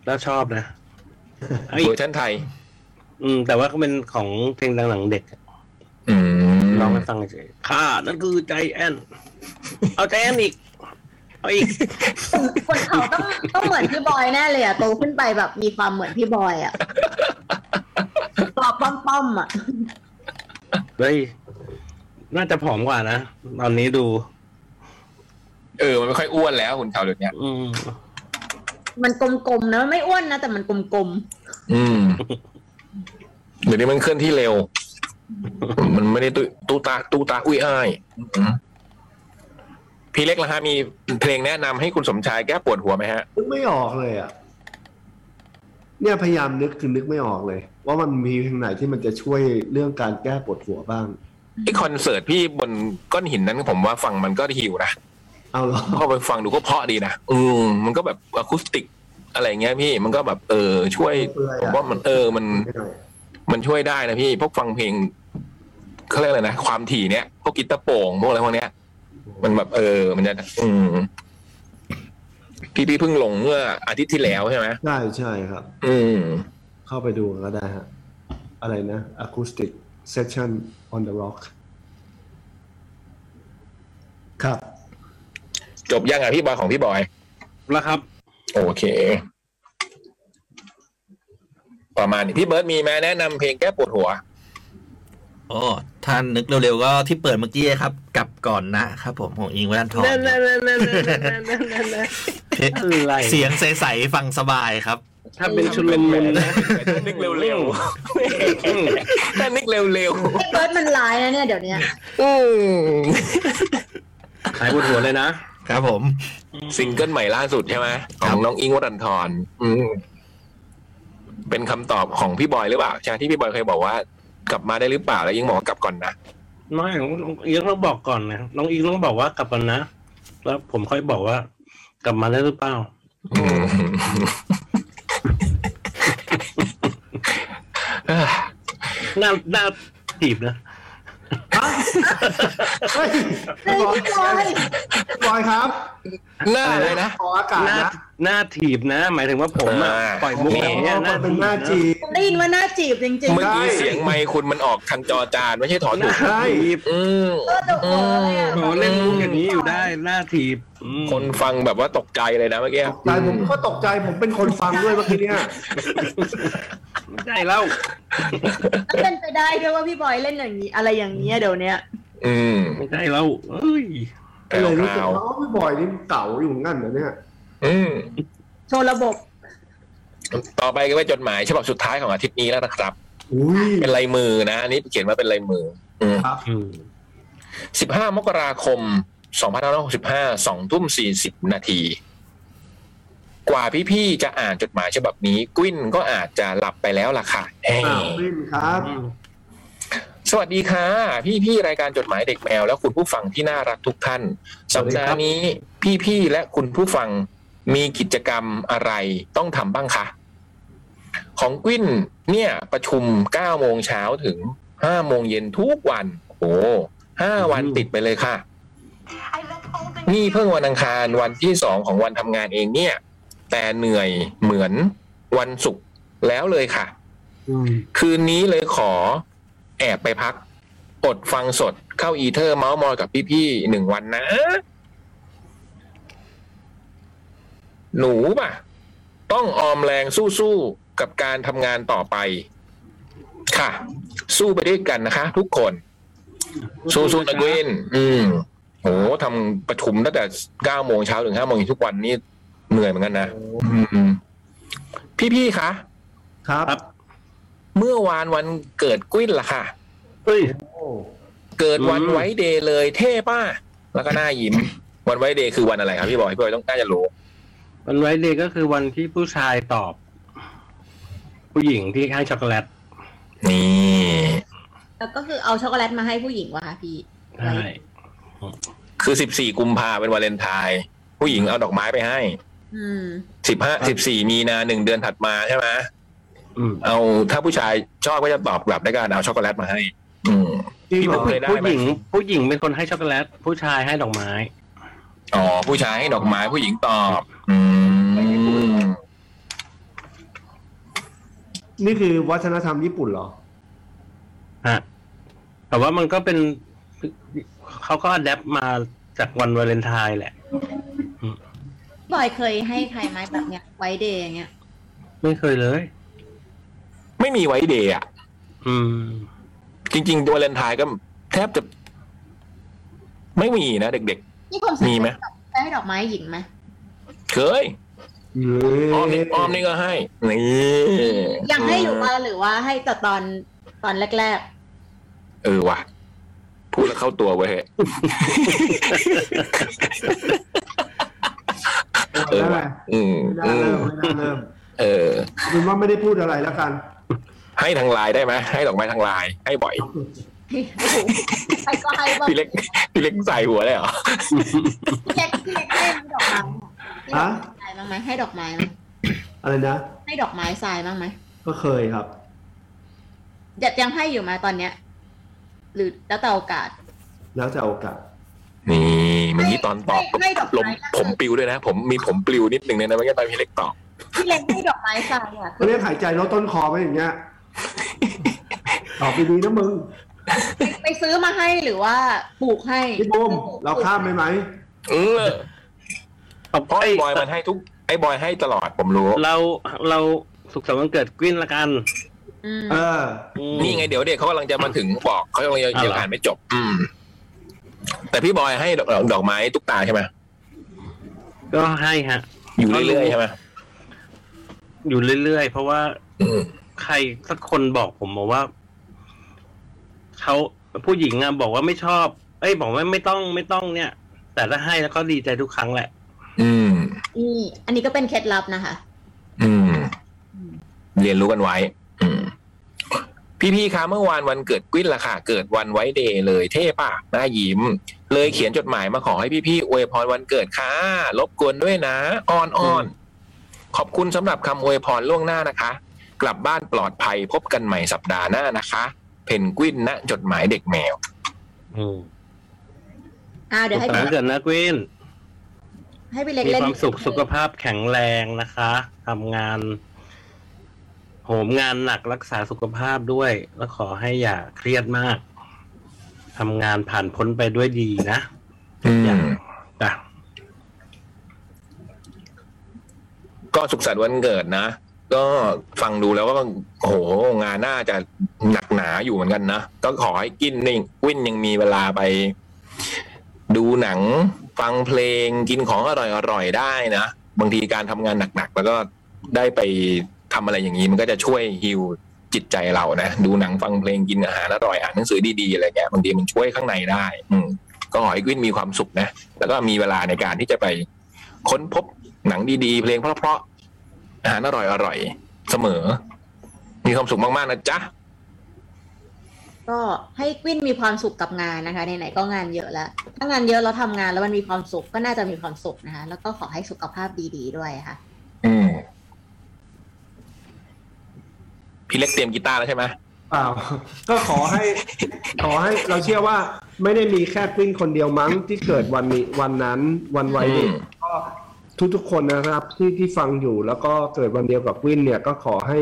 S5: แล้วชอบนะเอาอี
S4: เวอก ร์ชันไทย
S5: อืม แต่ว่าก็เป็นของเพลงดังหลังเด็กอะ
S4: อืม
S5: ร้องให้ฟังเฉยค่ะ นั่นคือใจแอน เอาใจแอนอีก เอาอีก
S3: คนเขาต้องต้องเหมือนพี่บอยแน่เลยอ่ะโตขึ้นไปแบบมีความเหมือนพี่บอยอ่ะตอบป้อมๆอ่ะ
S5: เฮ้ย น่าจะผอมกว่านะ ตอนนี้ดู
S4: เออ มันไม่ค่อยอ้วนแล้วขุนเขาเดี๋ยวนี้
S5: อืม
S3: มันกลมๆนะไม่อ้วนนะแต่มันกลม
S4: อืม เดี๋ยวนี้มันเคลื่อนที่เร็ว มันไม่ได้ตุตู้ตาตู้ตาอุ้ยอ้ายอืมพี่เล็กละฮะ มีเพลงแนะนำให้คุณสมชายแก้ปวดหัวไหมฮะ
S2: นึกไม่ออกเลยอ่ะ เนี่ยพยายามนึกคือนึกไม่ออกเลย ว่ามันมีเพลงไหนที่มันจะช่วยเรื่องการแก้ปวดหัวบ้าง
S4: ไอคอนเสิร์ตพี่บนก้อนหินนั้นผมว่าฟังมันก็ฮิวนะ
S2: เอาเหรอ
S4: พอไปฟังดูก็เพราะดีนะอืมมันก็แบบอะคูสติก อะไรเงี้ยพี่มันก็แบบเออ ช่วย
S2: เปลือย
S4: ผม
S2: อะ
S4: ว่ามันเออมัน
S2: ไม่ได้
S4: มันช่วยได้นะพี่พวกฟังเพลงเขาเรียกอะไรนะ ความถี่เนี้ยพวกกีตาร์โปร่งพวกอะไรพวกเนี้ย มันแบบเออ มันจะ อืมพี่พี่เพิ่งลงเมื่ออาทิตย์ที่แล้วใช่ไหม
S2: ใช่ใช่ครับ
S4: อืม
S2: เข้าไปดูก็ได้ฮะ อะไรนะ acoustic section on the rock ครับ
S4: จบยังอ่ะพี่บอยของพี่บอย
S5: แล้วครับ
S4: โอเค ประมาณนี้พี่เบิร์ดมีไหมแนะนำเพลงแก้ปวดหัว
S6: โอ้ท่านนึกเร็วๆก็ที่เปิดเมื่อกี้ครับกลับก่อนนะครับผมของอิงแวนทอง
S5: นั่นนั่นนั่นนั่นนั่นนั่นนั่นนั่นอะไร
S6: เสียงใสๆฟังสบายครับ
S5: ถ้าเป็นชุลมุนนะ
S4: นึกเร็วๆถ้านึกเร็ว
S3: ๆไอ้เบิร์ดมันร้ายนะเนี่ยเดี๋ยวเนี้ย
S4: ๆอืม
S5: หายปวดหัวเลยนะ
S6: ครับผม
S4: ซิงเกิลใหม่ล่าสุดใช่ไหมของน้องอิงวรันทรอืมเป็นคำตอบของพี่บอยหรือเปล่าใช่ที่พี่บอยเคยบอกว่า กลับมาได้หรือเปล่าแล้วอิงบอกว่ากลับก่อนนะ
S5: น้อยของน้องอิงต้องบอกก่อนนะ น้องอิงต้องบอกว่ากลับกันนะ แล้วผมค่อยบอกว่า กลับมาได้หรือเปล่า
S4: อืมเอ้ย
S5: หน้าหน้าถีบนะ
S2: เฮ้ย
S3: เฮ้ยพี่บอย
S2: บอยครับ
S4: หน้าเลยนะ
S2: ขออากาศ
S5: หน้า
S2: นะ
S5: หน้าถีบนะ หมายถึงว่าผมอะ
S4: อ่า
S5: ปล่อยมุก
S2: อ๋
S5: อ
S2: อย่าง
S5: เงี้ยหน้า
S2: มัน
S5: ถี
S2: เป็นหน้าจีบ
S3: ผม
S5: บนะ
S3: ได้ยินว่าหน้าจีบจริง
S4: เมื่อ
S2: ได้
S4: กี้เสียงไมค์คุณมันออกทางจอจานไม่ใช่ถอด
S5: ห
S4: หู
S5: น้าถีบ
S4: อืม
S3: ๆก็โดดเลยอ่ะ
S5: โอ้เล่นมุกอย่างนี้อยู่ได้หน้าถีบอืม
S4: คนฟังแบบว่าตกใจเลยนะเมื่อกี้
S2: ตกใจผมก็ตกใจผมเป็นคนฟังด้วยเมื่อกี้เนี่ย
S5: ไม่ได้แล้ว
S3: มันเป็นไปได้ด้วยว่าพี่บอยเล่นอย่างนี้ อะไรอย่างเงี้ยเดี๋ยวเนี้ย
S4: อืม
S5: ไม่ได้แล้วเอ้ย
S4: แล้
S2: เลยรู้สึก
S4: ว
S2: ว่าพี่บอยนี่เก่าอยู่เหมือนกันนะเนี่ย
S4: อืม
S3: โชว์ระบบ
S4: ต่อไปก็เป็นจดหมายฉบับสุดท้ายของอาทิตย์นี้แล้วนะครับ
S2: อุ้ย
S4: เป็นลายมือนะ อันนี้เขียนว่าเป็นลายมือ อืม
S5: อืม
S4: สิบห้ามกราคมสองพันห้าร้อยหกสิบห้าสองทุ่มสี่สิบนาที กว่าพี่ๆจะอ่านจดหมายฉบับนี้กวินก็อาจจะหลับไปแล้วล่ะค่ะเฮ้ย
S2: อ้าววินครับ
S4: สวัสดีค่ะ พี่ๆรายการจดหมายเด็กแมว และคุณผู้ฟังที่น่ารักทุกท่าน
S2: ส
S4: สั
S2: วั
S4: ป
S2: สดีค
S4: ดา
S2: รับ
S4: ห์นี้พี่ๆและคุณผู้ฟังมีกิจกรรมอะไรต้องทำบ้างคะของกวินเนี่ยประชุม9โมงเช้าถึง5โมงเย็นทุกวัน โอ้ห้าวันติดไปเลยค่ะ นี่เพิ่งวันอังคารวันที่สองของวันทำงานเองเนี่ย แต่เหนื่อยเหมือนวันศุกร์แล้วเลยค่ะ คืนนี้เลยขอแอบไปพัก อดฟังสดเข้าอีเทอร์เมาส์มอยกับพี่ๆหนึ่งวันนะ หนูป่ะ ต้องออมแรงสู้ๆกับการทำงานต่อไป ค่ะ สู้ไปด้วยกันนะคะ ทุกคน สู้ๆนะเกวินอืมโหทำประชุมตั้งแต่เก้าโมงเช้าถึงห้าโมงเย็นทุกวันนี่เหนื่อยเหมือนกันนะอืมๆพี่ๆคะ
S2: ครับ
S4: เมื่อวานวันเกิดกุ้นล่ะค่ะ
S5: เฮ้ย
S4: เกิดวัน
S2: อืม
S4: ไว้เดย์เลยเท่ป้า แล้วก็หน้ายิ้ม วันไว้เดย์คือวันอะไรครับพี่บอยพี่บอยต้องน่าจะรู้
S5: วันไว้เดย์ก็คือวันที่ผู้ชายตอบ ผู้หญิงที่ให้ช็อกโกแลต
S4: นี่
S3: แล้วก็คือเอาช็อกโกแลตมาให้ผู้หญิงวะคะพี่
S5: ใช่
S4: คือสิบสี่กุมภาเป็นวาเลนไทน์ผู้หญิงเอาดอกไม้ไปให้
S3: อืม
S4: สิบห้าสิบสี่มีนาหนึ่งเดือนถัดมาใช่ไหม
S5: อืม
S4: เอาถ้าผู้ชายชอบก็จะตอบกลับด้วยการเอาช็อกโกแลตมาให้ อืม
S2: จริงเหรอ
S4: เคยได้ไหม
S5: ผู้หญิง ผู้หญิงเป็นคนให้ช็อกโกแลต ผู้ชายให้ดอกไม้
S4: อ๋อผู้ชายให้ดอกไม้ผู้หญิงตอบ อืม
S2: นี่คือวัฒนธรรมญี่ปุ่นเหรอ
S5: ฮะ แต่ว่ามันก็เป็น เขาก็อัดแอปมาจากวันวาเลนไทน์แหละ
S3: บอยเคยให้ใครไหมแบบเนี้ยไว้เดย์อย่างเงี้ย
S5: ไม่เคยเลย
S4: ไม่มีไว้เดย์อ่ะ
S5: อืม
S4: จริงๆตัววาเลนไทน์ก็แทบจะ ไม่มีนะเด็ก
S3: นี่ผมสนใจ
S4: มีไหม
S3: ให้ดอกไม้หญิงไหม
S4: ๆ เคย
S2: เย
S4: ออม
S2: ้
S4: นี่ออมนี่ก็ให้ นี่
S3: ยังให้อยู่มาหรือว่าให้แต่ตอนตอนแรก
S4: เออว่ะ พูดแล้วเข้าตัวเว้ย เออว่ะ อืม
S2: ไม่น่าเริ่
S4: อืม
S2: มไม่น่าเริ่ม
S4: เออ
S2: คุณว่าไม่ได้พูดอะไรแล้วกัน
S4: ให้ทางไลน์ได้ไหมให้ดอกไม้ทางไลน์ให้บ่อย
S3: ๆพี่โอ้โหใครก็ให้บ้าง
S4: พี่เล็ก พี่เล็กใส่หัวเลยเหรอ
S3: พี่เล็กพี่เล็กให้ดอกไม้ไหม
S2: ฮะ
S3: ให้ดอกไม้บ้างไหมให้ดอกไม้ไหม
S2: อะไรนะ
S3: ให้ดอกไม้ทรายบ้างไหม
S2: ก็เคยครับ
S3: ยังยังให้อยู่ไหมาตอนเนี้ย หรือแล้วแต่โอกาส
S2: แล้วจะโอกาส
S4: นี่เมื่อกี้ตอนตอบ
S3: ให้ดอกไม้
S4: ลมผมปลิวด้วยนะ ผมมีผมปลิวนิดนึงเนี่ยนะเมื่อกี้ตอนพี่เล็กตอบ
S3: พี่เล็กให้ดอกไม้ทรายอ่ะ
S2: เรียกหายใจลดต้นคอไหมอย่างเงี้ย ตอบดีๆนะมึง
S3: ไปซื้อมาให้หรือว่าปลูกให้
S2: พี่บุ้มเราข้ามไปไหม
S4: เออเพราะไอ้บอยมันให้ทุก ไอ้บอยให้ตลอดผมรู้
S5: เราเราสุขสันต์วันเกิดกวินละกัน
S3: อืม
S2: เออ
S5: อืม
S4: นี่ไงเดี๋ยวเด็กเขากำลังจะมาถึงบอกเขากำลังจะ
S5: อ้าวเหรอ
S4: ยังอ่านไม่จบ อืม แต่พี่บอยให้ดอกดอกไม้ตุ๊กตาใช่ไหม
S5: ก็ให้ฮะ
S4: อยู่เรื่อยๆใช่ไหม
S5: อยู่เรื่อยๆ เพราะว่า
S4: อืม
S5: ใครสักคนบอกผมมาว่าเขาผู้หญิงอะบอกว่าไม่ชอบ เอ้ยบอกว่าไม่ต้องไม่ต้องเนี่ย แต่ถ้าให้แล้วก็ดีใจทุกครั้งแหละ
S4: อืม
S3: นี่อันนี้ก็เป็นเคล็ดลับนะคะ
S4: อืม เรียนรู้กันไว้ อืม พี่ๆคะเมื่อวานวันเกิดกวิ้นล่ะค่ะ เกิดวันไว้เดย์เลยเท่ป่ะหน้ายิ้ม เลยเขียนจดหมายมาขอให้พี่ๆอวยพรวันเกิดค่ะรบกวนด้วยนะอ้อนอ้อนๆขอบคุณสำหรับคำอวยพรล่วงหน้านะคะ กลับบ้านปลอดภัยพบกันใหม่สัปดาห์หน้านะคะ เพนกวินณจดหมายเด็กแมว
S5: อืม
S3: อ่าเดี๋ยว
S5: สุ
S3: ให้
S5: ขสันต์วันเกิดนะกวิน
S3: ให้พี่เล็ก
S5: มี
S3: เล่น
S5: ความสุขสุขภาพแข็งแรงนะคะทำงาน โหมงานหนักรักษาสุขภาพด้วย แล้วขอให้อย่าเครียดมากทำงานผ่านพ้นไปด้วยดีนะ
S4: อืม
S5: จ้ะ
S4: ก็สุขสันต์วันเกิดนะ ก็ฟังดูแล้วก็โอ้โหงานน่าจะหนักหนาอยู่เหมือนกันนะ ก็ขอให้กินนิ่งวินยังมีเวลาไป ดูหนัง ฟังเพลงกินของอร่อยๆได้นะ บางทีการทำงานหนักๆ แล้วก็ได้ไปทำอะไรอย่างนี้ มันก็จะช่วยฮิวจิตใจเรานะดูหนังฟังเพลงกินอาหารอร่อยอ่านหนังสือดีๆอะไรเงี้ยบางทีมันช่วยข้างในได้ อืมก็ขอให้กวินมีความสุขนะแล้วก็มีเวลาในการที่จะไปค้นพบ หนังดีๆ เพลงเพราะๆอาหารอร่อยอร่อยๆเสมอ มีความสุขมากๆนะจ๊ะ
S3: ก็ให้กวินมีความสุขกับงานนะคะไหนๆก็งานเยอะแล้ว ถ้างานเยอะเราทำงานแล้วมันมีความสุขก็น่าจะมีความสุขนะคะ แล้วก็ขอให้สุขภาพดีๆด้วยค่ะ
S4: อืมพี่เล็กเตรียมกีตาร์แล้วใช่ไหม
S2: เปล่า ก็ขอให้ขอให้เราเชื่อว่าไม่ได้มีแค่กวิ้นคนเดียวมั้งที่เกิดวันนี้วันนั้นวันวัยเด็ก ก็ทุกๆคนนะครับที่ที่ฟังอยู่แล้วก็เกิดวันเดียวกับวินเนี่ยก็ขอให้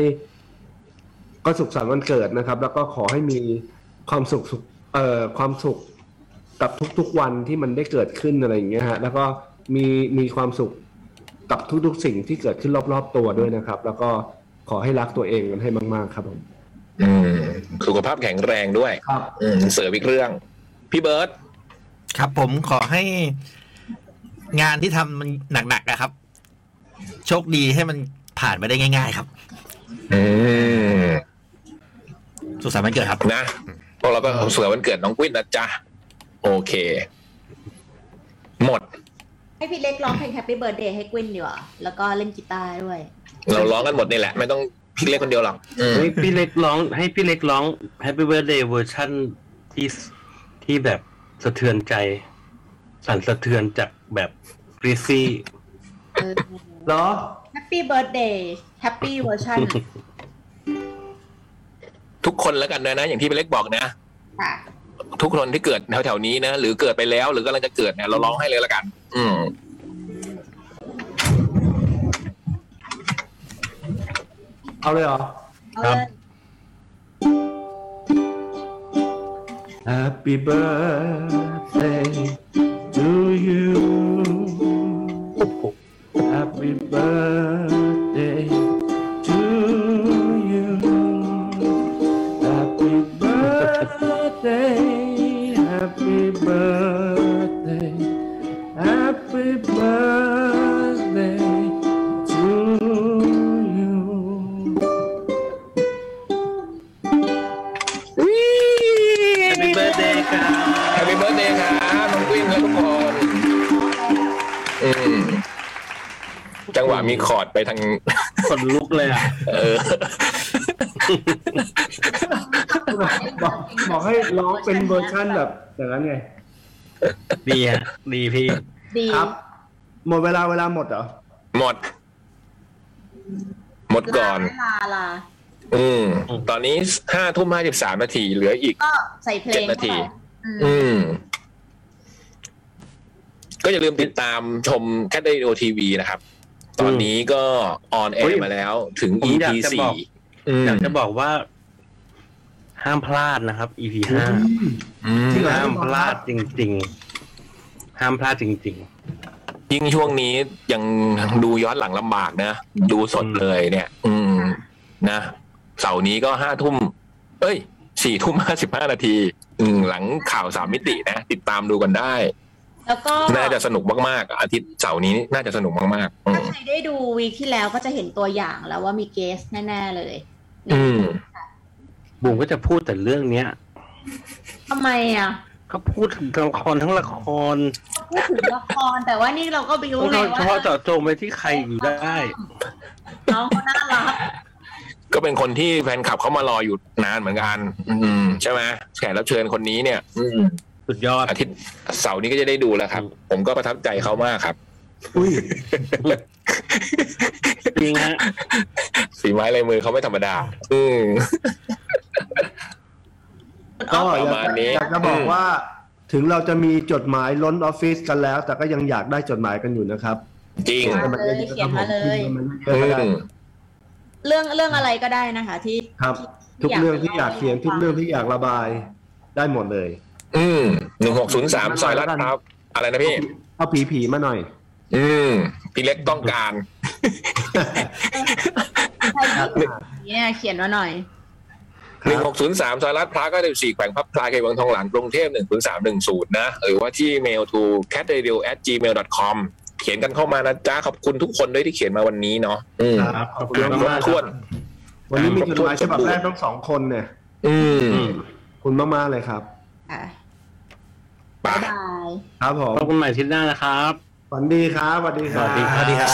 S2: ก็สุขสันต์วันเกิดนะครับ แล้วก็ขอให้มีความสุขสุขเอ่อความสุขกับทุกๆวันที่มันได้เกิดขึ้นอะไรอย่างเงี้ยฮะแล้วก็มีมีความสุขกับทุกๆสิ่งที่เกิดขึ้นรอบๆตัวด้วยนะครับ แล้วก็ขอให้รักตัวเองกันให้มาก ๆ ครับผม
S4: อืม สุขภาพแข็งแรงด้วย
S2: ครับ
S4: อืม เสริมอีกเรื่อง พี่เบิร์ต
S6: ครับผมขอให้งานที่ทำมันหนักๆนะครับ โชคดีให้มันผ่านไปได้ง่าย ๆ ครับ
S4: อืม
S6: สุขสันต์วันเกิดครับ
S4: นะพวกเราก็เสือวันเกิดน้องกวินนะจ๊ะ โอเค หมด
S3: ให้พี่เล็กร้องเพลง Happy Birthday ให้กวินดีกว่าแล้วก็เล่นกีตาร์ด้วย
S4: เราร้องกันหมดนี่แหละ ไม่ต้องพี่เล็กคนเดียวหรอกอืม
S5: เฮ้ยพี่เล็กร้องให้พี่เล็กร้อง Happy Birthday เวอร์ชันที่ที่แบบสะเทือนใจ สั่นสะเทือนจากแบบกรีซี่
S3: เออ
S2: เหรอ
S3: Happy Birthday Happy Version
S4: ทุกคนแล้วกันนะนะ อย่างที่พี่เล็กบอกนะ
S3: ค่ะ
S4: ทุกคนที่เกิดแถวๆนี้นะ หรือเกิดไปแล้ว หรือกำลังจะเกิดเนี่ยเราร้องให้เลยละกัน อืม
S2: เอาเลยเหรอ
S3: เอา
S5: ครับ
S3: เลย
S2: Happy birthday to you. Happy birthday to you. Happy birthday. Happy birthday. Happy birthday to you.
S5: แฮปปี้เบิร์ดเดย์ครับ
S4: แฮปปี้เบิร์ดเดย์ครับน้องกวินและทุกคนอืมจังหวะมีคอร์ดไปทาง
S5: ขนลุกเลยอ่ะ
S4: เออ
S2: บอกบอกให้ร้องเป็นเวอร์ชั่นแบบอย่างนั้นไง
S5: ดีอ่ะ ดีพี่
S3: ดี
S2: ครับ หมดเวลาเวลาหมดเหรอ
S4: หมด หมดก่อน
S3: ลาลา
S4: อืม ตอนนี้ห้าทุ่มห้าสิบสามนาทีเหลืออีก
S3: ก็ใส่เพลง
S4: เจ็ดนาที
S3: เข้ไปอืม
S4: อืม ก็อย่าลืมติดตามชมแคทเดโอทีวีนะครับ ตอนนี้ก็ออนแอ
S5: เฮ้ย
S4: ร์มาแล้วถึง
S5: ผมอยาก
S4: EP
S5: จะบ
S4: สี่
S5: อก
S4: อืม
S5: อยากจะบอกว่า ห้ามพลาดนะครับ EP ห้า
S4: อืม
S2: จริงเหรอ
S5: ห้ามพลาดจริง ๆ ห้ามพลาดจริง
S4: ยิ่งช่วงนี้ยังดูย้อนหลังลำบากนะ ดูสดเลยเนี่ย อืม นะเสาร์นี้ก็ห้าทุ่ม เอ้ยสี่ทุ่มห้าสิบห้านาที อืม หลังข่าวสามมิตินะ ติดตามดูกันได้
S3: แล้วก็
S4: น่าจะสนุกมากๆ อาทิตย์เสาร์นี้น่าจะสนุกมากๆ อื
S3: ถ้าม ใครได้ดูวีคที่แล้วก็จะเห็นตัวอย่างแล้วว่ามีเกสแน่ๆเลย
S4: อืม
S5: ๆ บุ๋มก็จะพูดแต่เรื่องเนี้ย
S3: ทำไมอ่ะ
S5: ก็พูดถึงละครทั้งละคร
S3: พูดถึงละครแต่ว่านี่เราก็บิวไง
S5: เราเฉพาะ
S3: ว่า
S5: เจาะจงไปที่ใครอยู่ได้
S3: น้องเขาน่ารัก
S4: ก็เป็นคนที่แฟนคลับเขามารออยู่นานเหมือนกัน อืม ใช่ไหมแขกรับเชิญคนนี้เนี่ย อืม
S5: สุดยอด
S4: อาทิตย์เสาร์นี้ก็จะได้ดูแล้วครับ ผมก็ประทับใจเขามากครับ
S2: อุ้ย
S5: จริงฮะ
S4: ฝีไม้ลายมือเขาไม่ธรรมดา อืม
S2: ก็
S4: ป
S2: อ
S4: ระ
S2: ยาก
S4: มาณ
S2: จะ
S4: นี้
S2: อยากจะบอกว่า ถึงเราจะมีจดหมายล้นออฟฟิศกันแล้ว แต่ก็ยังอยากได้จดหมายกันอยู่นะครับ
S4: จริง
S3: มาเลยเขียนมาเลย
S2: มันเย
S4: อื
S2: อะก็ได้
S4: ม
S3: เรื่องเรื่องอะไรก็ได้นะคะ ที่
S2: ครับ ทุกเรื่องที่อยากเขียนทุกเรื่องที่อยากระบายได้หมดเลย
S4: อืมหนึ่งหกศูนย์สามซอยลาดพร้าวอะไรนะพี่
S2: เอาผีผีๆมาหน่อย
S4: อืม พี่เล็กต้องการ
S3: ใครที่เนี่ยเขียนมาหน่อย
S4: หนึ่งหกศูนย์สามซอยลาดพร้าวเก้าสิบสี่แขวงพับพลาเขตวังทองหลังกรุงเทพหนึ่งศูนย์สามหนึ่งศูนย์นะหรือว่าที่ mail to cat radio at gmail com เขียนกันเข้ามานะจ๊ะ ขอบคุณทุกคนด้วยที่เขียนมาวันนี้เนาะอืม
S2: ครับ
S5: ขอบคุณมาก
S4: ครบถ้วน
S2: วันนี้มีจดหมายฉบับแรกทั้งสองคนเนี่ย
S4: อืม
S5: อืม
S2: คุณมากๆเลยครับ
S3: ค่ะ
S4: ไป
S3: บ๊ายบาย
S2: ครับผม
S5: พบกันใหม่อาทิตย์หน้านะครับ
S2: ฝันดีครับสวัสดีครับ
S6: สวัสดีครั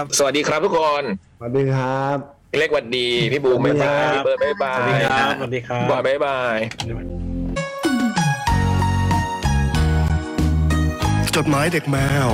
S6: บ
S4: สวัสดีครับทุกคน
S2: สวัสดีครับ
S4: พี่เล็กหวัดดีพี่บูมบ๊ายบายพี่เบิร์ดบ๊ายบา
S5: สวัสดี
S4: ย
S5: ครับสวัสดีครับ
S4: บอยบ๊ายบาย
S8: จดหมายเด็กแมว